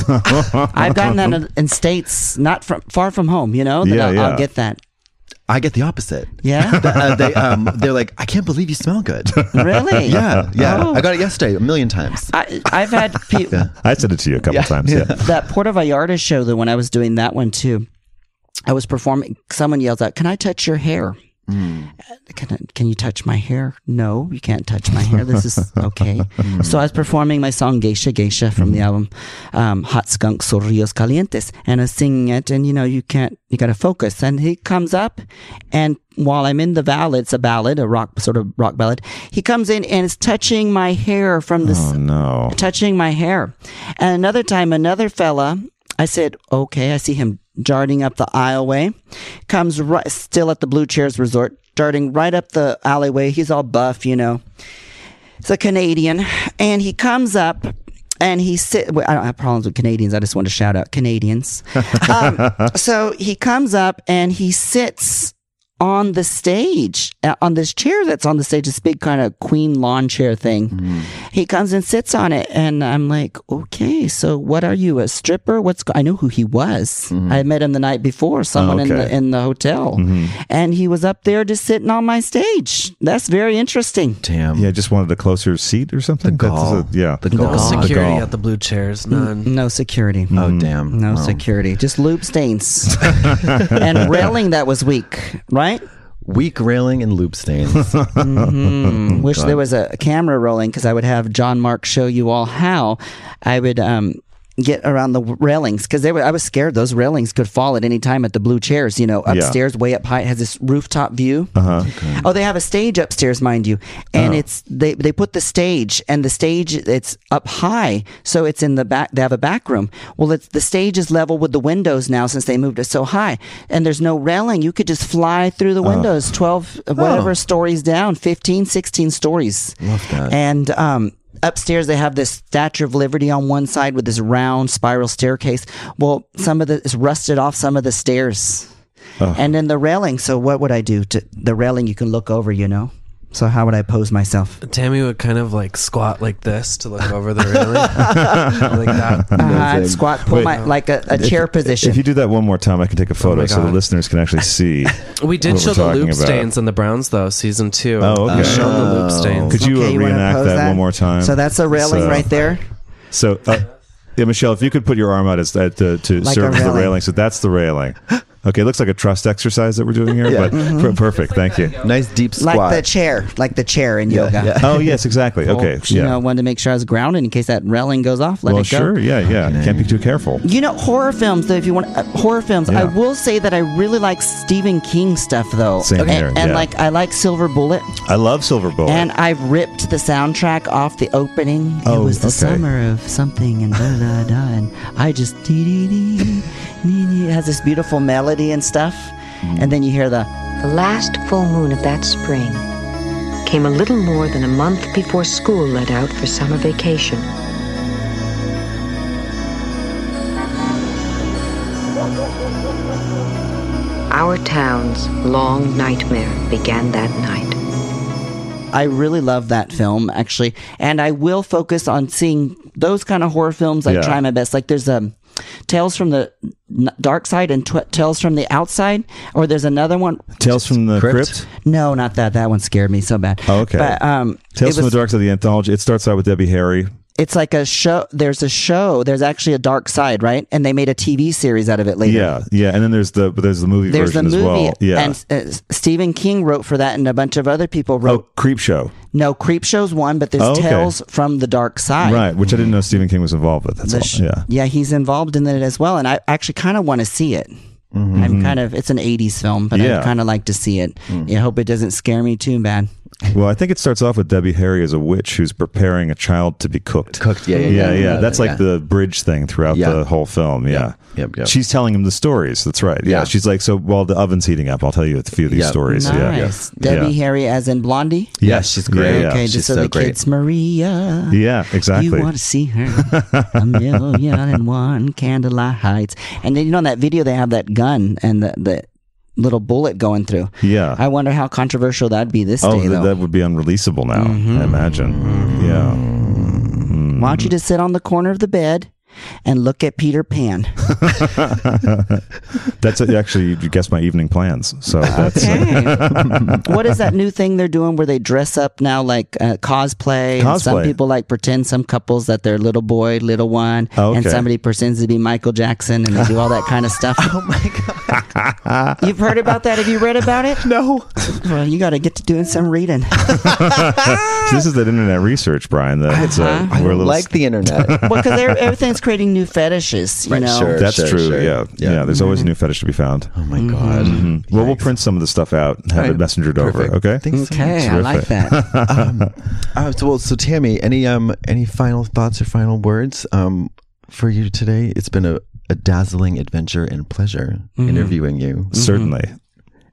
S4: I've gotten that in, in states not from far from home, you know. that
S1: Yeah,
S4: I'll,
S1: yeah.
S4: I'll get that.
S6: I get the opposite.
S4: Yeah,
S6: Uh, they, um, they're like, I can't believe you smell good.
S4: really.
S6: Yeah, yeah.
S4: Oh.
S6: I got it yesterday a million times.
S4: I, I've had people.
S1: I said it to you a couple times. Yeah.
S4: that Puerto Vallarta show though when I was doing that one too, I was performing. Someone yells out, "Can I touch your hair?" Can, I, can you touch my hair? No, you can't touch my hair. This is okay. so I was performing my song Geisha Geisha from the album um, Hot Skunk Sorrios Calientes, and I was singing it. And you know, you can't, you got to focus. And he comes up, and while I'm in the ballad, it's a ballad, a rock sort of rock ballad. He comes in and is touching my hair from the
S1: Oh no.
S4: touching my hair. And another time, another fella, I said, okay, I see him darting up the aisleway, comes right, still at the Blue Chairs Resort, darting right up the alleyway. He's all buff, you know. It's a Canadian. And he comes up and he sit. well, I don't have problems with Canadians. I just want to shout out Canadians. um, so he comes up and he sits on the stage, uh, on this chair that's on the stage, this big kind of queen lawn chair thing. He comes and sits on it, and I'm like, okay, so what are you, a stripper? What's go-? I knew who he was.
S6: Mm-hmm.
S4: I met him the night before, someone in the
S1: okay.
S4: in the hotel, and he was up there just sitting on my stage. That's very interesting.
S6: Damn.
S1: Yeah, just wanted a closer seat or something.
S6: The
S1: That's
S6: gall.
S1: a- yeah.
S6: The
S7: No
S6: gall.
S7: security
S1: gall.
S7: at the blue chairs, none.
S4: No security. Mm-hmm.
S6: Oh, damn.
S4: Mm. No
S6: Wow.
S4: security, just lube stains and railing that was weak, right?
S6: Weak railing and loop stains.
S4: Wish there was a camera rolling because I would have John Mark show you all how I would um, get around the railings because they were. I was scared those railings could fall at any time at the blue chairs. You know,
S1: Yeah.
S4: upstairs, way up high, it has this rooftop view. Oh, they have a stage upstairs, mind you, and it's they they put the stage and the stage it's up high, so it's in the back. They have a back room. Well, it's the stage is level with the windows now since they moved it so high, and there's no railing. You could just fly through the windows, twelve whatever stories down, 15, 16 stories. Oh. Love that. And um. Upstairs, they have this Statue of Liberty on one side with this round spiral staircase. Well, some of the it's rusted off some of the stairs and then the railing. So what would I do? To the railing, you can look over, you know. So how would I pose myself?
S7: Tammy would kind of like squat like this to look over the railing, like that.
S4: Uh, I'd squat, pull
S1: Wait.
S4: my like a, a chair position.
S1: If you do that one more time, I can
S6: Oh
S1: take a photo
S7: my
S1: so the
S7: God.
S1: listeners can actually see.
S7: We did
S1: What
S7: show
S1: we're
S7: the
S1: talking
S7: loop
S1: about.
S7: stains in the Browns though, season two.
S1: Oh, okay.
S7: We showed the loop stains.
S1: Could you uh,
S4: Okay, you wanna
S1: reenact
S4: pose
S1: that,
S4: that?
S1: one more time? uh,
S4: so that's a railing
S1: So-
S4: right there.
S1: So, uh, yeah, Michelle, if you could put your arm out as that to, to
S4: Like
S1: serve
S4: a
S1: as the
S4: railing.
S1: railing. So that's the railing. Okay, it looks like a trust exercise that we're doing here, but
S4: Mm-hmm.
S1: per- perfect. Thank you.
S6: nice deep squat.
S4: Like the chair, like the chair in yoga.
S1: Oh yes, exactly. Okay,
S4: You
S1: yeah.
S4: know, I wanted to make sure I was grounded in case that railing goes off. Let
S1: Well,
S4: it go.
S1: sure. Yeah, yeah. You Can't be too careful.
S4: You know, horror films, though, if you want uh, horror films, I
S1: Yeah.
S4: will say that I really like Stephen King stuff, though.
S1: Same
S4: and,
S1: here,
S4: And
S1: yeah.
S4: like, I like Silver Bullet.
S1: I love Silver Bullet.
S4: And I've ripped the soundtrack off the opening.
S1: Oh,
S4: it was the
S1: okay.
S4: summer of something and da da da. And I just dee dee dee dee dee. It has this beautiful melody and stuff.
S1: Mm-hmm.
S4: And then you hear the
S10: The last full moon of that spring came a little more than a month before school let out for summer vacation. Our town's long nightmare began that night.
S4: I really love that film actually, and I will focus on seeing those kind of horror films. I
S1: Yeah.
S4: try my best. Like there's um, Tales from the N- Dark Side and tw- Tales from the Outside, or there's another one.
S1: Tales from the Crypt.
S6: Crypt?
S4: No, not that. That one scared me so bad.
S1: Oh, okay.
S4: but um,
S1: Tales
S4: it was,
S1: from the Dark Side of the Anthology. It starts out with Debbie Harry.
S4: it's like a show. There's a show. There's actually a Dark Side, right? And they made a TV series out of it later.
S1: Yeah, yeah. And then there's the but there's the movie
S4: There's the
S1: version
S4: movie,
S1: as well. Yeah.
S4: and uh, Stephen King wrote for that, and a bunch of other people
S1: oh,
S4: wrote.
S1: Creep Show.
S4: No, Creep Show's one, but there's
S1: Oh, okay.
S4: Tales from the Dark Side.
S1: Right, which I didn't know Stephen King was involved with. That's
S4: The
S1: all.
S4: sh-
S1: yeah.
S4: yeah, he's involved in it as well, and I actually kind of want to see it.
S6: Mhm.
S4: I'm kind of it's an '80s film, but
S1: Mm-hmm. Yeah. Mm.
S4: I kind of like to see it. I hope it doesn't scare me too bad.
S1: Well, I think it starts off with Debbie Harry as a witch who's preparing a child to be cooked.
S6: Cooked, yeah, yeah,
S1: yeah.
S6: yeah. Yeah,
S1: That's like
S6: yeah.
S1: the bridge thing throughout
S6: Yeah.
S1: the whole film. Yeah.
S6: Yep, yep.
S1: She's telling him the stories. That's right. Yeah.
S6: Yeah.
S1: She's like, so while the oven's heating up, I'll tell you a few of these
S6: Yep.
S1: stories.
S4: Nice,
S1: Yeah.
S4: Debbie
S1: Yeah.
S4: Harry as in Blondie.
S1: Yeah,
S6: she's great.
S1: Yeah, yeah.
S4: Okay,
S6: She's
S4: just so,
S6: so
S4: the
S6: great.
S4: kids, Maria.
S1: Yeah, exactly.
S4: You want to see her a million and one candlelight heights. And then, you know, in that video, they have that gun and the, the little bullet going through.
S1: Yeah.
S4: I wonder how controversial that'd be this
S1: oh,
S4: day,
S1: th-
S4: though.
S1: that would be unreleasable now,
S6: Mm-hmm.
S1: I imagine. Yeah.
S4: Why
S1: Mm-hmm.
S4: don't you just sit on the corner of the bed and look at Peter Pan?
S1: That's actually, you guessed my evening plans. So that's.
S4: what is that new thing they're doing where they dress up now like uh, cosplay, And some
S1: Cosplay.
S4: people like pretend some couples that they're little boy, little one,
S1: Oh,
S4: and
S1: okay.
S4: somebody pretends to be Michael Jackson and they do all that kind of stuff. oh my god! You've heard about that? Have you read about it? No. Well, you got to get to doing some reading.
S1: So this is that internet research, Brian. That it's, uh,
S4: Uh-huh.
S1: we're a little Oh
S6: like the internet.
S4: well, because everything's creating new fetishes, you
S6: Right,
S4: know.
S6: sure.
S1: That's true.
S6: sure.
S1: Yeah. yeah.
S6: Yeah. Mm-hmm.
S1: There's always a new fetish to be found.
S6: oh
S4: Mm-hmm.
S6: my god.
S1: Mhm. Well, we'll print some of this stuff out and have it messengered
S6: Perfect.
S1: over. Okay.
S6: Thanks so
S4: Okay,
S6: much.
S4: I like that.
S6: Uh, so, well, so Tammy, any um any final thoughts or final words um for you today? It's been a, a dazzling adventure and pleasure
S4: Mm-hmm.
S6: interviewing you.
S1: Certainly.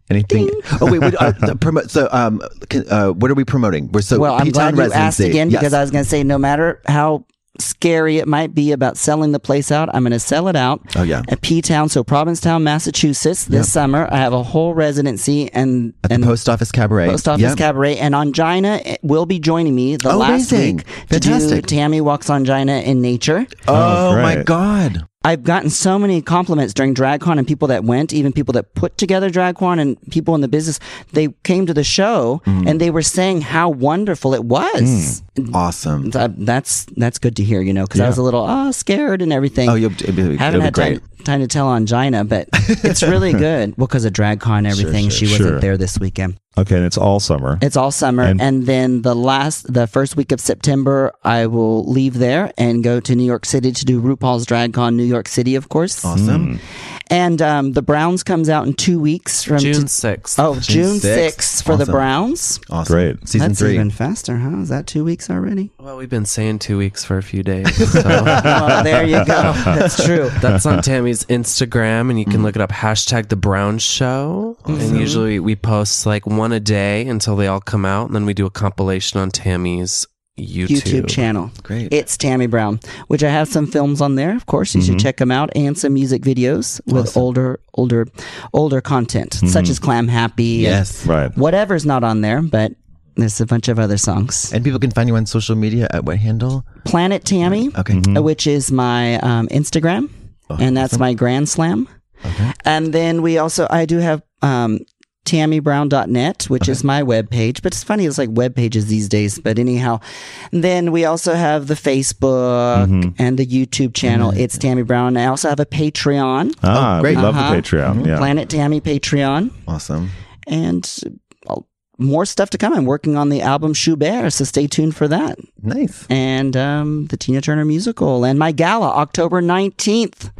S6: Anything? Oh wait, wait uh, the promo, so um can, uh, what are we promoting? We're so
S4: well, I'm
S6: P-Town
S4: glad you asked
S6: residency.
S4: again
S6: Yes.
S4: because I was going to say, no matter how scary it might be about selling the place out, I'm going to sell it out.
S6: Oh, yeah.
S4: at P Town, so Provincetown, Massachusetts, this summer. I have a whole residency and
S6: at the
S4: and
S6: post office cabaret.
S4: Post Office
S6: Yep.
S4: Cabaret, and Angina eh, will be joining me the
S6: Oh,
S4: last
S6: amazing.
S4: week to do
S6: Fantastic.
S4: Tammy Walks Angina in Nature.
S6: Oh,
S1: Oh,
S6: my
S1: great.
S6: god.
S4: I've gotten so many compliments during DragCon and people that went, even people that put together DragCon and people in the business, they came to the show
S6: Mm.
S4: and they were saying how wonderful it was.
S6: Awesome.
S4: Th- That's that's good to hear, you know, because I was a little ah scared and everything.
S6: Oh, you'll, it'll be, it'll
S4: haven't
S6: be
S4: had
S6: great.
S4: time, time to tell on Gina, but it's really good. Well, because of DragCon and everything, she wasn't
S1: sure.
S4: there this weekend.
S1: Okay. And it's all summer.
S4: It's all summer,
S1: And-
S4: and, then the last, the first week of September, I will leave there and go to New York City to do RuPaul's DragCon New York City, of course.
S6: Awesome.
S4: And um, the Browns comes out in two weeks from
S7: June
S4: t-
S7: 6th.
S4: oh June
S6: sixth.
S4: sixth for the
S6: Awesome.
S4: Browns.
S6: Awesome.
S1: Great.
S6: Season
S4: That's
S6: three.
S4: even faster, huh? Is that two weeks already?
S7: Well, we've been saying two weeks for a few days. So.
S4: well, Oh, there you go. That's true.
S7: That's on Tammy's Instagram, and you can look it up hashtag The Brown Show. And usually we post like one a day until they all come out, and then we do a compilation on Tammy's
S4: YouTube,
S7: YouTube.
S4: channel.
S6: Great.
S4: It's Tammy Brown, which I have some films on there. Of course, you
S6: Mm-hmm.
S4: should check them out, and some music videos with older, older, older content, such as Clam Happy.
S6: Mm-hmm. Yes.
S1: Right.
S4: Whatever's not on there, but there's a bunch of other songs.
S6: And people can find you on social media at what handle?
S4: Planet Tammy,
S6: Okay.
S4: uh, which is my um, Instagram, and that's my Grand Slam. And then we also, I do have um, tammybrown.net, which is my webpage, but it's funny, it's like web pages these days, but anyhow. And then we also have the Facebook and the YouTube channel. It's Tammy Brown. I also have a Patreon,
S1: Ah,
S6: Oh, great. Mm-hmm.
S1: we love
S4: Uh-huh.
S1: the Patreon. Yeah.
S4: Planet Tammy Patreon,
S6: Oh, Awesome.
S4: and uh, more stuff to come. I'm working on the album Schubert, so stay tuned for that
S6: Nice.
S4: and um, the Tina Turner musical and my gala October 19th.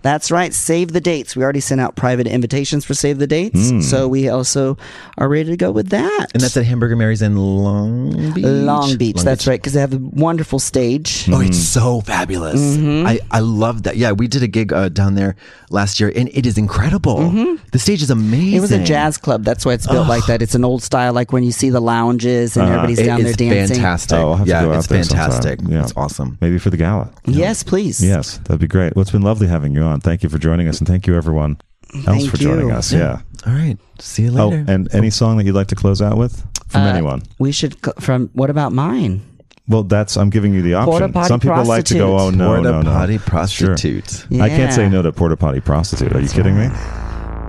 S4: That's right. Save the dates. We already sent out private invitations for Save the Dates. So we also are ready to go with that.
S6: Hmm. And that's at Hamburger Mary's in Long Beach.
S4: Long Beach. that's right. Because they have a wonderful stage.
S6: Oh, it's so fabulous.
S4: Mm-hmm.
S6: I, I love that. Yeah, we did a gig uh, down there last year and it is incredible. The stage is amazing.
S4: Mm-hmm. It was a jazz club. That's why it's built like that. It's an old style, like when you see the lounges and everybody's
S6: Uh, It
S4: down there
S6: is
S4: dancing.
S6: fantastic.
S1: Oh, I'll have to
S6: yeah,
S1: go out
S6: it's
S1: there sometime.
S6: fantastic.
S1: Yeah.
S6: It's awesome.
S1: Maybe for the gala.
S4: Yes, please.
S1: Yes. That'd be great. Well, it's been lovely having you on. Thank you for joining us. And thank you, everyone else,
S4: Thank
S1: for joining
S4: you.
S1: us. Yeah.
S6: All right. See you
S1: Oh,
S6: later. Uh,
S1: and any song that you'd like to close out with from anyone?
S4: We should. c- From what about mine?
S1: Well, that's I'm giving you the
S4: Porta
S1: option.
S4: potty
S1: Some people like to go, oh
S4: prostitute.
S1: no,
S6: Porta
S1: no, no.
S6: potty
S1: Sure.
S6: prostitute.
S1: I can't say
S4: Yeah.
S1: no to porta potty prostitute. Are you kidding me?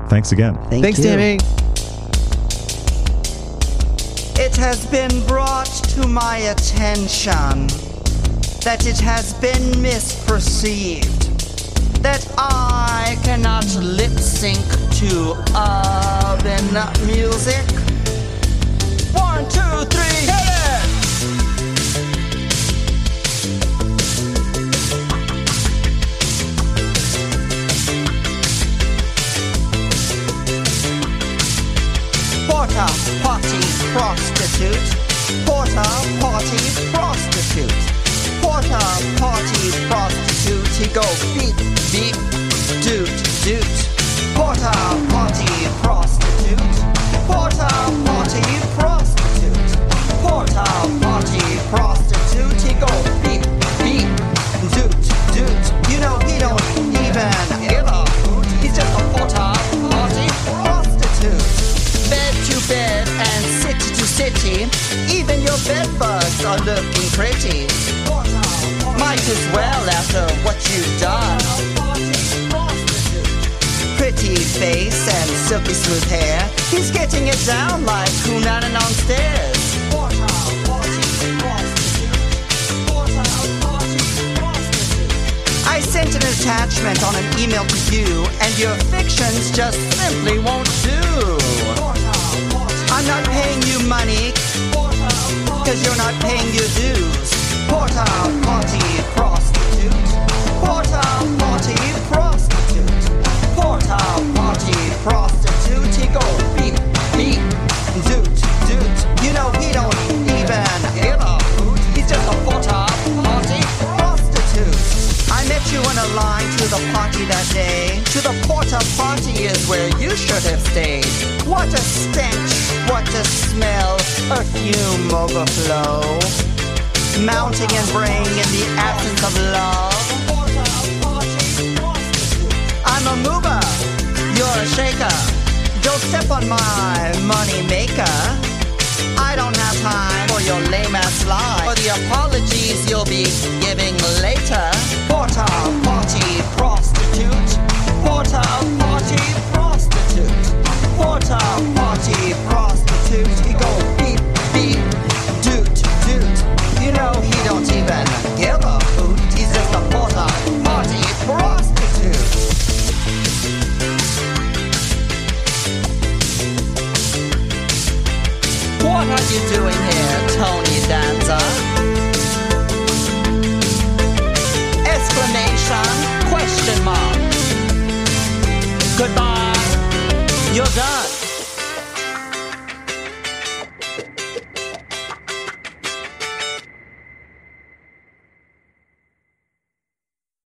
S1: Thanks again.
S4: Thank
S6: Thanks,
S4: you.
S6: Tammy.
S11: It has been brought to my attention that it has been misperceived, that I cannot lip sync to urban music. One, two, three, hit it!
S12: porter party prostitute. Porter party prostitute. He go beep beep, doot doot. Porter party prostitute. Porter party prostitute. Porter party prostitute. He go beep beep, doot doot. You know he don't even give a hoot. He's just a porter party prostitute bed to bed and city to city. Even your bedbugs are looking pretty. Might as well after what you've done. Pretty face and silky smooth hair. He's getting it down like Kunanan on stairs. I sent an attachment on an email to you, and your fictions just simply won't do. I'm not paying you money, cause you're not paying your dues. Porta potty prostitute. Porta potty prostitute. Porta potty prostitute. He go beep, beep, doot, doot. You know he don't even give a hoot. He's just a porta potty prostitute. I met you on a line to the party that day. To the porta party is where you should have stayed. What a stench, what a smell, a fume overflow. Mounting and braying in the absence of love. I'm a mover, you're a shaker. Don't step on my money maker. I don't have time for your lame ass lie or the apologies you'll be giving later. Porta party prostitute. Porta party prostitute. Porta party prostitute. He go beep beep, doot doot. You know he don't even give a hoot. He's just a porta party prostitute. What are you doing here, Tony Danza?